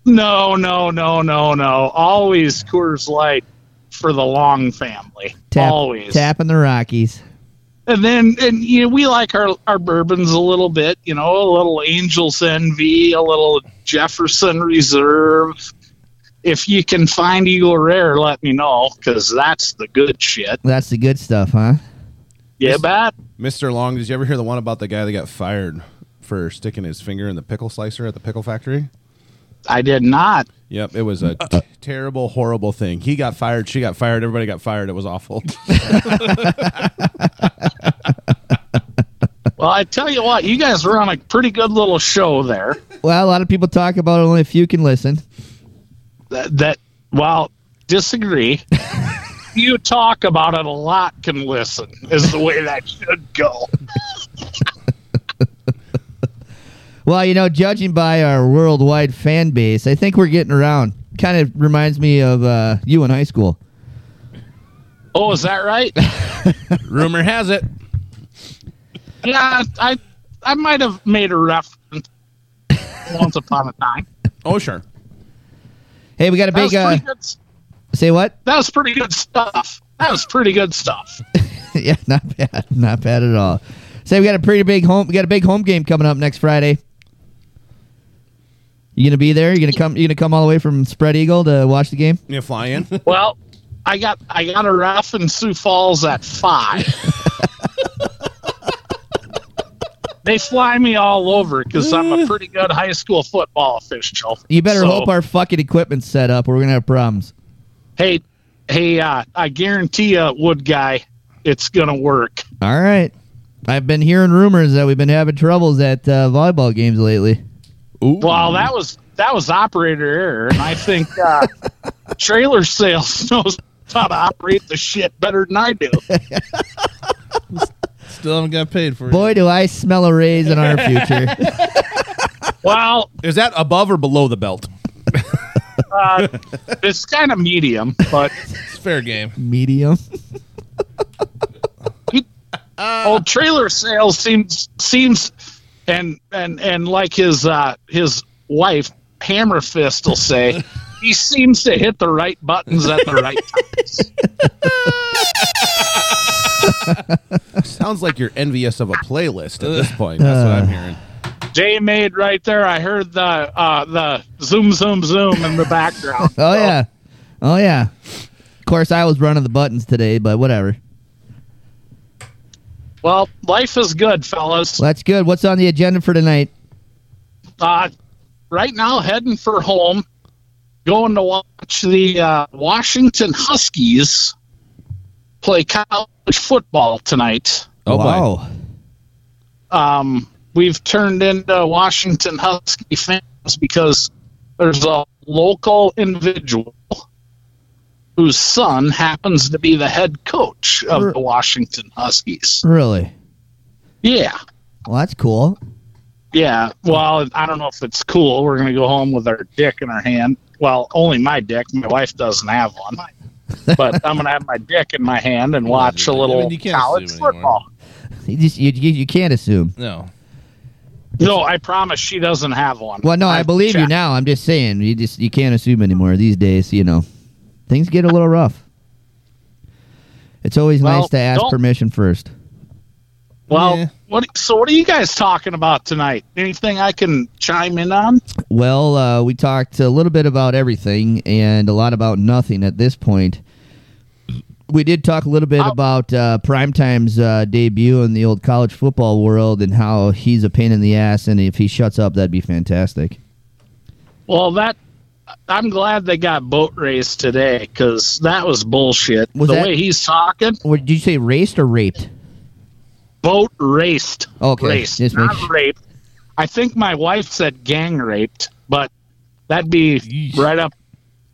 Speaker 11: No, no, no, no, no. Always Coors Light for the Long family.
Speaker 3: Tap,
Speaker 11: Always.
Speaker 3: Tapping the Rockies.
Speaker 11: and then and you know we like our our bourbons a little bit you know a little angel's envy a little jefferson reserve if you can find eagle rare let me know because that's the good shit
Speaker 3: That's the good stuff, huh?
Speaker 11: yeah bat
Speaker 1: Mr. Long, did you ever hear the one about the guy that got fired for sticking his finger in the pickle slicer at the pickle factory?
Speaker 11: i did not
Speaker 1: Yep, it was a t- terrible, horrible thing. He got fired. She got fired. Everybody got fired. It was awful.
Speaker 11: well i tell you what you guys were on a pretty good little show there
Speaker 3: Well, a lot of people talk about only a few can listen.
Speaker 11: that, that well disagree you talk about it a lot can listen is the way that should go.
Speaker 3: Well, you know, judging by our worldwide fan base, I think we're getting around. Kind of reminds me of uh, you in high school.
Speaker 11: Oh, is that right?
Speaker 1: Rumor has it.
Speaker 11: Yeah, I I might have made a reference once upon a time.
Speaker 1: Oh, sure.
Speaker 3: Hey, we got a
Speaker 11: That
Speaker 3: big.
Speaker 11: was
Speaker 3: Uh,
Speaker 11: pretty good s-
Speaker 3: say what?
Speaker 11: that was pretty good stuff. That was pretty good stuff.
Speaker 3: yeah, not bad, not bad at all. Say we got a pretty big home. We got a big home game coming up next Friday. You gonna be there? You gonna come? You gonna come all the way from Spread Eagle to watch the game?
Speaker 1: You fly in?
Speaker 11: Well, I got I got a ref in Sioux Falls at five. they fly me all over because I'm a pretty good high school football official.
Speaker 3: Eh. You better
Speaker 11: So,
Speaker 3: hope our fucking equipment's set up, or we're gonna have problems.
Speaker 11: hey hey uh, I guarantee you, Wood guy, it's gonna work.
Speaker 3: All right. I've been hearing rumors that we've been having troubles at uh, volleyball games lately.
Speaker 11: Well, that was that was operator error, and I think uh, trailer sales knows how to operate the shit better than I do.
Speaker 4: Still haven't got paid for
Speaker 3: Boy, do I smell a raise in our future.
Speaker 11: Well,
Speaker 1: Is that above or below the belt?
Speaker 11: uh, it's kind of medium, but
Speaker 4: It's fair game.
Speaker 3: Medium.
Speaker 11: old trailer sales seems seems and and and like his uh his wife hammer fist will say he seems to hit the right buttons at the right times
Speaker 1: Sounds like you're envious of a playlist at this point. That's what I'm hearing.
Speaker 11: jay made right there i heard the uh the zoom zoom zoom in the background
Speaker 3: Oh yeah, oh yeah. Of course, I was running the buttons today, but whatever.
Speaker 11: well life is good fellas
Speaker 3: Well, that's good. What's on the agenda for tonight?
Speaker 11: uh right now heading for home going to watch the uh, washington huskies play college football tonight
Speaker 5: Oh, boy.
Speaker 3: wow.
Speaker 11: um, we've turned into Washington Husky fans because there's a local individual whose son happens to be the head coach of the Washington Huskies.
Speaker 3: Really?
Speaker 11: Yeah.
Speaker 3: Well, that's cool.
Speaker 11: Yeah. Well, I don't know if it's cool. We're going to go home with our dick in our hand. Well, only my dick. My wife doesn't have one. But I'm going to have my dick in my hand and watch a
Speaker 4: I mean,
Speaker 11: little
Speaker 4: you can't
Speaker 11: college
Speaker 4: assume anymore.
Speaker 11: football.
Speaker 3: You just you, you, you can't assume.
Speaker 4: No.
Speaker 11: No, I promise she doesn't have one.
Speaker 3: Well, no, I believe you
Speaker 11: checked.
Speaker 3: now. I'm just saying you just you can't assume anymore these days. You know, things get a little rough. It's always
Speaker 11: Well,
Speaker 3: nice to ask
Speaker 11: don't-
Speaker 3: permission first.
Speaker 11: Well,
Speaker 4: Yeah.
Speaker 11: what? So, what are you guys talking about tonight? Anything I can chime in on?
Speaker 3: Well, uh, we talked a little bit about everything and a lot about nothing at this point. We did talk a little bit about uh, Primetime's uh, debut in the old college football world and how he's a pain in the ass, and if he shuts up, that'd be fantastic.
Speaker 11: Well, that I'm glad they got boat race today because that was bullshit.
Speaker 3: Was
Speaker 11: the
Speaker 3: that-
Speaker 11: way he's talking,
Speaker 3: Or did you say raced or raped?
Speaker 11: boat raced.
Speaker 3: Okay,
Speaker 11: raced,
Speaker 3: just
Speaker 11: not
Speaker 3: make sure.
Speaker 11: raped. I think my wife said gang raped, but that'd be right up.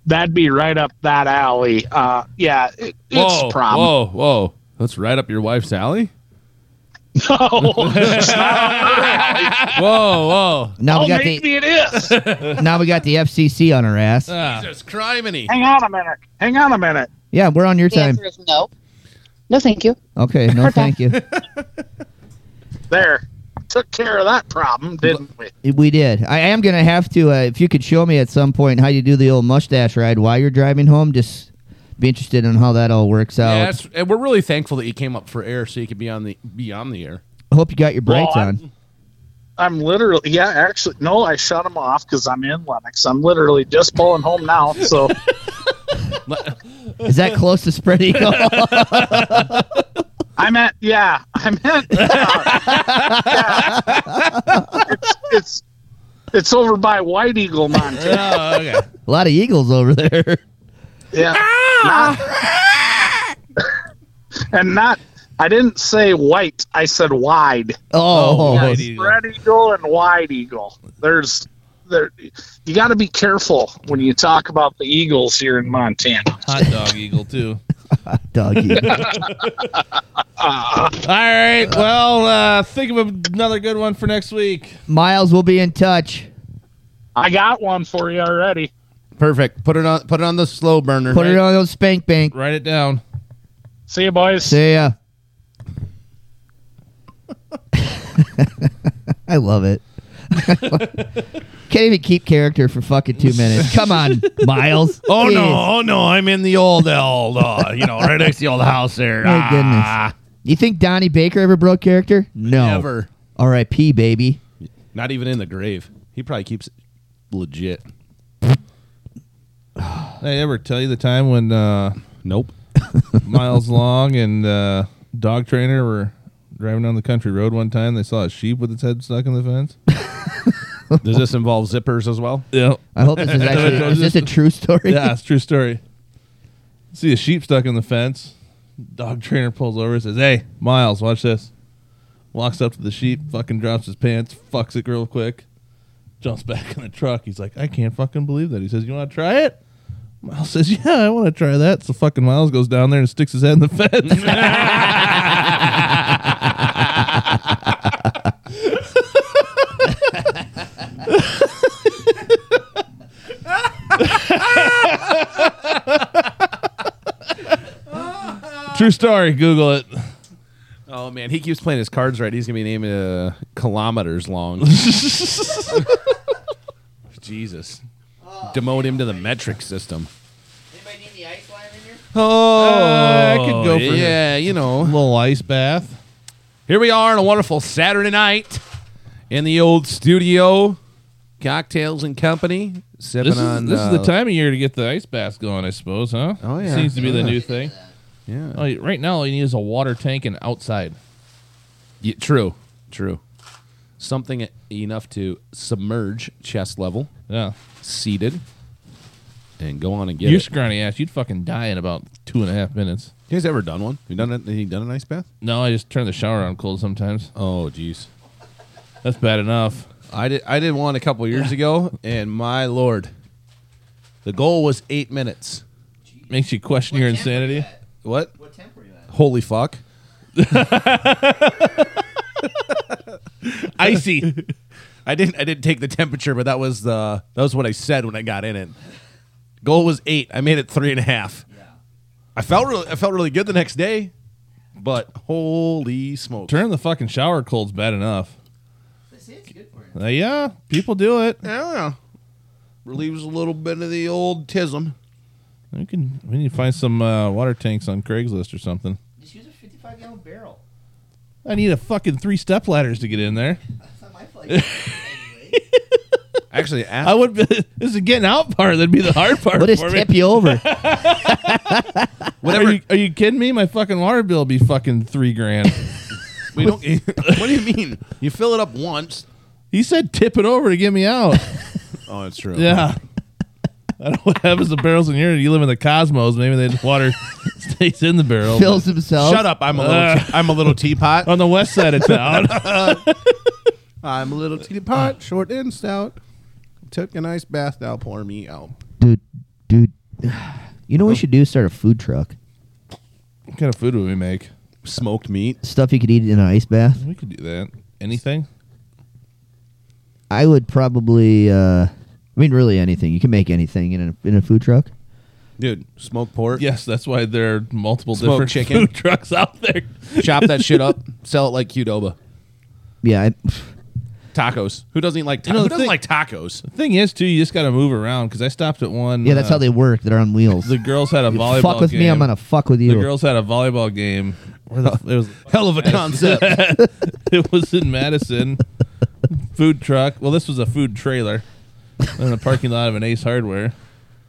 Speaker 11: That'd be right up that alley. Uh, yeah, it, it's
Speaker 5: Whoa,
Speaker 11: a problem.
Speaker 5: whoa, whoa. That's right up your wife's alley?
Speaker 11: No, it's not-
Speaker 5: Whoa, whoa.
Speaker 3: Now
Speaker 11: oh,
Speaker 3: we got
Speaker 11: maybe
Speaker 3: the
Speaker 11: it is.
Speaker 3: now we got the FCC on our ass.
Speaker 1: There's criminy.
Speaker 11: Hang on a minute. Hang on a minute.
Speaker 3: Yeah, we're on your
Speaker 13: The
Speaker 3: time.
Speaker 13: answer is no. No, thank you.
Speaker 3: Okay, no, thank you.
Speaker 11: There. Took care of that problem, didn't we?
Speaker 3: We did. I am gonna have to. Uh, if you could show me at some point how you do the old mustache ride while you're driving home, just be interested in how that all works out.
Speaker 1: Yeah, that's, and we're really thankful that you came up for air so you could be on the be on the air.
Speaker 3: I hope you got your brakes
Speaker 11: Well,
Speaker 3: on.
Speaker 11: I'm literally, yeah, actually, no, I shut them off because I'm in Lennox. I'm literally just pulling home now. So,
Speaker 3: Is that close to spread eagle?
Speaker 11: I'm at, yeah, I'm at, uh, yeah. It's, it's, it's over by White Eagle Mountain.
Speaker 4: Oh, okay.
Speaker 3: a lot of eagles over there.
Speaker 11: Yeah. Not- and not, I didn't say white, I said wide.
Speaker 3: Oh,
Speaker 11: Yeah, spread eagle and wide eagle. There's there you got to be careful when you talk about the eagles here in Montana.
Speaker 4: Hot dog eagle too.
Speaker 3: Doggy.
Speaker 4: All right. Well, uh, think of another good one for next week.
Speaker 3: Miles will be in touch.
Speaker 11: I got one for you already.
Speaker 1: Perfect. Put it on. Put it on the slow burner.
Speaker 3: Put it on those spank bank.
Speaker 4: Write it down.
Speaker 11: See you, boys.
Speaker 3: See ya. I love it. Can't even keep character for fucking two minutes. Come on, Miles.
Speaker 1: Oh
Speaker 3: Jeez.
Speaker 1: no! Oh no! I'm in the old, old, uh, you know, right next to the old house there.
Speaker 3: My
Speaker 1: Ah.
Speaker 3: goodness. You think Donnie Baker ever broke character? No.
Speaker 1: Never.
Speaker 3: R.I.P. Baby.
Speaker 1: Not even in the grave. He probably keeps it legit.
Speaker 4: Did I ever tell you the time when? Uh,
Speaker 1: nope.
Speaker 4: Miles Long and uh, dog trainer were driving down the country road one time. They saw a sheep with its head stuck in the fence.
Speaker 1: Does this involve zippers as well?
Speaker 4: Yeah.
Speaker 3: I hope this is actually- is this a true story?
Speaker 4: Yeah, it's a true story. See a sheep stuck in the fence. Dog trainer pulls over and says, Hey, Miles, watch this. Walks up to the sheep, fucking drops his pants, fucks it real quick, jumps back in the truck. He's like, I can't fucking believe that. He says, You want to try it? Miles says, Yeah, I want to try that. So fucking Miles goes down there and sticks his head in the fence. True story. Google it.
Speaker 1: Oh man, he keeps playing his cards right. He's gonna be naming uh, kilometers long. Jesus, demote him to the metric system.
Speaker 4: Oh, I could go for
Speaker 1: yeah, you know,
Speaker 4: little ice bath.
Speaker 1: Here we are on a wonderful Saturday night in the old studio, cocktails and company, sipping
Speaker 4: This,
Speaker 1: on.
Speaker 4: is, this
Speaker 1: uh,
Speaker 4: is the time of year to get the ice bath going, I suppose, huh?
Speaker 1: Oh, yeah.
Speaker 4: seems to be the
Speaker 1: Yeah.
Speaker 4: new thing.
Speaker 1: Yeah.
Speaker 4: Oh, y- right now, all you need is a water tank and outside.
Speaker 1: Yeah, true, true. Something e-, enough to submerge chest level.
Speaker 4: Yeah,
Speaker 1: seated, and go on and get
Speaker 4: Your
Speaker 1: it.
Speaker 4: scrawny ass, you'd fucking die in about two and a half minutes.
Speaker 1: You guys ever done one? You done it? You done an ice bath?
Speaker 4: No, I just turn the shower on cold sometimes.
Speaker 1: Oh, jeez.
Speaker 4: That's bad enough.
Speaker 1: I did. I did one a couple years ago, and my lord, the goal was eight minutes.
Speaker 4: Makes you question your insanity.
Speaker 1: What? What temp were you at? Holy fuck! Icy. I didn't. I didn't take the temperature, but that was the that was what I said when I got in it. Goal was eight. I made it three and a half. I felt really. I felt really good the next day, but holy smoke!
Speaker 4: Turn the fucking shower cold's bad enough. Uh, yeah, people do it.
Speaker 1: Yeah. Relieves a little bit of the old tism.
Speaker 4: We can. We need to find some uh, water tanks on Craigslist or something.
Speaker 3: Just use a 55 gallon barrel.
Speaker 4: I need a fucking three step ladders to get in there.
Speaker 1: Actually,
Speaker 4: I would. Be, this is getting out part. That'd be the hard part.
Speaker 3: We'll just
Speaker 4: for
Speaker 3: tip
Speaker 4: me.
Speaker 3: you over.
Speaker 4: Whatever. Are you, are you kidding me? My fucking water bill will be fucking three grand.
Speaker 1: We don't. what do you mean? You fill it up once.
Speaker 4: he said tip it over to get me out.
Speaker 1: Oh, that's true.
Speaker 4: yeah. I don't know what happens to barrels in here. You live in the cosmos. Maybe the water stays in the barrel.
Speaker 3: Fills himself.
Speaker 1: Shut up! I'm a little.
Speaker 4: Uh.
Speaker 1: te- I'm a little teapot.
Speaker 4: On the west side of town.
Speaker 1: I'm a little teapot, short and stout. Took an ice bath. Now pour me out.
Speaker 3: Dude, dude. You know what we should do? is Start a food truck.
Speaker 4: what kind of food would we make?
Speaker 1: Smoked meat.
Speaker 3: Stuff you could eat in an ice bath.
Speaker 4: We could do that. Anything?
Speaker 3: I would probably, uh, I mean, really anything. You can make anything in a, in a food truck.
Speaker 1: Dude, smoked pork.
Speaker 4: Yes, that's why there are multiple
Speaker 1: Smoked
Speaker 4: different
Speaker 1: chicken.
Speaker 4: food trucks out there.
Speaker 1: Chop that shit up. Sell it like Qdoba.
Speaker 3: Yeah, I,
Speaker 1: Tacos. Who doesn't eat like ta-
Speaker 4: You know,
Speaker 1: Who
Speaker 4: the
Speaker 1: doesn't
Speaker 4: thing-
Speaker 1: like tacos?
Speaker 4: The thing is, too, you just got to move around because I stopped at one.
Speaker 3: yeah, that's
Speaker 4: uh,
Speaker 3: how they work. They're on wheels.
Speaker 4: The girls had a
Speaker 3: You
Speaker 4: volleyball.
Speaker 3: fuck with me,
Speaker 4: game.
Speaker 3: I'm gonna fuck with
Speaker 4: The
Speaker 3: you.
Speaker 4: girls had a volleyball game. Where the, it was
Speaker 1: Hell of a concept.
Speaker 4: it was in Madison. food truck. Well, this was a food trailer in the parking lot of an Ace Hardware.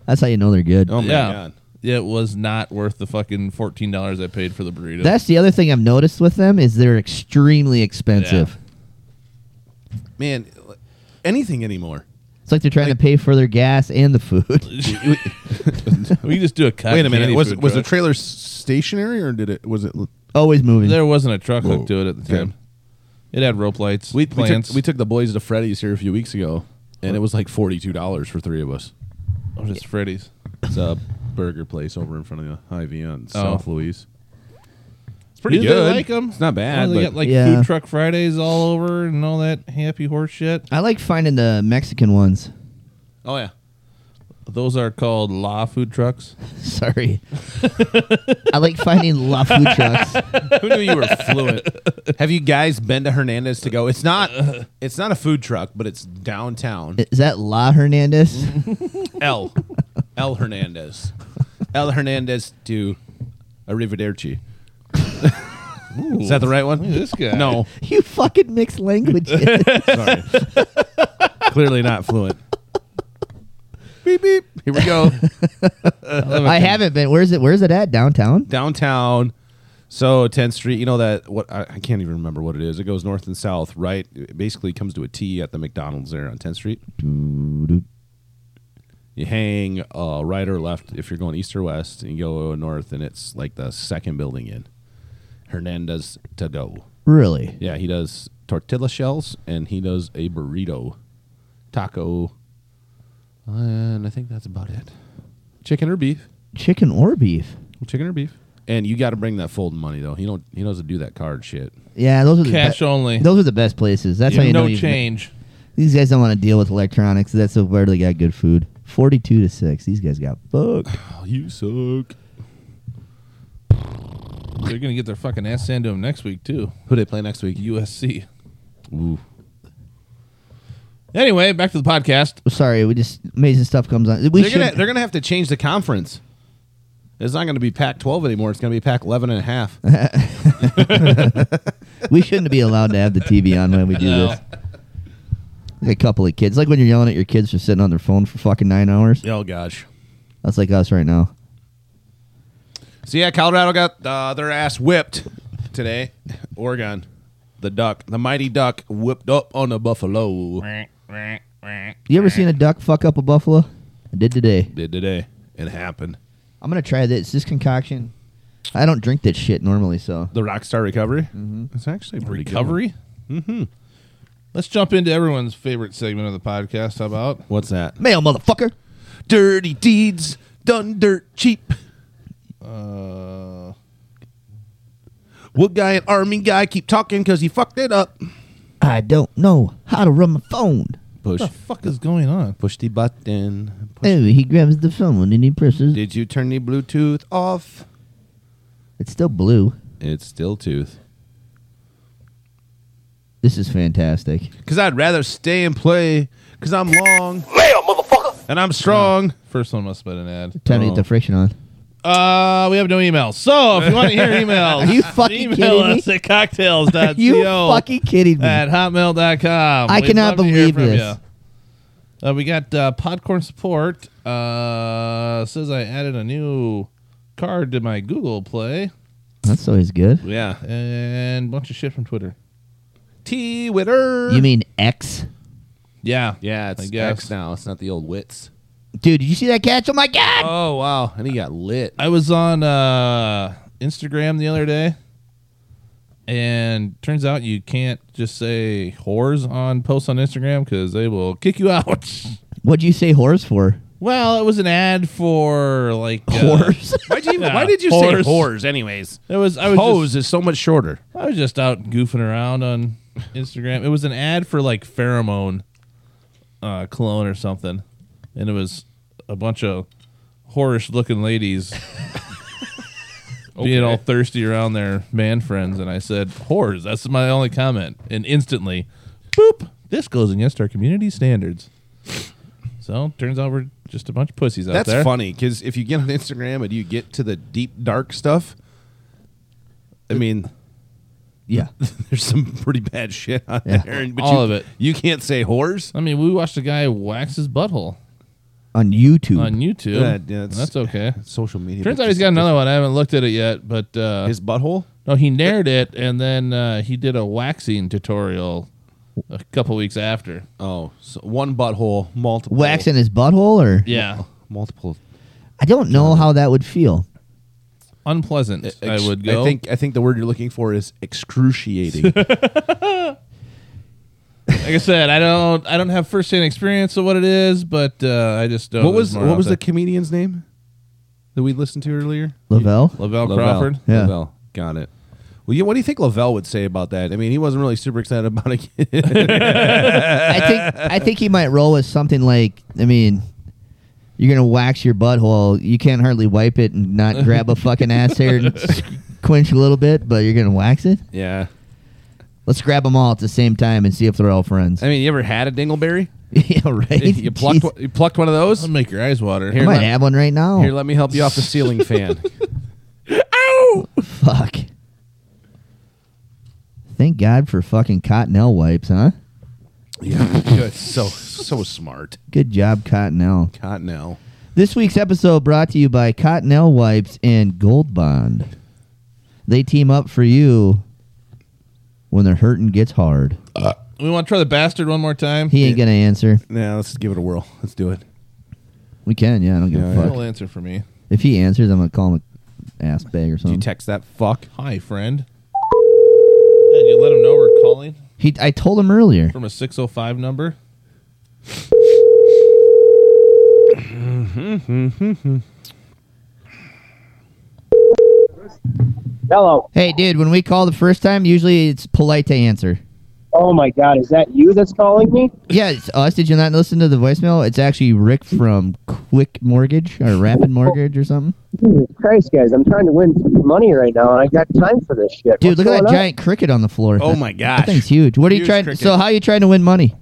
Speaker 3: That's how you know they're good.
Speaker 1: oh my
Speaker 4: yeah.
Speaker 1: god.
Speaker 4: Yeah, it was not worth the fucking fourteen dollars I paid for the burrito.
Speaker 3: That's the other thing I've noticed with them is they're extremely expensive.
Speaker 1: Man, anything anymore?
Speaker 3: It's like they're trying to pay for their gas and the food.
Speaker 4: we can just do a cut.
Speaker 1: Wait a minute.
Speaker 4: candy
Speaker 1: Was
Speaker 4: food
Speaker 1: was the
Speaker 4: truck.
Speaker 1: trailer s- stationary or did it? Was it?
Speaker 3: Always moving.
Speaker 4: there wasn't a truck
Speaker 1: Whoa.
Speaker 4: hooked to it at the
Speaker 1: Okay.
Speaker 4: time. It had rope lights.
Speaker 1: We, we,
Speaker 4: plants.
Speaker 1: took, we took the boys to Freddy's here a few weeks ago, and it was like forty two dollars for three of us.
Speaker 4: or just Freddy's.
Speaker 1: It's a burger place over in front of the Ivy on
Speaker 5: Oh.
Speaker 1: South Louise. It's
Speaker 4: pretty
Speaker 1: pretty
Speaker 4: yeah,
Speaker 1: good.
Speaker 4: They like 'em.
Speaker 1: It's not bad.
Speaker 4: Yeah,
Speaker 1: but
Speaker 4: they got like
Speaker 3: Yeah.
Speaker 4: food truck Fridays all over and all that happy horse shit.
Speaker 3: I like finding the Mexican ones.
Speaker 4: Oh yeah, those are called law food trucks.
Speaker 3: Sorry, I like finding La food trucks.
Speaker 1: Who knew you were fluent? Have you guys been to Hernandez to go? It's not. It's not a food truck, but it's downtown.
Speaker 3: Is that La Hernandez?
Speaker 1: L. L Hernandez. L Hernandez to Arrivederci. Is that the right one?
Speaker 4: Look at this guy.
Speaker 1: No,
Speaker 3: you fucking mix languages.
Speaker 1: Sorry. clearly not fluent.
Speaker 3: beep beep.
Speaker 1: Here we go.
Speaker 3: I haven't been. Where's it? Where's it at? Downtown.
Speaker 1: downtown. So 10th Street, you know that what I, I can't even remember what it is. It goes north and south, right? It basically comes to a T at the McDonald's there on 10th Street. You hang uh, right or left if you're going east or west, and you go north, and it's like the second building in. Hernandez to go.
Speaker 3: Really?
Speaker 1: Yeah, he does tortilla shells and he does a burrito, taco, and I think that's about it. Chicken or beef?
Speaker 3: Chicken or beef?
Speaker 1: Chicken or beef? And you got to bring that folding money though. He don't. He doesn't do that card shit.
Speaker 3: Yeah, those are the
Speaker 1: Cash
Speaker 4: only.
Speaker 3: Those are the best places. That's
Speaker 1: You-
Speaker 3: how you
Speaker 1: no
Speaker 3: know you've-
Speaker 1: change.
Speaker 3: These guys don't want to deal with electronics. That's where they got good food. Forty-two to six. These guys got fucked.
Speaker 1: Oh, you suck.
Speaker 4: They're gonna get their fucking ass handed to them next week too.
Speaker 1: Who they play next week?
Speaker 4: USC.
Speaker 1: Ooh.
Speaker 4: Anyway, back to the podcast.
Speaker 3: Sorry, we just amazing stuff comes on. We
Speaker 1: they're
Speaker 3: should.
Speaker 1: gonna they're gonna have to change the conference. It's not gonna be Pac-12 anymore. It's gonna be Pac-11 and a half.
Speaker 3: we shouldn't be allowed to have the TV on when we do
Speaker 1: No.
Speaker 3: this. Like a couple of kids, like when you're yelling at your kids for sitting on their phone for fucking nine hours.
Speaker 1: oh gosh.
Speaker 3: That's like us right now.
Speaker 1: So yeah, Colorado got uh, their ass whipped today. Oregon, the duck, the mighty duck, whipped up on the buffalo.
Speaker 3: You ever seen a duck fuck up a buffalo? I did today.
Speaker 1: Did today. It happened.
Speaker 3: I'm gonna try this. This concoction. I don't drink that shit normally, so
Speaker 1: The Rockstar Recovery. Mm-hmm. It's actually pretty good.
Speaker 4: Recovery.
Speaker 1: Mm-hmm.
Speaker 4: Let's jump into everyone's favorite segment of the podcast. How about
Speaker 1: What's that?
Speaker 3: mail, motherfucker.
Speaker 1: Dirty deeds done dirt cheap.
Speaker 4: Uh,
Speaker 1: What guy and army guy keep talking because he fucked it up?
Speaker 3: I don't know how to run my phone.
Speaker 1: Push.
Speaker 4: what the fuck is going on?
Speaker 1: Push the button.
Speaker 3: Oh, he grabs the phone and he presses.
Speaker 1: Did you turn the Bluetooth off?
Speaker 3: It's still blue.
Speaker 1: It's still tooth.
Speaker 3: This is fantastic.
Speaker 1: Because I'd rather stay and play because I'm long. And I'm strong.
Speaker 4: First one must have been an ad.
Speaker 3: Time to get the friction on.
Speaker 4: Uh, we have no emails. So if you want to hear emails,
Speaker 3: Are you fucking
Speaker 4: email
Speaker 3: kidding
Speaker 4: us at cocktails.co
Speaker 3: Are you fucking kidding me?
Speaker 4: at hotmail.com.
Speaker 3: I cannot
Speaker 4: love to hear
Speaker 3: believe
Speaker 4: from
Speaker 3: this.
Speaker 4: ya. Uh, we got uh, Podcorn Support. Uh, says I added a new card to my Google Play
Speaker 3: That's always good.
Speaker 1: Yeah.
Speaker 4: and a bunch of shit from Twitter.
Speaker 1: T Witter.
Speaker 3: You mean X?
Speaker 4: Yeah.
Speaker 1: Yeah, it's
Speaker 4: I guess.
Speaker 1: X now. It's not the old wits.
Speaker 3: Dude, did you see that catch? Oh my god!
Speaker 1: Oh wow, and he got lit.
Speaker 4: I was on uh, Instagram the other day, and turns out you can't just say whores on posts on Instagram because they will kick you out.
Speaker 3: What'd you say horse for?
Speaker 4: well, it was an ad for like uh,
Speaker 3: Horse?
Speaker 1: Why did you?
Speaker 4: Yeah.
Speaker 1: Why did you
Speaker 4: Whores.
Speaker 1: say whores? Anyways,
Speaker 4: It was I was
Speaker 1: hose
Speaker 4: just,
Speaker 1: is so much shorter.
Speaker 4: I was just out goofing around on Instagram. It was an ad for like pheromone uh, cologne or something, and it was a bunch of whorish looking ladies being all thirsty around their man friends. And I said, "Whores." That's my only comment. And instantly, boop! This goes against our community standards. So turns out we're just a bunch of pussies out
Speaker 1: That's
Speaker 4: there.
Speaker 1: funny because if you get on Instagram and you get to the deep dark stuff, I mean,
Speaker 3: Yeah.
Speaker 1: there's some pretty bad shit on
Speaker 3: Yeah.
Speaker 1: there. and- But
Speaker 4: All
Speaker 1: you,
Speaker 4: of it.
Speaker 1: You can't say whores.
Speaker 4: I mean, we watched a guy wax his butthole
Speaker 3: On YouTube.
Speaker 4: on YouTube.
Speaker 1: Yeah, yeah, it's-
Speaker 4: that's okay.
Speaker 1: Social media.
Speaker 4: Turns
Speaker 1: but
Speaker 4: out he's
Speaker 1: just-
Speaker 4: got another one. I haven't looked at it yet, but uh,
Speaker 1: his butthole.
Speaker 4: no, he nared it, and then uh, he did a waxing tutorial a couple weeks after.
Speaker 1: Oh, so one butthole, multiple
Speaker 3: Wax in his butthole or?
Speaker 4: Yeah,
Speaker 1: multiple.
Speaker 3: I don't know how that would feel.
Speaker 4: unpleasant.
Speaker 1: Ex-
Speaker 4: I would go.
Speaker 1: I think. I think the word you're looking for is excruciating.
Speaker 4: like I said, I don't. I don't have firsthand experience of what it is, but uh, I just don't.
Speaker 1: what was what was the comedian's name?
Speaker 4: that we listened to earlier?
Speaker 3: Lavelle?
Speaker 4: Lavelle Crawford?
Speaker 3: Yeah.
Speaker 1: Lavelle. Got it. Well, yeah, what do you think Lavelle would say about that? I mean, he wasn't really super excited about it.
Speaker 3: I think I think he might roll with something like I mean, you're gonna wax your butthole. You can't hardly wipe it and not grab a fucking ass hair and quench a little bit, but you're gonna wax it.
Speaker 1: yeah.
Speaker 3: Let's grab them all at the same time and see if they're all friends.
Speaker 1: I mean, you ever had a dingleberry?
Speaker 3: yeah, right.
Speaker 1: You plucked,
Speaker 3: Jeez.
Speaker 1: one- you plucked one of those? I'll
Speaker 4: make your eyes water.
Speaker 3: I might have one right now.
Speaker 1: Here, let me help you off the ceiling fan.
Speaker 3: Fuck. Thank God for fucking Cottonelle wipes, huh?
Speaker 1: yeah, good. So so smart.
Speaker 3: Good job, Cottonelle.
Speaker 1: Cottonelle.
Speaker 3: This week's episode brought to you by Cottonelle Wipes and Gold Bond. They team up for you when the hurting gets hard.
Speaker 4: We want to try the bastard one more time.
Speaker 3: He ain't gonna answer.
Speaker 1: Now let's give it a whirl. Let's do it.
Speaker 3: We can, yeah. I don't give
Speaker 1: Yeah,
Speaker 3: a
Speaker 1: yeah.
Speaker 3: fuck.
Speaker 4: He'll answer for me.
Speaker 3: If he answers, I'm gonna call him an ass bag or something.
Speaker 1: text that fuck?
Speaker 4: Hi, friend. And you let him know we're calling
Speaker 3: He, I told him earlier.
Speaker 4: from a 605 number.
Speaker 14: Hello.
Speaker 3: Hey, dude. When we call the first time, usually it's polite to answer.
Speaker 14: Oh my God, is that you that's calling me?
Speaker 3: Yeah, it's us. Did you not listen to the voicemail? It's actually Rick from Quick Mortgage or Rapid Mortgage or something.
Speaker 14: Jesus Christ, guys, I'm trying to win money right now, and I got time for this shit.
Speaker 3: Dude, look
Speaker 14: What's
Speaker 3: at that
Speaker 14: going on?
Speaker 3: giant cricket on the floor.
Speaker 14: Oh
Speaker 3: That-
Speaker 14: my
Speaker 3: that
Speaker 14: gosh.
Speaker 3: thing's huge. What are you
Speaker 14: Huge
Speaker 3: trying?
Speaker 14: cricket.
Speaker 3: So how are you trying to win money?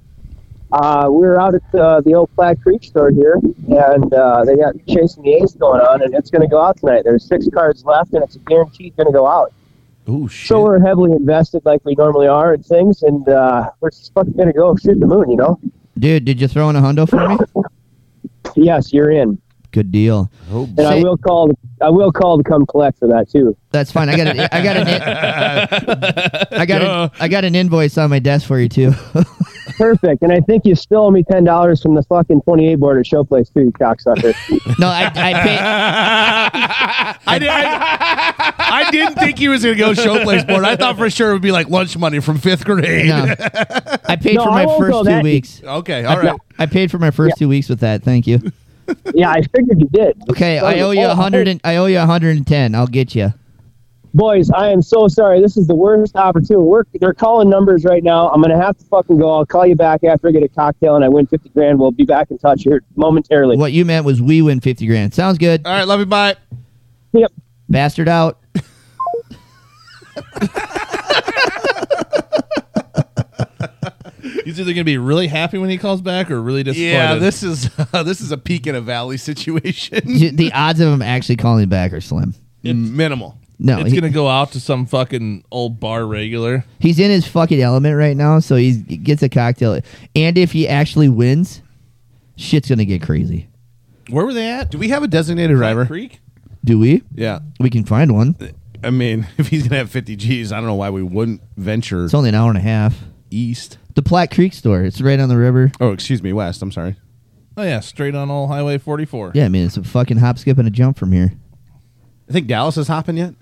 Speaker 14: Uh, we were out at uh, the old Flat Creek store here, and uh, they got chasing the ace going on, and it's going to go out tonight. There's six cards left, and it's guaranteed going to go out.
Speaker 1: Ooh,
Speaker 14: So we're heavily invested, like we normally are, in things, and uh, we're just fucking going to go shoot the moon, you know?
Speaker 3: Dude, did you throw in a hundo for me?
Speaker 14: Yes, you're in,
Speaker 3: Good deal. Oh,
Speaker 14: and I will call. I will call to come collect for that too.
Speaker 3: That's fine. I got an, I got an, I got an, I got an invoice on my desk for you too.
Speaker 14: Perfect. And I think you still owe me ten dollars from the fucking twenty eight board at Showplace too, you cocksucker.
Speaker 3: no, I, I
Speaker 1: I, did, I, I didn't think he was going to go showplace board. I thought for sure it would be like lunch money from fifth grade.
Speaker 3: No. I paid
Speaker 14: No,
Speaker 3: for
Speaker 14: I
Speaker 3: my
Speaker 14: won't go
Speaker 3: first two
Speaker 14: that deep.
Speaker 3: weeks.
Speaker 1: Okay,
Speaker 14: all right.
Speaker 3: I paid for my first two weeks with that. Thank you.
Speaker 14: yeah, I figured you did.
Speaker 3: Okay, I owe you a hundred and I owe you a hundred and ten. I'll get you.
Speaker 14: Boys, I am so sorry. This is the worst opportunity. We're, they're calling numbers right now. I'm gonna have to fucking go. I'll call you back after I get a cocktail and I win fifty grand. We'll be back in touch here momentarily.
Speaker 3: What you meant was we win fifty grand. Sounds good.
Speaker 1: All right, love you. Bye.
Speaker 14: Yep.
Speaker 3: Bastard out.
Speaker 4: He's either going to be really happy when he calls back or really disappointed.
Speaker 1: Yeah, this is uh, this is a peak in a valley situation.
Speaker 3: You- the odds of him actually calling back are slim.
Speaker 1: minimal.
Speaker 3: No,
Speaker 4: it's
Speaker 3: he-
Speaker 4: going to go out to some fucking old bar regular.
Speaker 3: He's in his fucking element right now, so he's, he gets a cocktail. And if he actually wins, shit's gonna get crazy.
Speaker 1: Where were they at? Do we have a designated driver?
Speaker 4: Creek?
Speaker 3: Do we?
Speaker 1: Yeah.
Speaker 3: We can find one.
Speaker 1: I mean, if he's gonna have 50 G's, I don't know why we wouldn't venture
Speaker 3: It's only an hour and a half.
Speaker 1: east.
Speaker 3: The Platte Creek store. It's right on the river.
Speaker 1: Oh, excuse me, west. I'm sorry.
Speaker 4: Oh, yeah, straight on old Highway 44.
Speaker 3: Yeah, I mean it's a fucking hop, skip, and a jump from here.
Speaker 1: I think Dallas is hopping yet.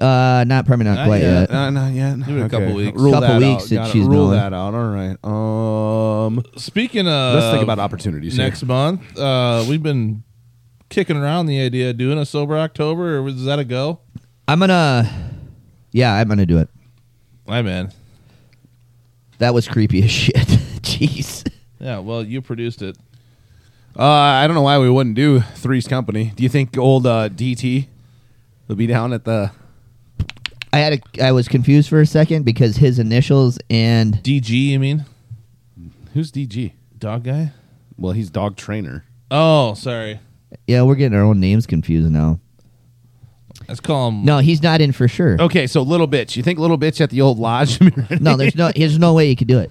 Speaker 3: Uh, not probably not,
Speaker 1: Not
Speaker 3: quite
Speaker 1: yet.
Speaker 3: yet.
Speaker 1: Uh, not yet.
Speaker 4: Give it a couple weeks.
Speaker 1: Rule
Speaker 3: Couple
Speaker 1: that
Speaker 3: weeks
Speaker 1: out.
Speaker 3: that
Speaker 1: Got it.
Speaker 3: she's
Speaker 1: Rule
Speaker 3: knowing.
Speaker 1: that out. All right. Um,
Speaker 4: Speaking of.
Speaker 1: let's think about opportunities.
Speaker 4: Next month, uh, we've been kicking around the idea of doing a Sober October, or was that a go?
Speaker 3: I'm gonna. Yeah, I'm gonna do it.
Speaker 4: I'm in.
Speaker 3: That was creepy as shit. Jeez.
Speaker 4: Yeah, well, you produced it.
Speaker 1: Here. Uh, I don't know why we wouldn't do Three's Company. Do you think old uh, DT will be down at the?
Speaker 3: I had a. I was confused for a second because his initials and
Speaker 4: DG, you mean?
Speaker 1: Who's DG?
Speaker 4: Dog guy?
Speaker 1: Well, he's dog trainer.
Speaker 4: Oh, sorry.
Speaker 3: yeah, we're getting our own names confused now.
Speaker 4: Let's call him.
Speaker 3: No, he's not in for sure.
Speaker 1: Okay, so little bitch. You think little bitch at the old lodge? I
Speaker 3: No, there's no. There's no way you could do it.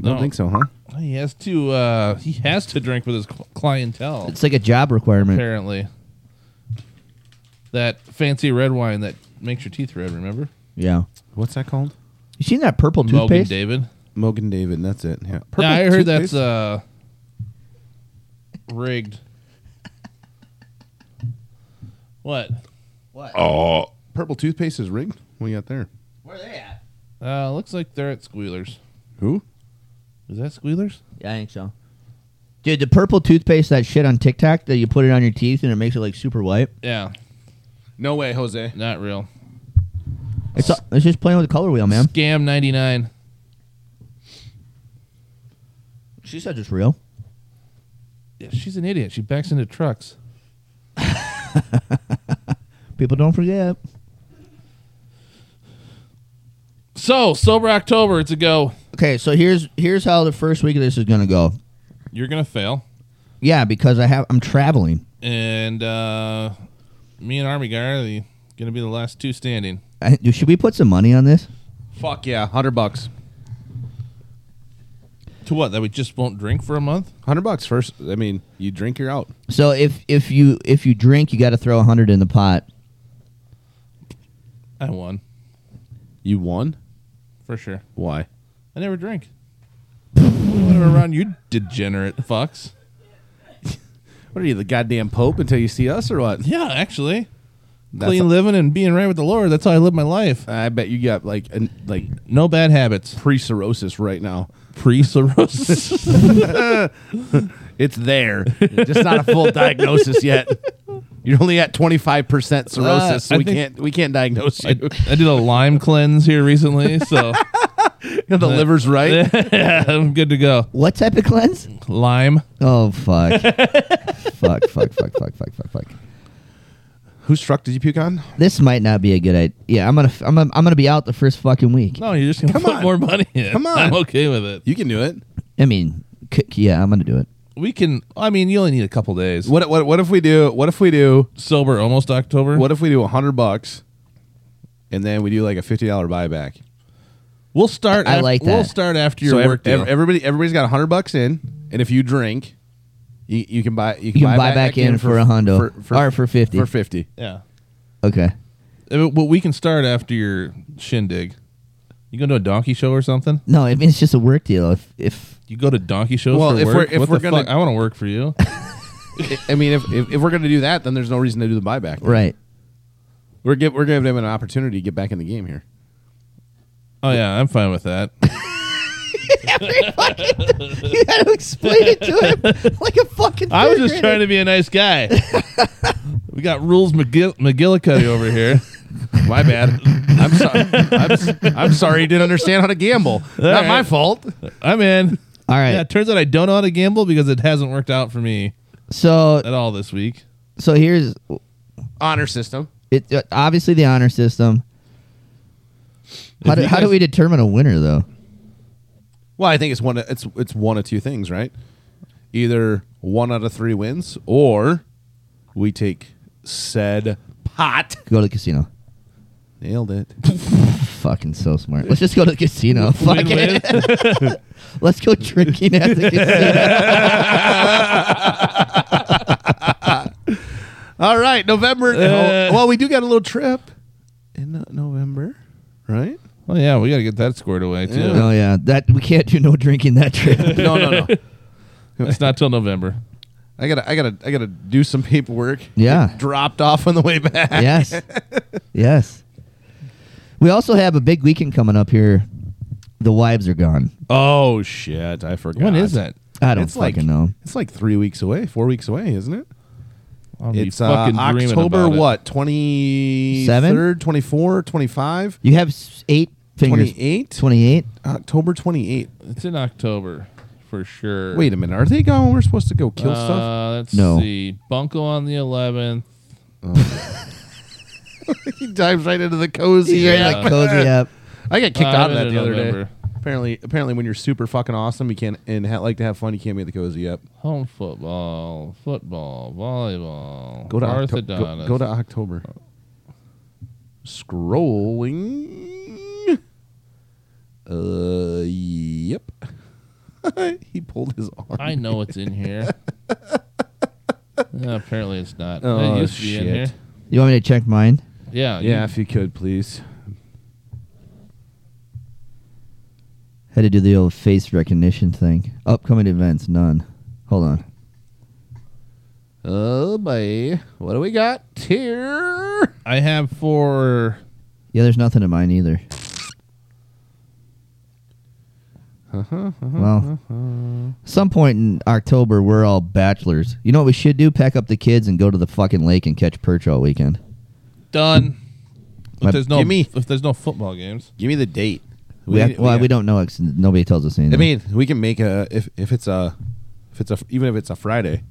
Speaker 1: don't think so, huh?
Speaker 4: He has to. Uh, he has to drink with his cl- clientele.
Speaker 3: It's like a job requirement.
Speaker 4: Apparently, that fancy red wine that makes your teeth red. Remember,
Speaker 3: Yeah.
Speaker 1: What's that called?
Speaker 3: You seen that purple
Speaker 4: Mogan
Speaker 3: toothpaste?
Speaker 4: David.
Speaker 1: Mogan David. That's it. Yeah.
Speaker 4: Yeah, I heard that's
Speaker 1: toothpaste?
Speaker 4: uh, rigged. What?
Speaker 1: Oh, purple toothpaste is rigged. What you got there?
Speaker 4: Uh, looks like they're at Squealers.
Speaker 1: Who?
Speaker 4: Is that Squealers?
Speaker 3: Yeah, I think so. Dude, the purple toothpaste, that shit on Tic Tac that you put it on your teeth and it makes it like super white.
Speaker 4: Yeah.
Speaker 1: No way, Jose.
Speaker 4: Not real.
Speaker 3: It's, it's just playing with the color wheel, man.
Speaker 4: Scam 99.
Speaker 3: She said it's real.
Speaker 4: Yeah, she's an idiot. She backs into trucks.
Speaker 3: People don't forget.
Speaker 4: So, sober October, it's a go.
Speaker 3: Okay, so here's here's how the first week of this is gonna go.
Speaker 4: You're going to fail.
Speaker 3: Yeah, because I have I'm traveling.
Speaker 4: And uh, me and Army Guy are going to be the last two standing.
Speaker 3: I, should we put some money on this?
Speaker 1: Fuck yeah, hundred bucks.
Speaker 4: To what? That we just won't drink for a month?
Speaker 1: Hundred bucks first. I mean, you drink, you're out.
Speaker 3: So if if you if you drink, you got to throw a hundred in the pot.
Speaker 4: I won,
Speaker 5: You won?
Speaker 4: for sure.
Speaker 5: Why?
Speaker 4: I never drink. Whatever around you degenerate fucks.
Speaker 1: What are you, the goddamn Pope until you see us or what?
Speaker 4: Yeah, actually.
Speaker 1: That's
Speaker 4: Clean
Speaker 1: a-
Speaker 4: living and being right with the Lord. That's how I live my life.
Speaker 1: I bet you got like an, like
Speaker 4: No bad habits.
Speaker 1: pre cirrhosis right now.
Speaker 4: Pre cirrhosis.
Speaker 1: It's there, just not a full diagnosis yet. You're only at twenty five percent cirrhosis,
Speaker 4: Uh,
Speaker 1: so
Speaker 4: I
Speaker 1: we
Speaker 4: think-
Speaker 1: can't we can't diagnose
Speaker 4: I,
Speaker 1: you.
Speaker 4: I did a lime cleanse here recently, so
Speaker 1: the liver's right.
Speaker 4: I'm good to go.
Speaker 3: What type of cleanse?
Speaker 4: Lime.
Speaker 3: Oh fuck, fuck, fuck, fuck, fuck, fuck, fuck, fuck.
Speaker 1: Whose truck did you puke on?
Speaker 3: This might not be a good idea. Yeah, I'm gonna f- I'm gonna, I'm gonna be out the first fucking week.
Speaker 4: No, you're just gonna
Speaker 1: Come
Speaker 4: put
Speaker 1: on.
Speaker 4: more money in.
Speaker 1: Come on.
Speaker 4: I'm okay with it.
Speaker 1: You can do it.
Speaker 3: I mean, c- c- yeah, I'm gonna do it.
Speaker 4: We can. I mean, you only need a couple days.
Speaker 1: What what what if we do? What if we do?
Speaker 4: Sober, almost October.
Speaker 1: What if we do hundred bucks, and then we do like a fifty dollar buyback?
Speaker 4: We'll start.
Speaker 3: I
Speaker 4: af-
Speaker 3: like
Speaker 4: We'll
Speaker 3: that.
Speaker 4: start after your
Speaker 1: So ev-
Speaker 4: work.
Speaker 1: ev-
Speaker 4: deal.
Speaker 1: everybody everybody's got hundred bucks in, and if you drink, you, you can buy you can,
Speaker 3: can buy back in for a hundo. Or for 50.
Speaker 1: for fifty.
Speaker 4: yeah.
Speaker 3: Okay.
Speaker 4: Uh, But we can start after your shindig. You gonna do a donkey show or something?
Speaker 3: No, I mean it's just a work deal. If if
Speaker 4: You go to donkey shows
Speaker 1: Well,
Speaker 4: for
Speaker 1: if
Speaker 4: work?
Speaker 1: we're- if
Speaker 4: What
Speaker 1: we're
Speaker 4: the
Speaker 1: gonna-
Speaker 4: fuck? I want to work for you.
Speaker 1: I mean, if, if if we're gonna do that, then there's no reason to do the buyback.
Speaker 3: right,
Speaker 1: We're give, we're giving him an opportunity to get back in the game here.
Speaker 4: oh yeah, I'm fine with that.
Speaker 3: you gotta explain it to him like a fucking.
Speaker 4: I was just trying to be a nice guy. we got rules McGill- McGillicuddy over here.
Speaker 1: My bad. I'm sorry. I'm, s- I'm sorry. You didn't understand how to gamble. Not
Speaker 4: right.
Speaker 1: my fault.
Speaker 4: I'm in.
Speaker 3: All right.
Speaker 4: Yeah, it turns out I don't know how to gamble because it hasn't worked out for me
Speaker 3: so
Speaker 4: at all this week.
Speaker 3: so here's
Speaker 1: Honor system.
Speaker 3: it. Uh, obviously, the honor system. How
Speaker 4: If
Speaker 3: do,
Speaker 4: you
Speaker 3: how do
Speaker 4: guys-
Speaker 3: we determine a winner though?
Speaker 1: Well, I think it's one. Of, it's it's one of two things, right? Either one out of three wins, or we take said pot.
Speaker 3: Go to the casino.
Speaker 1: Nailed it.
Speaker 3: Fucking so smart. Let's just go to the casino. Fuck
Speaker 4: Win-win.
Speaker 3: it. Let's go drinking at the casino.
Speaker 1: All right, November. Oh,
Speaker 4: Uh.
Speaker 1: well, we do got a little trip in uh, November, right?
Speaker 4: Oh yeah, we got to get that squared away too.
Speaker 3: oh yeah, that we can't do no drinking that trip.
Speaker 1: No, no, no.
Speaker 4: It's not till November.
Speaker 1: I gotta, I gotta, I gotta do some paperwork.
Speaker 3: Yeah.
Speaker 1: dropped off on the way back.
Speaker 3: yes, yes. We also have a big weekend coming up here. The wives are gone.
Speaker 1: Oh shit! I forgot.
Speaker 4: When is that?
Speaker 3: I don't
Speaker 1: It's like-
Speaker 3: fucking know.
Speaker 1: It's like three weeks away, four weeks away, isn't it?
Speaker 4: I'll be
Speaker 1: It's uh,
Speaker 4: dreaming
Speaker 1: October
Speaker 4: about it.
Speaker 1: what? 23rd, 24, 25?
Speaker 3: You have s- eight fingers.
Speaker 1: 28?
Speaker 3: 28?
Speaker 1: October 28th.
Speaker 4: It's in October for sure.
Speaker 1: Wait a minute. Are they going? We're supposed to go kill
Speaker 4: uh,
Speaker 1: stuff?
Speaker 4: Let's
Speaker 3: No.
Speaker 4: see. Bunko on the 11th.
Speaker 1: He dives right into the cozy.
Speaker 3: Yeah,
Speaker 1: Like,
Speaker 3: cozy up.
Speaker 1: I got kicked
Speaker 4: Uh,
Speaker 1: out of
Speaker 4: I'm
Speaker 1: that
Speaker 4: in
Speaker 1: the other day.
Speaker 4: November.
Speaker 1: Apparently, apparently, when you're super fucking awesome, you can't and ha- like to have fun. You can't be at the cozy up.
Speaker 4: Home football, football, volleyball,
Speaker 1: Go to Octo-
Speaker 4: orthodontist.
Speaker 1: go, go to October. Scrolling. Uh, yep. he pulled his arm.
Speaker 4: I know it's in here. No, apparently it's not.
Speaker 1: Oh,
Speaker 4: it used to be in here.
Speaker 1: shit.
Speaker 3: You want me to check mine?
Speaker 4: Yeah. you-
Speaker 1: Yeah, if you could, please.
Speaker 3: Had to do the old face recognition thing. Upcoming events, none. Hold on.
Speaker 1: Oh boy, what do we got here?
Speaker 4: I have for
Speaker 3: Yeah, there's nothing in mine either. Well, some point in October, we're all bachelors. You know what we should do? Pack up the kids and go to the fucking lake and catch perch all weekend.
Speaker 4: Done.
Speaker 3: My-
Speaker 4: If there's no
Speaker 3: gimme-
Speaker 4: if there's no football games,
Speaker 1: give me the date.
Speaker 3: We, have, well, we don't know. 'cause Nobody tells us anything.
Speaker 1: I mean, we can make a if if it's a if it's a even if it's a Friday.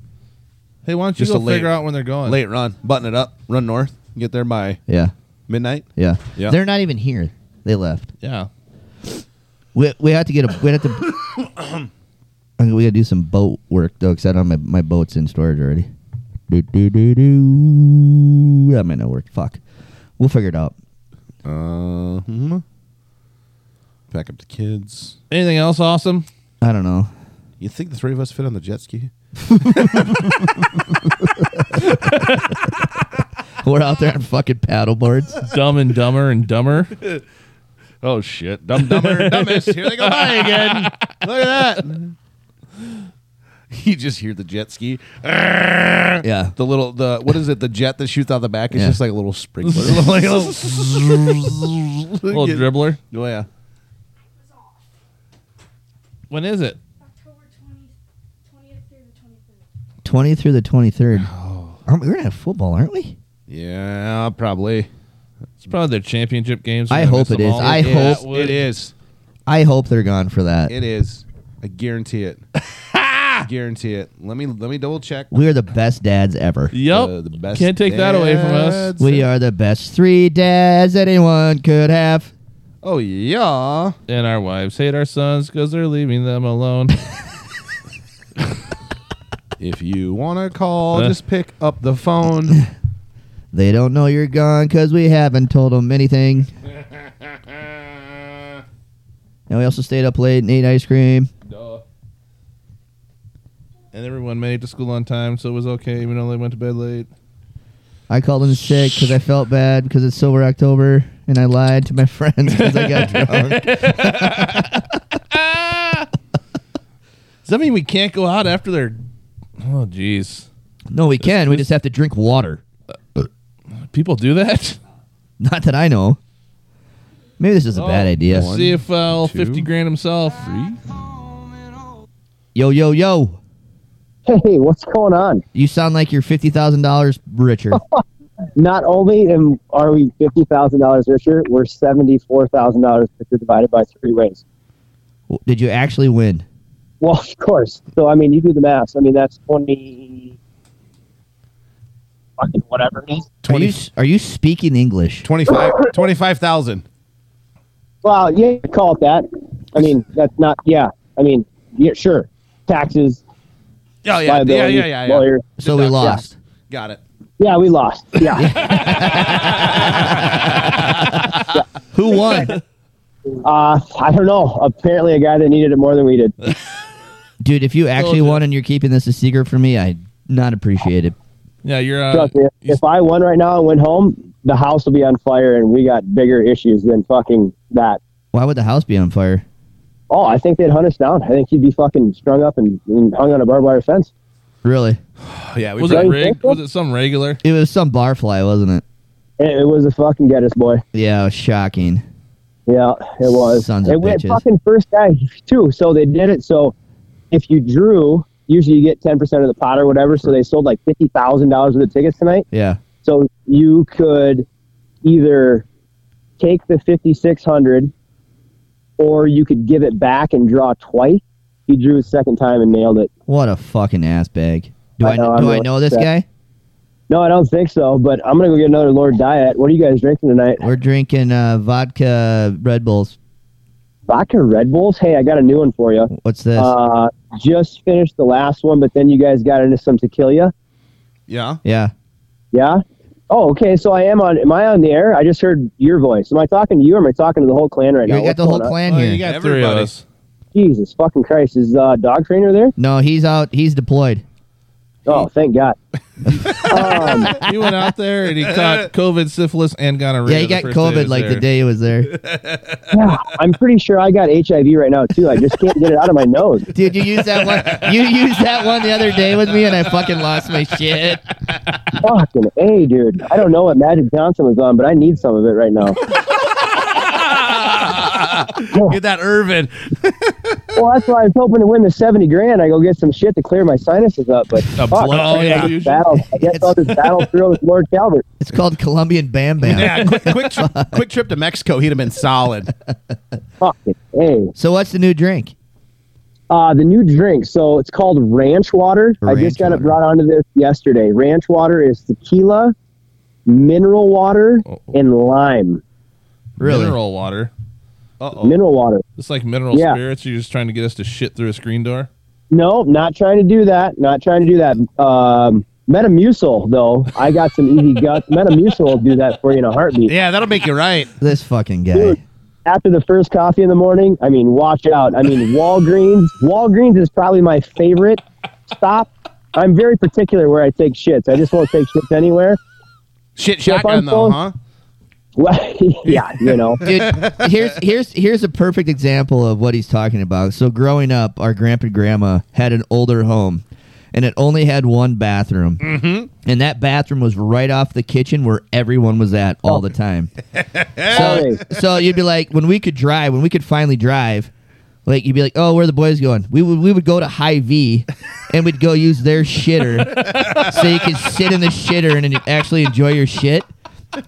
Speaker 4: Hey, why don't you
Speaker 1: Just
Speaker 4: go
Speaker 1: a late-
Speaker 4: figure out when they're going?
Speaker 1: Late run, button it up, run north, get there by
Speaker 3: Yeah.
Speaker 1: midnight.
Speaker 3: yeah,
Speaker 1: Yeah.
Speaker 3: They're not even here. They left.
Speaker 4: Yeah.
Speaker 3: We we have to get a we have to. I think we gotta do some boat work though, because I don't my my boat's in storage already. Do do do do. That might not work. Fuck. We'll figure it out.
Speaker 1: Um, pack up the kids.
Speaker 4: Anything else awesome?
Speaker 3: I don't know.
Speaker 1: You think the three of us fit on the jet ski?
Speaker 3: We're out there on fucking paddle boards.
Speaker 4: Dumb and dumber and dumber.
Speaker 15: oh shit! Dumb dumber dumbest. Here they go by again.
Speaker 1: Look at that. You just hear the jet ski.
Speaker 3: Yeah.
Speaker 1: The little the what is it? The jet that shoots out the back is
Speaker 3: Yeah.
Speaker 1: just like a little sprinkler. Oh, Like a little-
Speaker 4: Little dribbler.
Speaker 1: Oh yeah.
Speaker 4: When is it?
Speaker 3: Twentieth through the twenty third. Aren't we? We're gonna have football, aren't we?
Speaker 1: Yeah, probably.
Speaker 4: It's probably their championship games. We're
Speaker 3: I
Speaker 4: gonna
Speaker 3: hope
Speaker 4: miss
Speaker 3: it
Speaker 4: them
Speaker 3: is.
Speaker 4: all.
Speaker 3: I
Speaker 4: Yeah,
Speaker 3: hope-
Speaker 4: that would-
Speaker 1: It is.
Speaker 3: I hope they're gone for that.
Speaker 1: It is. I guarantee it. guarantee it. Let me let me double check.
Speaker 3: We are the best dads ever.
Speaker 4: Yep.
Speaker 1: Uh, the best
Speaker 4: Can't take that away from us.
Speaker 1: dads.
Speaker 3: We are the best three dads that anyone could have.
Speaker 1: Oh yeah.
Speaker 4: And our wives hate our sons because they're leaving them alone.
Speaker 1: If you want to call,
Speaker 4: Huh?
Speaker 1: just pick up the phone.
Speaker 3: They don't know you're gone because we haven't told them anything. and we also stayed up late and ate ice cream.
Speaker 4: and everyone made it to school on time, so it was okay, even though they went to bed late.
Speaker 3: I called in sick because I felt bad because it's sober October, and I lied to my friends because I got drunk.
Speaker 4: Does that mean we can't go out after their? Oh, jeez.
Speaker 3: No, we can. We just have to drink water.
Speaker 4: People do that.
Speaker 3: Not that I know. Maybe this is a bad
Speaker 4: Oh,
Speaker 3: idea.
Speaker 4: Let's see if uh, fifty grand himself.
Speaker 3: Yo, yo, yo.
Speaker 11: Hey, what's going on?
Speaker 3: You sound like you're $50,000 richer.
Speaker 11: Not only am, are we fifty thousand dollars richer, we're seventy four thousand dollars richer divided by three ways.
Speaker 3: W- Did you actually win?
Speaker 11: Well, of course. So I mean, you do the math. I mean, that's twenty. Fucking whatever it is.
Speaker 3: Are you, s- are you speaking English?
Speaker 1: 25 25,000.
Speaker 11: Well, yeah, you call it that. I mean, that's not. Yeah, I mean, yeah, sure. Taxes.
Speaker 1: Oh, yeah.
Speaker 11: liability,
Speaker 1: Yeah, yeah, yeah, yeah.
Speaker 11: lawyer.
Speaker 3: So we lost.
Speaker 1: Got it.
Speaker 11: Yeah, we lost. Yeah.
Speaker 3: Who won?
Speaker 11: uh, I don't know. Apparently, a guy that needed it more than we did.
Speaker 3: Dude, if you actually won and you're keeping this a secret from me, I not appreciate it.
Speaker 4: Yeah, you're. Uh,
Speaker 11: Trust me, if I won right now and went home, the house will be on fire, and we got bigger issues than fucking that.
Speaker 3: Why would the house be on fire?
Speaker 11: Oh, I think they'd hunt us down. I think he'd be fucking strung up and, and hung on a barbed wire fence.
Speaker 3: Really?
Speaker 1: Oh, yeah. We
Speaker 4: was
Speaker 1: probably-
Speaker 4: it rigged? Was it some regular?
Speaker 3: It was some barfly, wasn't it?
Speaker 11: It, it was a fucking Geddes boy.
Speaker 3: Yeah, it was shocking.
Speaker 11: Yeah, it was.
Speaker 3: Sons
Speaker 11: it
Speaker 3: of
Speaker 11: went
Speaker 3: bitches.
Speaker 11: fucking first guy too. So they did it. So if you drew, usually you get ten percent of the pot or whatever. So they sold like fifty thousand dollars worth of tickets tonight.
Speaker 3: Yeah.
Speaker 11: So you could either take the fifty six hundred, or you could give it back and draw twice. He drew a second time and nailed it.
Speaker 3: What a fucking ass bag. Do I,
Speaker 11: I know, I'm
Speaker 3: do I
Speaker 11: really
Speaker 3: know this
Speaker 11: upset.
Speaker 3: guy?
Speaker 11: No, I don't think so. But I'm gonna go get another Lord Diet. What are you guys drinking tonight?
Speaker 3: We're drinking uh, vodka Red Bulls.
Speaker 11: Vodka Red Bulls. Hey, I got a new one for you.
Speaker 3: What's this?
Speaker 11: Uh, just finished the last one, but then you guys got into some tequila.
Speaker 1: yeah.
Speaker 3: yeah.
Speaker 11: Yeah. Oh, okay. So I am on. Am I on the air? I just heard your voice. Am I talking to you, or am I talking to the whole clan right
Speaker 3: You
Speaker 11: now?
Speaker 3: got
Speaker 11: What's
Speaker 3: the whole
Speaker 11: going on?
Speaker 3: clan
Speaker 4: Oh,
Speaker 3: here.
Speaker 4: you got three of
Speaker 1: Everybody.
Speaker 4: us.
Speaker 11: Jesus fucking Christ! Is uh, dog trainer there?
Speaker 3: no, he's out. He's deployed.
Speaker 11: Oh, thank God. um,
Speaker 4: he went out there and he caught COVID, syphilis, and gonorrhea.
Speaker 3: yeah, he
Speaker 4: the
Speaker 3: got
Speaker 4: first day he
Speaker 3: COVID
Speaker 4: was
Speaker 3: like the
Speaker 4: there.
Speaker 3: day he was there.
Speaker 11: yeah, I'm pretty sure I got HIV right now too. I just can't get it out of my nose.
Speaker 3: Dude, you used that one. You used that one the other day with me, and I fucking lost my shit.
Speaker 11: Fucking a, dude. I don't know what Magic Johnson was on, but I need some of it right now.
Speaker 1: Get that Irvin.
Speaker 11: well, that's why I was hoping to win the seventy grand. I go get some shit to clear my sinuses up, but
Speaker 3: A
Speaker 11: fuck,
Speaker 3: blood
Speaker 11: I guess I'll
Speaker 3: transfusion?
Speaker 11: battle. I guess I'll just battle through with Lord Calvert.
Speaker 3: It's called Colombian Bam Bam.
Speaker 1: Yeah, quick, quick, tri- quick trip to Mexico. He'd have been solid.
Speaker 11: Fucking hey.
Speaker 3: So what's the new drink?
Speaker 11: Uh, the new drink. So it's called ranch water. I just
Speaker 3: Ranch
Speaker 11: got it brought onto this yesterday. Ranch water is tequila, mineral water,
Speaker 4: Oh,
Speaker 11: and lime.
Speaker 4: Mineral water. Uh-oh.
Speaker 11: Mineral water.
Speaker 4: It's like mineral
Speaker 11: Yeah.
Speaker 4: spirits. You're just trying to get us to shit through a screen door.
Speaker 11: No, not trying to do that. Not trying to do that. Um, Metamucil, though, I got some easy guts. Metamucil will do that for you in a heartbeat.
Speaker 1: Yeah, that'll make you right.
Speaker 3: This fucking guy.
Speaker 11: Dude, after the first coffee in the morning, I mean, watch out. I mean, Walgreens. Walgreens is probably my favorite stop. I'm very particular where I take shits. I just won't take shits anywhere.
Speaker 1: Shit
Speaker 11: So if I'm
Speaker 1: shotgun though,
Speaker 11: going-
Speaker 1: huh?
Speaker 11: Well, yeah, you know.
Speaker 3: Dude, here's here's here's a perfect example of what he's talking about. So growing up, our grandpa and grandma had an older home, and it only had one bathroom.
Speaker 16: Mhm.
Speaker 3: And that bathroom was right off the kitchen where everyone was at all the time. so, so you'd be like, when we could drive, when we could finally drive, like you'd be like, oh, where are the boys going? We would we would go to High V, and we'd go use their shitter, so you could sit in the shitter and en- actually enjoy your shit,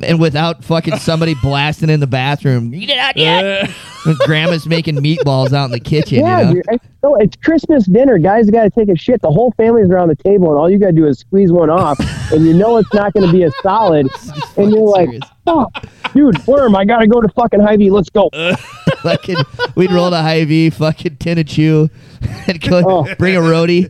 Speaker 3: and without fucking somebody blasting in the bathroom. You did not yet. When grandma's making meatballs out in the kitchen.
Speaker 11: Yeah,
Speaker 3: you know?
Speaker 11: dude. It's- No, it's Christmas dinner. Guys got to take a shit. The whole family's around the table, and all you got to do is squeeze one off, and you know it's not going to be a solid. And you're like, oh, dude, worm, I got to go to fucking Hy-Vee. Let's go.
Speaker 4: Uh.
Speaker 3: fucking, we'd roll to High V, fucking tin of chew, and go
Speaker 11: Oh.
Speaker 3: bring a roadie.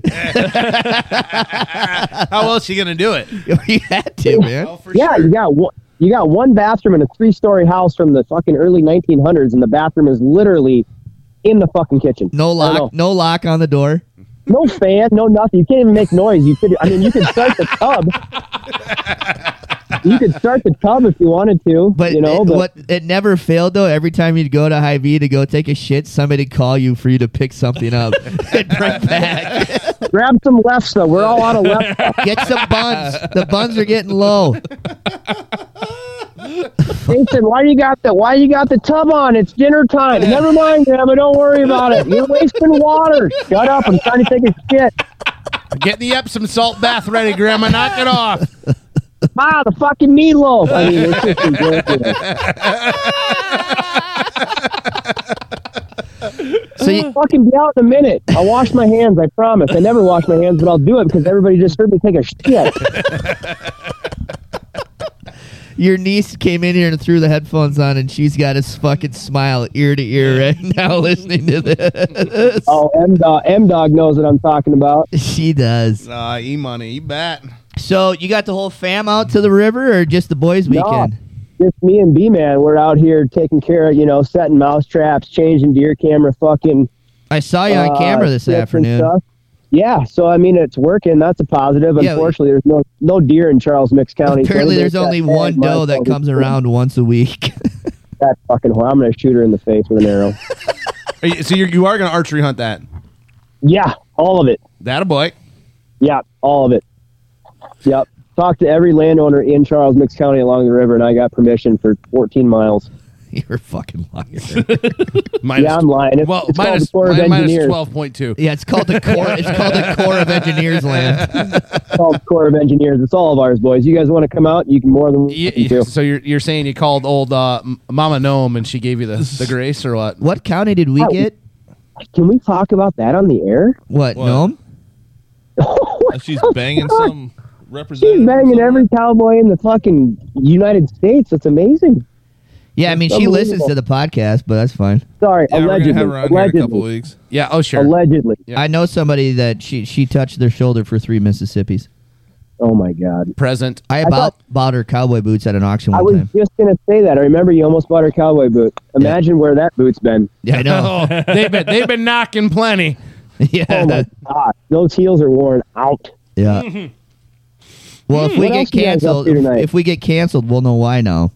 Speaker 1: How else you gonna do it?
Speaker 3: you had to, man.
Speaker 11: yeah, you got one. You got one bathroom in a three-story house from the fucking early 1900s, and the bathroom is literally in the fucking kitchen.
Speaker 3: No
Speaker 11: I don't
Speaker 3: lock, no lock on the door.
Speaker 11: know. no fan, no nothing. You can't even make noise. You could, I mean, you could start the tub. you could start the tub if you wanted to,
Speaker 3: but
Speaker 11: you know,
Speaker 3: it,
Speaker 11: but
Speaker 3: what it never failed though. Every time you'd go to High V to go take a shit, somebody'd call you for you to pick something up.
Speaker 11: grab some lefse. We're all out of lefse.
Speaker 3: Get some buns. The buns are getting low.
Speaker 11: Jason, why you got the why you got the tub on? It's dinner time. Never mind, Grandma. Don't worry about it. You're wasting water. Shut up. I'm trying to take a shit.
Speaker 1: Get the Epsom salt bath ready, Grandma. Knock it off.
Speaker 11: Ma, the fucking meatloaf. I mean, it's just ridiculous.
Speaker 3: So you
Speaker 11: fucking be out in a minute. I'll wash my hands. I promise. I never wash my hands, but I'll do it because everybody just heard me take a shit.
Speaker 3: Your niece came in here and threw the headphones on, and she's got a fucking smile ear to ear right now listening to this.
Speaker 11: Oh, M Dog, M Dog knows what I'm talking about.
Speaker 3: She does.
Speaker 1: Uh, e money, you bet.
Speaker 3: So you got the whole fam out to the river, or just the boys' weekend?
Speaker 11: No, just me and B Man. We're out here taking care of you know setting mouse traps, changing deer camera, fucking.
Speaker 3: I saw you on
Speaker 11: uh,
Speaker 3: camera this
Speaker 11: shits and
Speaker 3: afternoon.
Speaker 11: stuff. Yeah, so I mean it's working. That's a positive.
Speaker 3: Yeah,
Speaker 11: Unfortunately, there's no no deer in Charles Mix County. so
Speaker 3: Apparently,
Speaker 11: everybody's
Speaker 3: there's
Speaker 11: got
Speaker 3: only
Speaker 11: bad
Speaker 3: one
Speaker 11: blood
Speaker 3: doe that
Speaker 11: all the
Speaker 3: comes
Speaker 11: time.
Speaker 3: around once a week.
Speaker 11: That fucking whore. I'm gonna shoot her in the face with an arrow.
Speaker 1: Are you- So you're, you are gonna archery hunt that?
Speaker 11: yeah, all of it.
Speaker 1: That a boy.
Speaker 11: Yeah, all of it. Yep. Talked to every landowner in Charles Mix County along the river, and I got permission for 14 miles.
Speaker 3: You're a fucking liar.
Speaker 1: Minus-
Speaker 11: yeah, I'm lying. It's,
Speaker 1: Well,
Speaker 11: it's called
Speaker 1: minus-
Speaker 11: the Corps of
Speaker 1: mi- minus
Speaker 11: Engineers.
Speaker 1: 12.2.
Speaker 3: Yeah, it's called the core. It's called the core of engineers land.
Speaker 11: It's called Corps of Engineers. It's all of ours, boys. You guys want to come out? You can more than
Speaker 1: Y-
Speaker 11: you
Speaker 1: y-
Speaker 11: do.
Speaker 1: So you're you're saying you called old uh, M- Mama Gnome and she gave you the, the grace or what?
Speaker 3: What county did we
Speaker 11: Oh.
Speaker 3: get?
Speaker 11: Can we talk about that on the air?
Speaker 3: What, gnome?
Speaker 4: She's banging some representative.
Speaker 11: She's banging every cowboy in the fucking United States. That's amazing.
Speaker 3: Yeah, I mean she listens to the podcast, but that's fine.
Speaker 11: Sorry, allegedly. allegedly.
Speaker 4: weeks.
Speaker 1: Yeah. Oh, sure.
Speaker 11: Allegedly.
Speaker 3: I know somebody that she she touched their shoulder for three Mississippi's.
Speaker 11: Oh my God.
Speaker 1: Present.
Speaker 3: I about bought her cowboy boots at an auction
Speaker 11: I
Speaker 3: one
Speaker 11: was
Speaker 3: time.
Speaker 11: just gonna say that. I remember you almost bought her cowboy boot. Imagine where that boot's been.
Speaker 3: Yeah, I know.
Speaker 1: Oh, they've been they've been knocking plenty.
Speaker 3: yeah.
Speaker 11: Oh my God, those heels are worn out.
Speaker 3: yeah. Well, if
Speaker 11: Hmm.
Speaker 3: we
Speaker 11: What
Speaker 3: get
Speaker 11: else you guys up
Speaker 3: canceled,
Speaker 11: to tonight?
Speaker 3: if we get canceled, we'll know why now.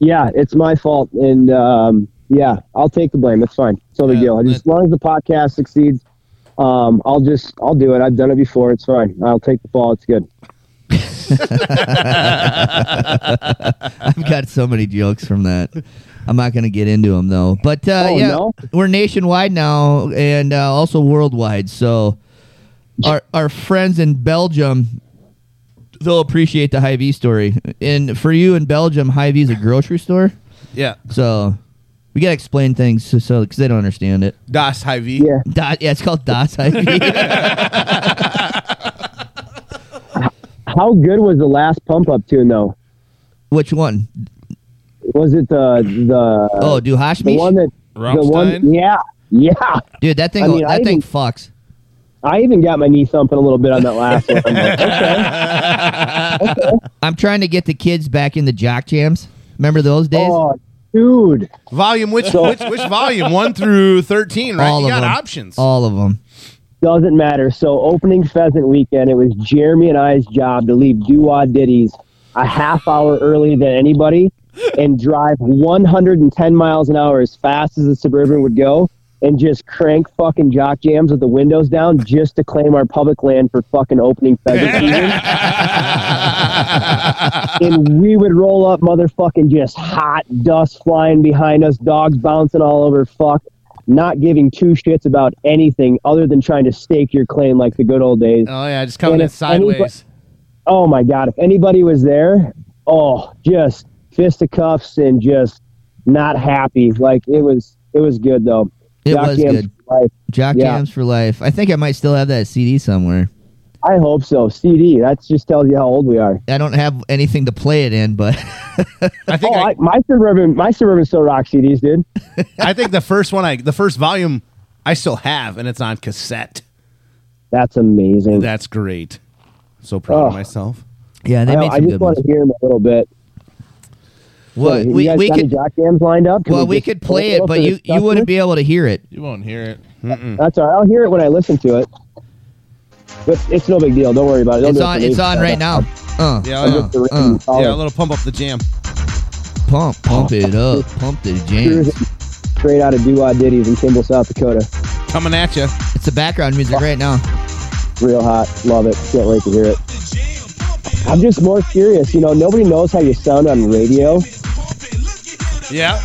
Speaker 11: Yeah, it's my fault, and um, yeah, I'll take the blame. It's fine. It's no big deal. I just, as long as the podcast succeeds, um, I'll just I'll do it. I've done it before. It's fine. I'll take the fall. It's good.
Speaker 3: I've got so many jokes from that. I'm not going to get into them though. But uh,
Speaker 11: Oh,
Speaker 3: yeah,
Speaker 11: no?
Speaker 3: we're nationwide now and uh, also worldwide. So our our friends in Belgium, they'll appreciate the Hy-Vee story. And for you in Belgium, Hy-Vee is a grocery store.
Speaker 1: Yeah.
Speaker 3: So we got to explain things so- so because they don't understand it.
Speaker 1: Das Hy-Vee. Yeah.
Speaker 3: Dot, yeah, it's called Das Hy-Vee.
Speaker 11: How good was the last pump up tune though?
Speaker 3: Which one?
Speaker 11: Was it the the
Speaker 3: Oh, do Hashmish?
Speaker 11: Uh, The one that the one,
Speaker 3: Rammstein?
Speaker 11: yeah, yeah.
Speaker 3: Dude, that thing,
Speaker 11: I mean,
Speaker 3: that
Speaker 11: I
Speaker 3: thing
Speaker 11: even-
Speaker 3: fucks.
Speaker 11: I even got my knee thumping a little bit on that last one. I'm like, okay.
Speaker 3: I'm trying to get the kids back into jock jams. Remember those days? Oh,
Speaker 11: dude.
Speaker 1: Volume which which which volume? One through thirteen, right?
Speaker 3: All
Speaker 1: you
Speaker 3: of
Speaker 1: got
Speaker 3: them.
Speaker 1: options.
Speaker 3: All of them.
Speaker 11: Doesn't matter. So opening pheasant weekend, it was Jeremy and I's job to leave Doo-Wah Diddy's a half hour earlier than anybody and drive 110 miles an hour as fast as the Suburban would go and just crank fucking jock jams with the windows down just to claim our public land for fucking opening pheasant season. and we would roll up motherfucking just hot dust flying behind us, dogs bouncing all over fuck, not giving two shits about anything other than trying to stake your claim like the good old days.
Speaker 1: Oh yeah, just coming
Speaker 11: And
Speaker 1: in
Speaker 11: if anybody-
Speaker 1: sideways.
Speaker 11: oh my god, if anybody was there, oh, just fisticuffs and just not happy. Like it was it was good though.
Speaker 3: It
Speaker 11: Jock
Speaker 3: was
Speaker 11: jams
Speaker 3: good.
Speaker 11: for life.
Speaker 3: Jock
Speaker 11: Yeah.
Speaker 3: jams for life. I think I might still have that CD somewhere.
Speaker 11: I hope so. CD. That just tells you how old we are.
Speaker 3: I don't have anything to play it in, but
Speaker 1: I think
Speaker 11: oh, I, my suburban, my suburban still rocks CDs, dude.
Speaker 1: I think the first one I the first volume I still have and it's on cassette.
Speaker 11: That's amazing.
Speaker 1: That's great. So proud of
Speaker 11: Oh.
Speaker 1: myself.
Speaker 3: yeah, they
Speaker 11: I,
Speaker 3: made
Speaker 11: I
Speaker 3: some
Speaker 11: just
Speaker 3: good
Speaker 11: want
Speaker 3: ones.
Speaker 11: to hear them a little bit.
Speaker 3: Well,
Speaker 11: Hey, you
Speaker 3: we-
Speaker 11: guys
Speaker 3: we
Speaker 11: got any
Speaker 3: could-
Speaker 11: jock jams lined up. Can
Speaker 3: Well, we
Speaker 11: just
Speaker 3: could
Speaker 11: play
Speaker 3: play
Speaker 11: a
Speaker 3: it,
Speaker 11: little
Speaker 3: but
Speaker 11: for the
Speaker 3: you you wouldn't
Speaker 11: customers?
Speaker 3: be able to hear it.
Speaker 4: You won't hear it.
Speaker 11: That's all right. I'll hear it when I listen to it. But it's no big deal. Don't worry about it. They'll
Speaker 3: It's
Speaker 11: do it
Speaker 3: on
Speaker 11: for me.
Speaker 3: it's on right now. Uh,
Speaker 1: Yeah,
Speaker 3: uh,
Speaker 1: yeah.
Speaker 3: uh,
Speaker 1: yeah, a little pump up the jam.
Speaker 3: pump pump it up, pump the jams.
Speaker 11: Straight out of Doo-Wah Diddy's in Kimball, South Dakota.
Speaker 1: Coming at you.
Speaker 3: It's the background music right now.
Speaker 11: Real hot. Love it. Can't wait to hear it. I'm just more curious. You know, nobody knows how you sound on radio.
Speaker 1: Yeah.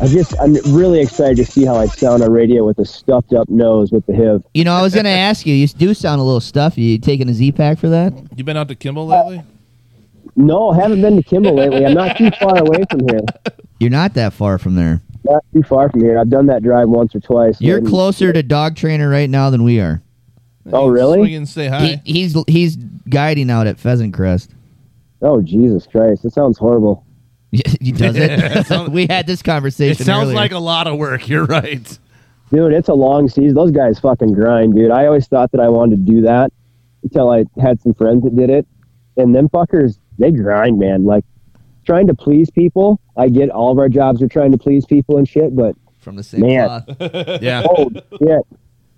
Speaker 11: I just, I'm really excited to see how I sound on radio with a stuffed up nose with the HIV.
Speaker 3: You know, I was gonna ask you. You do sound a little stuffy. You taking a Z pack for that?
Speaker 4: You been out to Kimball lately?
Speaker 11: No, I haven't been to Kimball lately. I'm not too far away from here.
Speaker 3: You're not that far from there.
Speaker 11: Not too far from here. I've done that drive once or twice.
Speaker 3: You're
Speaker 11: And-
Speaker 3: closer to dog trainer right now than we are.
Speaker 11: Oh, really?
Speaker 4: Swing and say hi.
Speaker 3: He, he's he's guiding out at Pheasant Crest.
Speaker 11: Oh, Jesus Christ. That sounds horrible.
Speaker 3: he does it. we had this
Speaker 1: It
Speaker 3: conversation.
Speaker 1: sounds
Speaker 3: earlier.
Speaker 1: like a lot of work. You're right.
Speaker 11: Dude, it's a long season. Those guys fucking grind, dude. I always thought that I wanted to do that until I had some friends that did it. And them fuckers, they grind, man. Like, trying to please people. I get all of our jobs are trying to please people and shit, but
Speaker 3: from the same
Speaker 11: Man.
Speaker 3: cloth.
Speaker 1: Yeah.
Speaker 11: oh, shit.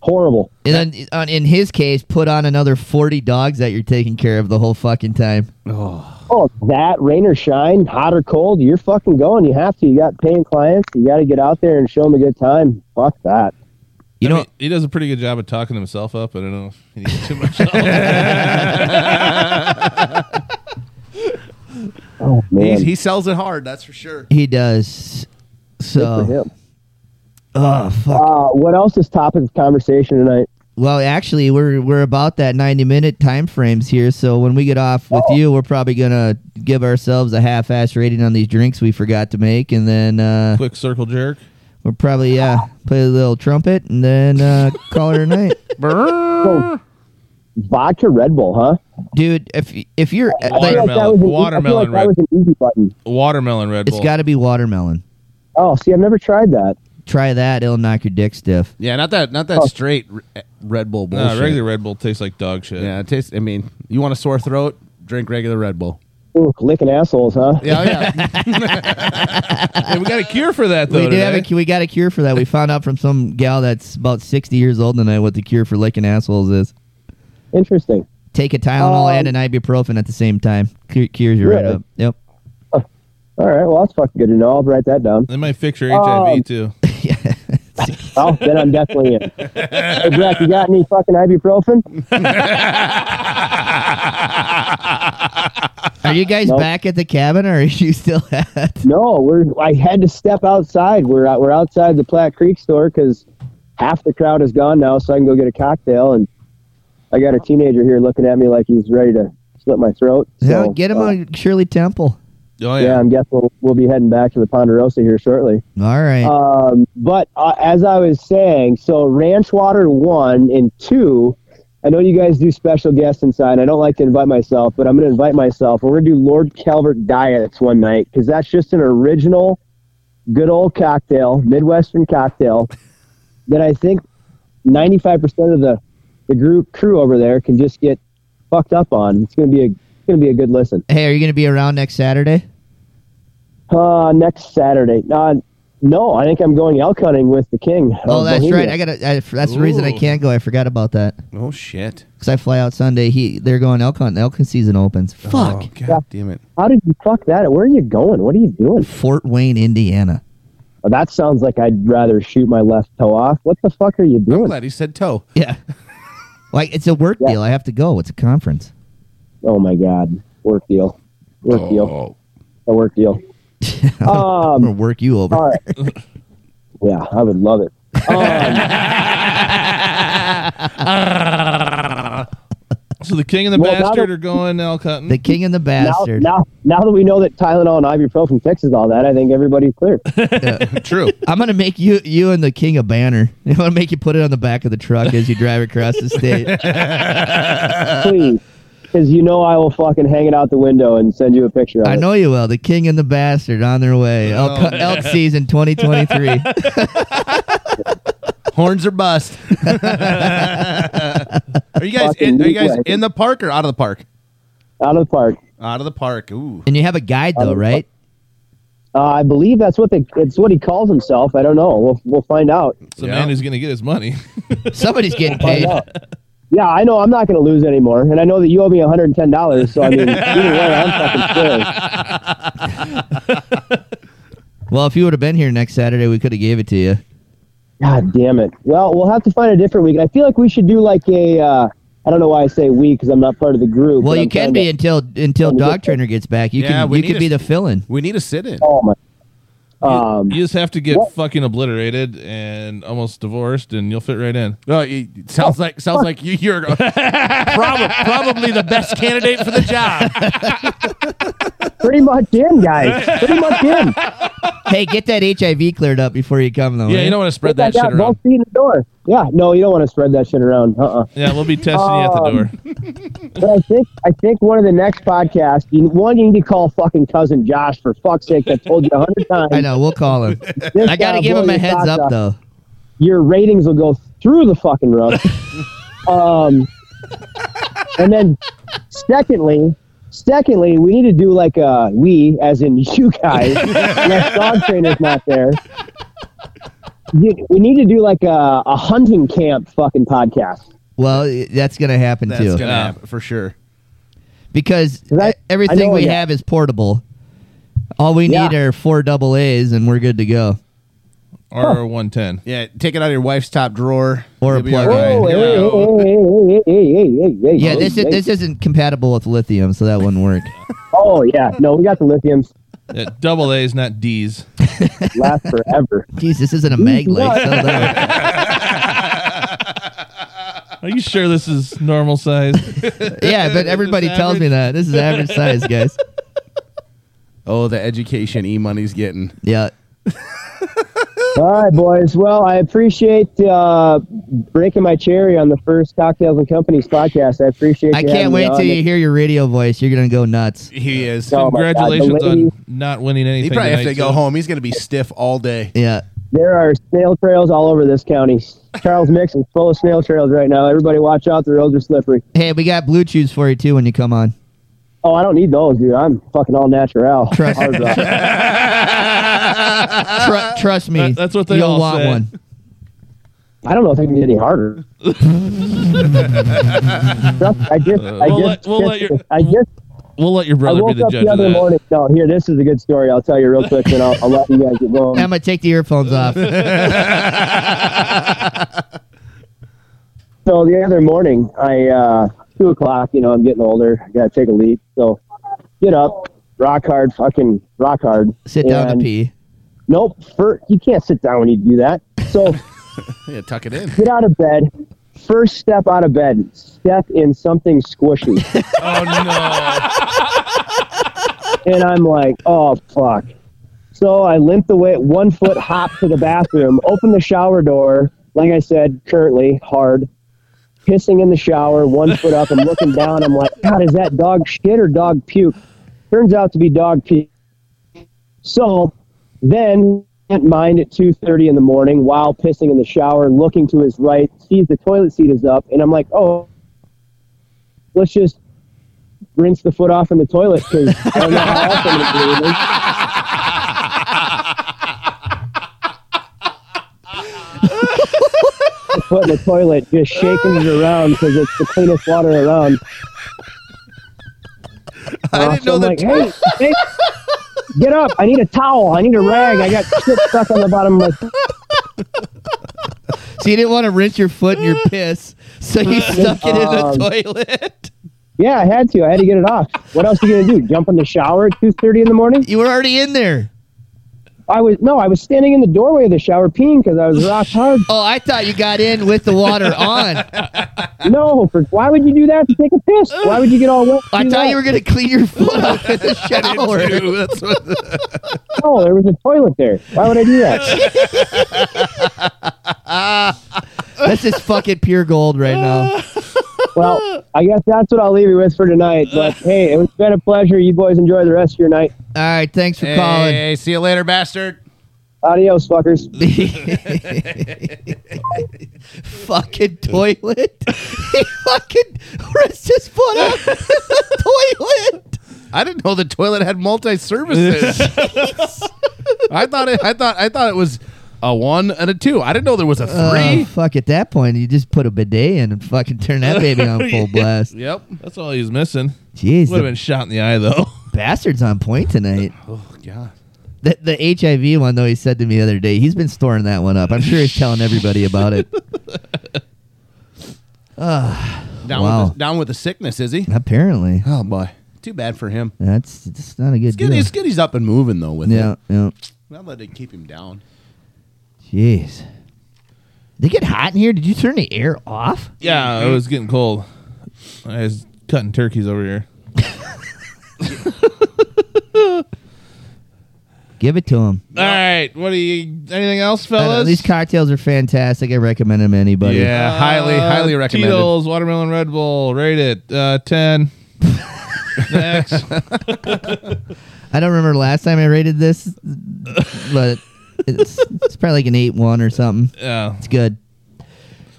Speaker 11: Horrible.
Speaker 3: And then on, in his case, put on another 40 dogs that you're taking care of the whole fucking time.
Speaker 11: Oh, that rain or shine, hot or cold, you're fucking going. You have to. You got paying clients. You got to get out there and show them a good time. Fuck that.
Speaker 3: You
Speaker 4: I
Speaker 3: know,
Speaker 4: mean, he does a pretty good job of talking himself up. I don't know if he needs too much help.
Speaker 11: Oh man,
Speaker 1: He, he sells it hard, that's for sure.
Speaker 3: he does.
Speaker 11: good for
Speaker 3: So,
Speaker 11: him.
Speaker 3: oh, fuck.
Speaker 11: Uh, what else is topic of conversation tonight?
Speaker 3: Well, actually, we're we're about that 90 minute time frames here. So when we get off
Speaker 11: Oh.
Speaker 3: with you, we're probably gonna give ourselves a half ass rating on these drinks we forgot to make, and then uh,
Speaker 4: Quick circle jerk.
Speaker 3: we'll probably yeah play a little trumpet and then uh, call it a night,
Speaker 11: Oh, vodka Red Bull, huh?
Speaker 3: dude. If if you're
Speaker 11: I
Speaker 3: like,
Speaker 11: feel like that was an, I
Speaker 4: Watermelon
Speaker 11: feel like that was an easy button.
Speaker 4: Watermelon Red
Speaker 3: it's
Speaker 4: Bull.
Speaker 3: got to be watermelon.
Speaker 11: Oh, see, I've never tried that.
Speaker 3: Try that; it'll knock your dick stiff.
Speaker 1: Yeah, not that not that straight r- Red Bull bullshit.
Speaker 4: Nah, regular Red Bull tastes like dog shit.
Speaker 1: Yeah, it tastes. I mean, you want a sore throat? Drink regular Red Bull.
Speaker 11: Ooh, licking assholes, huh?
Speaker 1: Yeah, yeah.
Speaker 4: Hey, we got a cure for that though.
Speaker 3: we do have
Speaker 4: today.
Speaker 3: a, we got a cure for that. We found out from some gal that's about sixty years old tonight what the cure for licking assholes is.
Speaker 11: Interesting.
Speaker 3: Take a Tylenol
Speaker 11: Um,
Speaker 3: and an ibuprofen at the same time. Cure, cures you right
Speaker 11: Really?
Speaker 3: up. Yep.
Speaker 11: All right, well, that's fucking good to know. I'll write that down.
Speaker 4: They might fix your HIV
Speaker 11: Um,
Speaker 4: too.
Speaker 11: Oh, then I'm definitely in. hey, Brett, you got any fucking ibuprofen?
Speaker 3: Are you guys
Speaker 11: Nope.
Speaker 3: back at the cabin, or are you still at?
Speaker 11: No, we're. I had to step outside. We're out, we're outside the Platte Creek store because half the crowd is gone now, so I can go get a cocktail. And I got a teenager here looking at me like he's ready to slit my throat.
Speaker 3: No,
Speaker 11: So,
Speaker 3: get him
Speaker 11: uh,
Speaker 3: on Shirley Temple.
Speaker 11: yeah. I'm guessing we'll, we'll be heading back to the Ponderosa here shortly.
Speaker 3: All right.
Speaker 11: Um, but uh, as I was saying, so Ranch Water one and two. I know you guys do special guests inside. I don't like to invite myself, but I'm going to invite myself. We're going to do Lord Calvert diets one night because that's just an original, good old cocktail, Midwestern cocktail that I think 95% of the the group crew over there can just get fucked up on. It's going to be a it's going to be a good listen.
Speaker 3: Hey, are you going to be around next Saturday?
Speaker 11: Uh, next Saturday. Uh, no, I think I'm going elk hunting with the king.
Speaker 3: Oh,
Speaker 11: of
Speaker 3: that's
Speaker 11: Bohemia.
Speaker 3: right. I got. to That's the reason I
Speaker 1: Ooh.
Speaker 3: can't go. I forgot about that.
Speaker 1: Oh shit!
Speaker 3: Because I fly out Sunday. He, they're going elk hunt. Elk hunt season opens.
Speaker 11: Oh.
Speaker 3: Fuck.
Speaker 1: Oh, God damn it!
Speaker 11: How did you fuck that? Where are you going? What are you doing?
Speaker 3: Fort Wayne, Indiana.
Speaker 11: Oh, that sounds like I'd rather shoot my left toe off. What the fuck are you
Speaker 1: I'm
Speaker 11: doing?
Speaker 1: glad he said toe.
Speaker 3: Yeah. like it's a work deal. I have to go. It's a conference.
Speaker 11: Oh my god, work deal, work deal, a work deal. um,
Speaker 3: I'm gonna work you over.
Speaker 11: all right. yeah, I would love it.
Speaker 4: So the king and the
Speaker 11: Well, now
Speaker 4: bastard
Speaker 11: that-
Speaker 4: are going elk hunting.
Speaker 3: The king and the
Speaker 11: Now,
Speaker 3: bastard.
Speaker 11: now, now that we know that Tylenol and ibuprofen fixes all that, I think everybody's clear.
Speaker 1: True.
Speaker 3: I'm gonna make you you and the king a banner. I'm gonna make you put it on the back of the truck as you drive across the state.
Speaker 11: Please, because you know I will fucking hang it out the window and send you a picture of
Speaker 3: I
Speaker 11: it.
Speaker 3: know you will. The king and the bastard on their way. Elk,
Speaker 1: Oh, man.
Speaker 3: elk season 2023.
Speaker 1: Horns are bust. are you guys in, are you guys
Speaker 11: Fucking
Speaker 1: in the park or out of the park?
Speaker 11: Out of the park.
Speaker 1: Out of the park. Ooh.
Speaker 3: And you have a guide though, right?
Speaker 11: Uh, I believe that's what they, it's what he calls himself. I don't know. We'll, we'll find out.
Speaker 4: It's the man who's going to get his money.
Speaker 3: Somebody's getting
Speaker 11: Find
Speaker 3: paid.
Speaker 11: out. Yeah, I know. I'm not going to lose anymore, and I know that you owe me 110 dollars. So I mean, either way, I'm fucking screwed.
Speaker 3: Well, if you would have been here next Saturday, we could have gave it to you.
Speaker 11: God damn it. Well, we'll have to find a different week. I feel like we should do like a. Uh, I don't know why I say we because I'm not part of the group.
Speaker 3: Well,
Speaker 11: but
Speaker 3: you
Speaker 11: I'm
Speaker 3: can
Speaker 11: trying
Speaker 3: be
Speaker 11: to-
Speaker 3: until until dog trainer gets back. You
Speaker 1: Yeah,
Speaker 3: can
Speaker 1: we
Speaker 3: you
Speaker 1: need
Speaker 3: could
Speaker 1: a-
Speaker 3: be the fill-in.
Speaker 1: We need a sit in.
Speaker 11: Oh my. Um,
Speaker 4: You just have to get fucking obliterated and almost divorced, and you'll fit right in.
Speaker 1: Oh, it sounds like sounds like you, you're probably, probably the best candidate for the job.
Speaker 11: pretty much in, guys. Pretty much in.
Speaker 3: Hey, get that HIV cleared up before you come though. eh?
Speaker 4: Yeah, you
Speaker 3: right?
Speaker 4: don't want to spread
Speaker 11: I
Speaker 4: that shit
Speaker 11: got both
Speaker 4: around.
Speaker 11: feet in the door. Yeah, no, you don't want to spread that shit around. Uh-uh.
Speaker 4: Yeah, we'll be testing you at
Speaker 11: Um,
Speaker 4: the door.
Speaker 11: But I think I think one of the next podcasts, you, one you need to call fucking cousin Josh for fuck's sake. I told you a hundred times.
Speaker 3: I know. We'll call him.
Speaker 11: This
Speaker 3: I gotta
Speaker 11: guy
Speaker 3: give
Speaker 11: blow
Speaker 3: him a
Speaker 11: your
Speaker 3: heads
Speaker 11: socks
Speaker 3: up
Speaker 11: off.
Speaker 3: though.
Speaker 11: Your ratings will go through the fucking roof. um, and then, secondly, secondly, we need to do like a we, as in you guys. unless dog trainer's not there. You- We need to do like a, a hunting camp fucking podcast.
Speaker 3: Well, i- that's gonna happen
Speaker 1: That's
Speaker 3: too
Speaker 1: gonna happen for sure.
Speaker 3: because
Speaker 11: I-
Speaker 3: e-
Speaker 11: I
Speaker 3: everything
Speaker 11: know
Speaker 3: we
Speaker 11: that.
Speaker 3: have is portable. All we
Speaker 11: Yeah.
Speaker 3: need are four double A's and we're good to go.
Speaker 4: RR one ten.
Speaker 1: Yeah, take it out of your wife's top drawer
Speaker 3: Or a
Speaker 1: You'll be all
Speaker 3: plug.
Speaker 1: right.
Speaker 11: Oh, hey,
Speaker 1: Yeah.
Speaker 11: hey, hey, hey, hey, hey, hey, hey, hey,
Speaker 3: Yeah,
Speaker 11: hey,
Speaker 3: this
Speaker 11: hey.
Speaker 3: is, this isn't compatible with lithium, so that wouldn't work.
Speaker 11: Oh yeah, no, we got the lithiums
Speaker 4: Yeah, double A's, not D's.
Speaker 11: last forever.
Speaker 3: Jeez, this isn't a mag light. settle down.
Speaker 4: Are you sure this is normal size?
Speaker 11: Oh
Speaker 3: Yeah, but everybody tells me that this is average size, guys.
Speaker 1: Oh, the education e money's getting.
Speaker 3: Yeah.
Speaker 11: All right, boys. Well, I appreciate uh, breaking my cherry on the first Cocktails and Companies podcast. I appreciate.
Speaker 3: I
Speaker 11: you
Speaker 3: can't
Speaker 11: having me
Speaker 3: wait
Speaker 11: on.
Speaker 3: till you hear your radio voice. You're gonna go nuts.
Speaker 1: He is.
Speaker 11: Oh, my God, the
Speaker 4: Congratulations
Speaker 11: lady-
Speaker 4: on not winning anything.
Speaker 1: he probably have
Speaker 4: tonight,
Speaker 1: to go
Speaker 4: too.
Speaker 1: home. He's gonna be stiff all day.
Speaker 3: Yeah.
Speaker 11: There are snail trails all over this county. Charles Mix is full of snail trails right now. Everybody, watch out. The roads are slippery.
Speaker 3: Hey, we got blue chews for you too when you come on.
Speaker 11: Oh, I don't need those, dude. I'm fucking all natural.
Speaker 3: Trust-
Speaker 11: Hard rock.
Speaker 3: Tru- trust me.
Speaker 4: That- that's what they
Speaker 3: you'll
Speaker 4: all
Speaker 3: want
Speaker 4: say.
Speaker 3: one.
Speaker 11: I don't know if I can get any harder. Trust me, I just, I
Speaker 4: uh, We'll
Speaker 11: just,
Speaker 4: let- we'll let your-
Speaker 11: I just
Speaker 4: We'll let your
Speaker 11: I
Speaker 4: brother be
Speaker 11: woke
Speaker 4: the
Speaker 11: up
Speaker 4: judge
Speaker 11: the
Speaker 4: of
Speaker 11: other
Speaker 4: that.
Speaker 11: morning. No, here, this is a good story. I'll tell you real quick, and I'll, I'll let you guys get going.
Speaker 3: Emma, take the earphones off.
Speaker 11: So the other morning, I uh, two o'clock. You know, I'm getting older. I gotta take a leak. So get up, rock hard, fucking rock hard.
Speaker 3: Sit down to
Speaker 11: and-
Speaker 3: pee.
Speaker 11: Nope, fir- you can't sit down when you do that. So
Speaker 1: Yeah, tuck it in.
Speaker 11: get out of bed. First step out of bed, step in something squishy.
Speaker 17: Oh no!
Speaker 11: and I'm like, oh fuck. So I limped away, one foot hop to the bathroom, open the shower door. Like I said, currently hard, pissing in the shower, one foot up, and looking down. I'm like, God, is that dog shit or dog puke? Turns out to be dog puke. So then, can't mind at 2:30 in the morning, while pissing in the shower, looking to his right, sees the toilet seat is up, and I'm like, oh, let's just rinse the foot off in the toilet because I don't know how else I'm gonna do it. The foot in the toilet, just shaking it around because it's the cleanest water around. I didn't know that. hey, hey, get up! I need a towel. I need a rag. I got shit stuck on the bottom of my.
Speaker 3: So you didn't want to rinse your foot in your piss, so you stuck it in
Speaker 11: Um,
Speaker 3: the toilet.
Speaker 11: Yeah, I had to. I had to get it off. What else are you gonna do? Jump in the shower at two thirty in the morning?
Speaker 3: You were already in there.
Speaker 11: I was no, I was standing in the doorway of the shower peeing because I was rock hard.
Speaker 3: Oh, I thought you got in with the water on.
Speaker 11: No, for, why would you do that to take a piss? Why would you get all wet? to
Speaker 3: I
Speaker 11: do
Speaker 3: thought
Speaker 11: that?
Speaker 3: you were gonna clean your foot off in the
Speaker 1: I did too.
Speaker 3: shower.
Speaker 1: That's what
Speaker 11: No, there was a toilet there. Why would I do that?
Speaker 3: That's just fucking pure gold right now.
Speaker 11: well, I guess that's what I'll leave you with for tonight. But hey, it's been a pleasure. You boys enjoy the rest of your night.
Speaker 3: All right, thanks for calling.
Speaker 1: Hey, see you later, bastard.
Speaker 11: Adios, fuckers.
Speaker 3: fucking toilet. he fucking rinsed his foot up in the toilet.
Speaker 1: I didn't know the toilet had multi services. I thought it. I thought. I thought it was a one and a two. I didn't know there was a
Speaker 3: Oh,
Speaker 4: Uh,
Speaker 1: three.
Speaker 3: fuck, at that point, you just put a bidet in and fucking turn that baby on full blast.
Speaker 1: yep.
Speaker 4: That's all he's missing.
Speaker 3: Jeez,
Speaker 4: Would have
Speaker 3: the-
Speaker 4: been shot in the eye, though.
Speaker 3: Bastard's on point tonight.
Speaker 1: Oh god.
Speaker 3: The, the HIV one, though, he said to me the other day, he's been storing that one up. I'm sure he's telling everybody about it. Ah,
Speaker 1: Down
Speaker 3: wow.
Speaker 1: with the, down with the sickness, is he?
Speaker 3: Apparently.
Speaker 1: Oh boy. Too bad for him.
Speaker 3: That's, that's not a good
Speaker 1: It's good.
Speaker 3: deal.
Speaker 1: It's good. He's up and moving though. With
Speaker 3: yeah,
Speaker 1: it.
Speaker 3: yeah.
Speaker 1: Not let it keep him down.
Speaker 3: Jeez. They get hot in here. Did you turn the air off?
Speaker 4: Yeah, it was getting cold. I was cutting turkeys over here.
Speaker 3: Give it to them.
Speaker 4: All right, what do you? Anything else, fellas?
Speaker 3: These cocktails are fantastic. I recommend them to anybody.
Speaker 4: Yeah,
Speaker 1: Uh,
Speaker 4: highly, highly recommended. Uh, Tito's watermelon Red Bull, rate it uh, ten. Next,
Speaker 3: I don't remember last time I rated this, but it's, it's probably like an 8 1 or something.
Speaker 4: Yeah.
Speaker 3: It's good.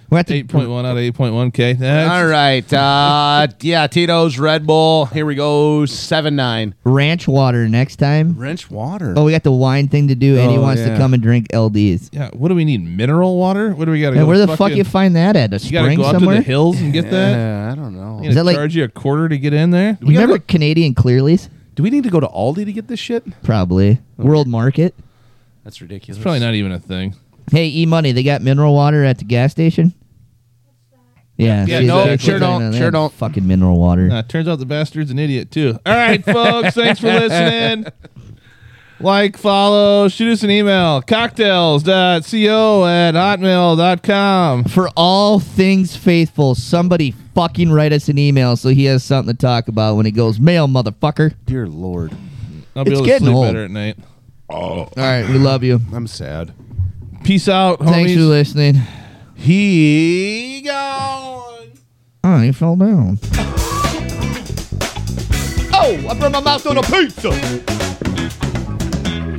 Speaker 3: We're at
Speaker 4: eight point one out of eight point one k.
Speaker 1: All right. Uh, yeah, Tito's Red Bull. Here we go. Seven nine.
Speaker 3: ranch water next time.
Speaker 1: Wrench water.
Speaker 3: Oh, we got the wine thing to do, and he
Speaker 4: Oh,
Speaker 3: wants
Speaker 4: yeah.
Speaker 3: to come and drink LDs.
Speaker 4: Yeah, what do we need? Mineral water? What do we got?
Speaker 3: And where the fuck you find that at? A
Speaker 4: You gotta
Speaker 3: spring
Speaker 4: go up
Speaker 3: somewhere?
Speaker 4: to the hills and get that.
Speaker 1: I don't know.
Speaker 4: You
Speaker 3: Is that like-
Speaker 4: charge you a quarter to get in there?
Speaker 3: You remember Canadian Clearlies?
Speaker 1: Do we need to go to Aldi to get this shit?
Speaker 3: Probably. World Market.
Speaker 1: That's ridiculous.
Speaker 4: Probably not even a thing.
Speaker 3: Hey, E Money, they got mineral water at the gas station? Yeah,
Speaker 4: Yeah,
Speaker 3: see,
Speaker 4: no,
Speaker 3: they're-
Speaker 4: sure
Speaker 3: they're-
Speaker 4: don't,
Speaker 3: they're-
Speaker 4: sure
Speaker 3: they're
Speaker 4: don't.
Speaker 3: Fucking mineral water.
Speaker 4: Uh, turns out the bastard's an idiot too. All right, folks, thanks for listening. Like, follow, shoot us an email, cocktails.co at hotmail.com.
Speaker 3: For all things faithful, somebody fucking write us an email so he has something to talk about when he goes mail, motherfucker.
Speaker 1: Dear Lord.
Speaker 4: I'll be
Speaker 3: It's
Speaker 4: able to
Speaker 3: getting
Speaker 4: sleep
Speaker 3: old.
Speaker 4: better at night.
Speaker 1: Oh,
Speaker 3: All right, we love you.
Speaker 1: I'm sad.
Speaker 4: Peace out,
Speaker 3: Thanks for
Speaker 4: homies.
Speaker 3: listening.
Speaker 1: He gone.
Speaker 3: Oh, he fell down.
Speaker 17: Oh, I brought my mouth on a pizza.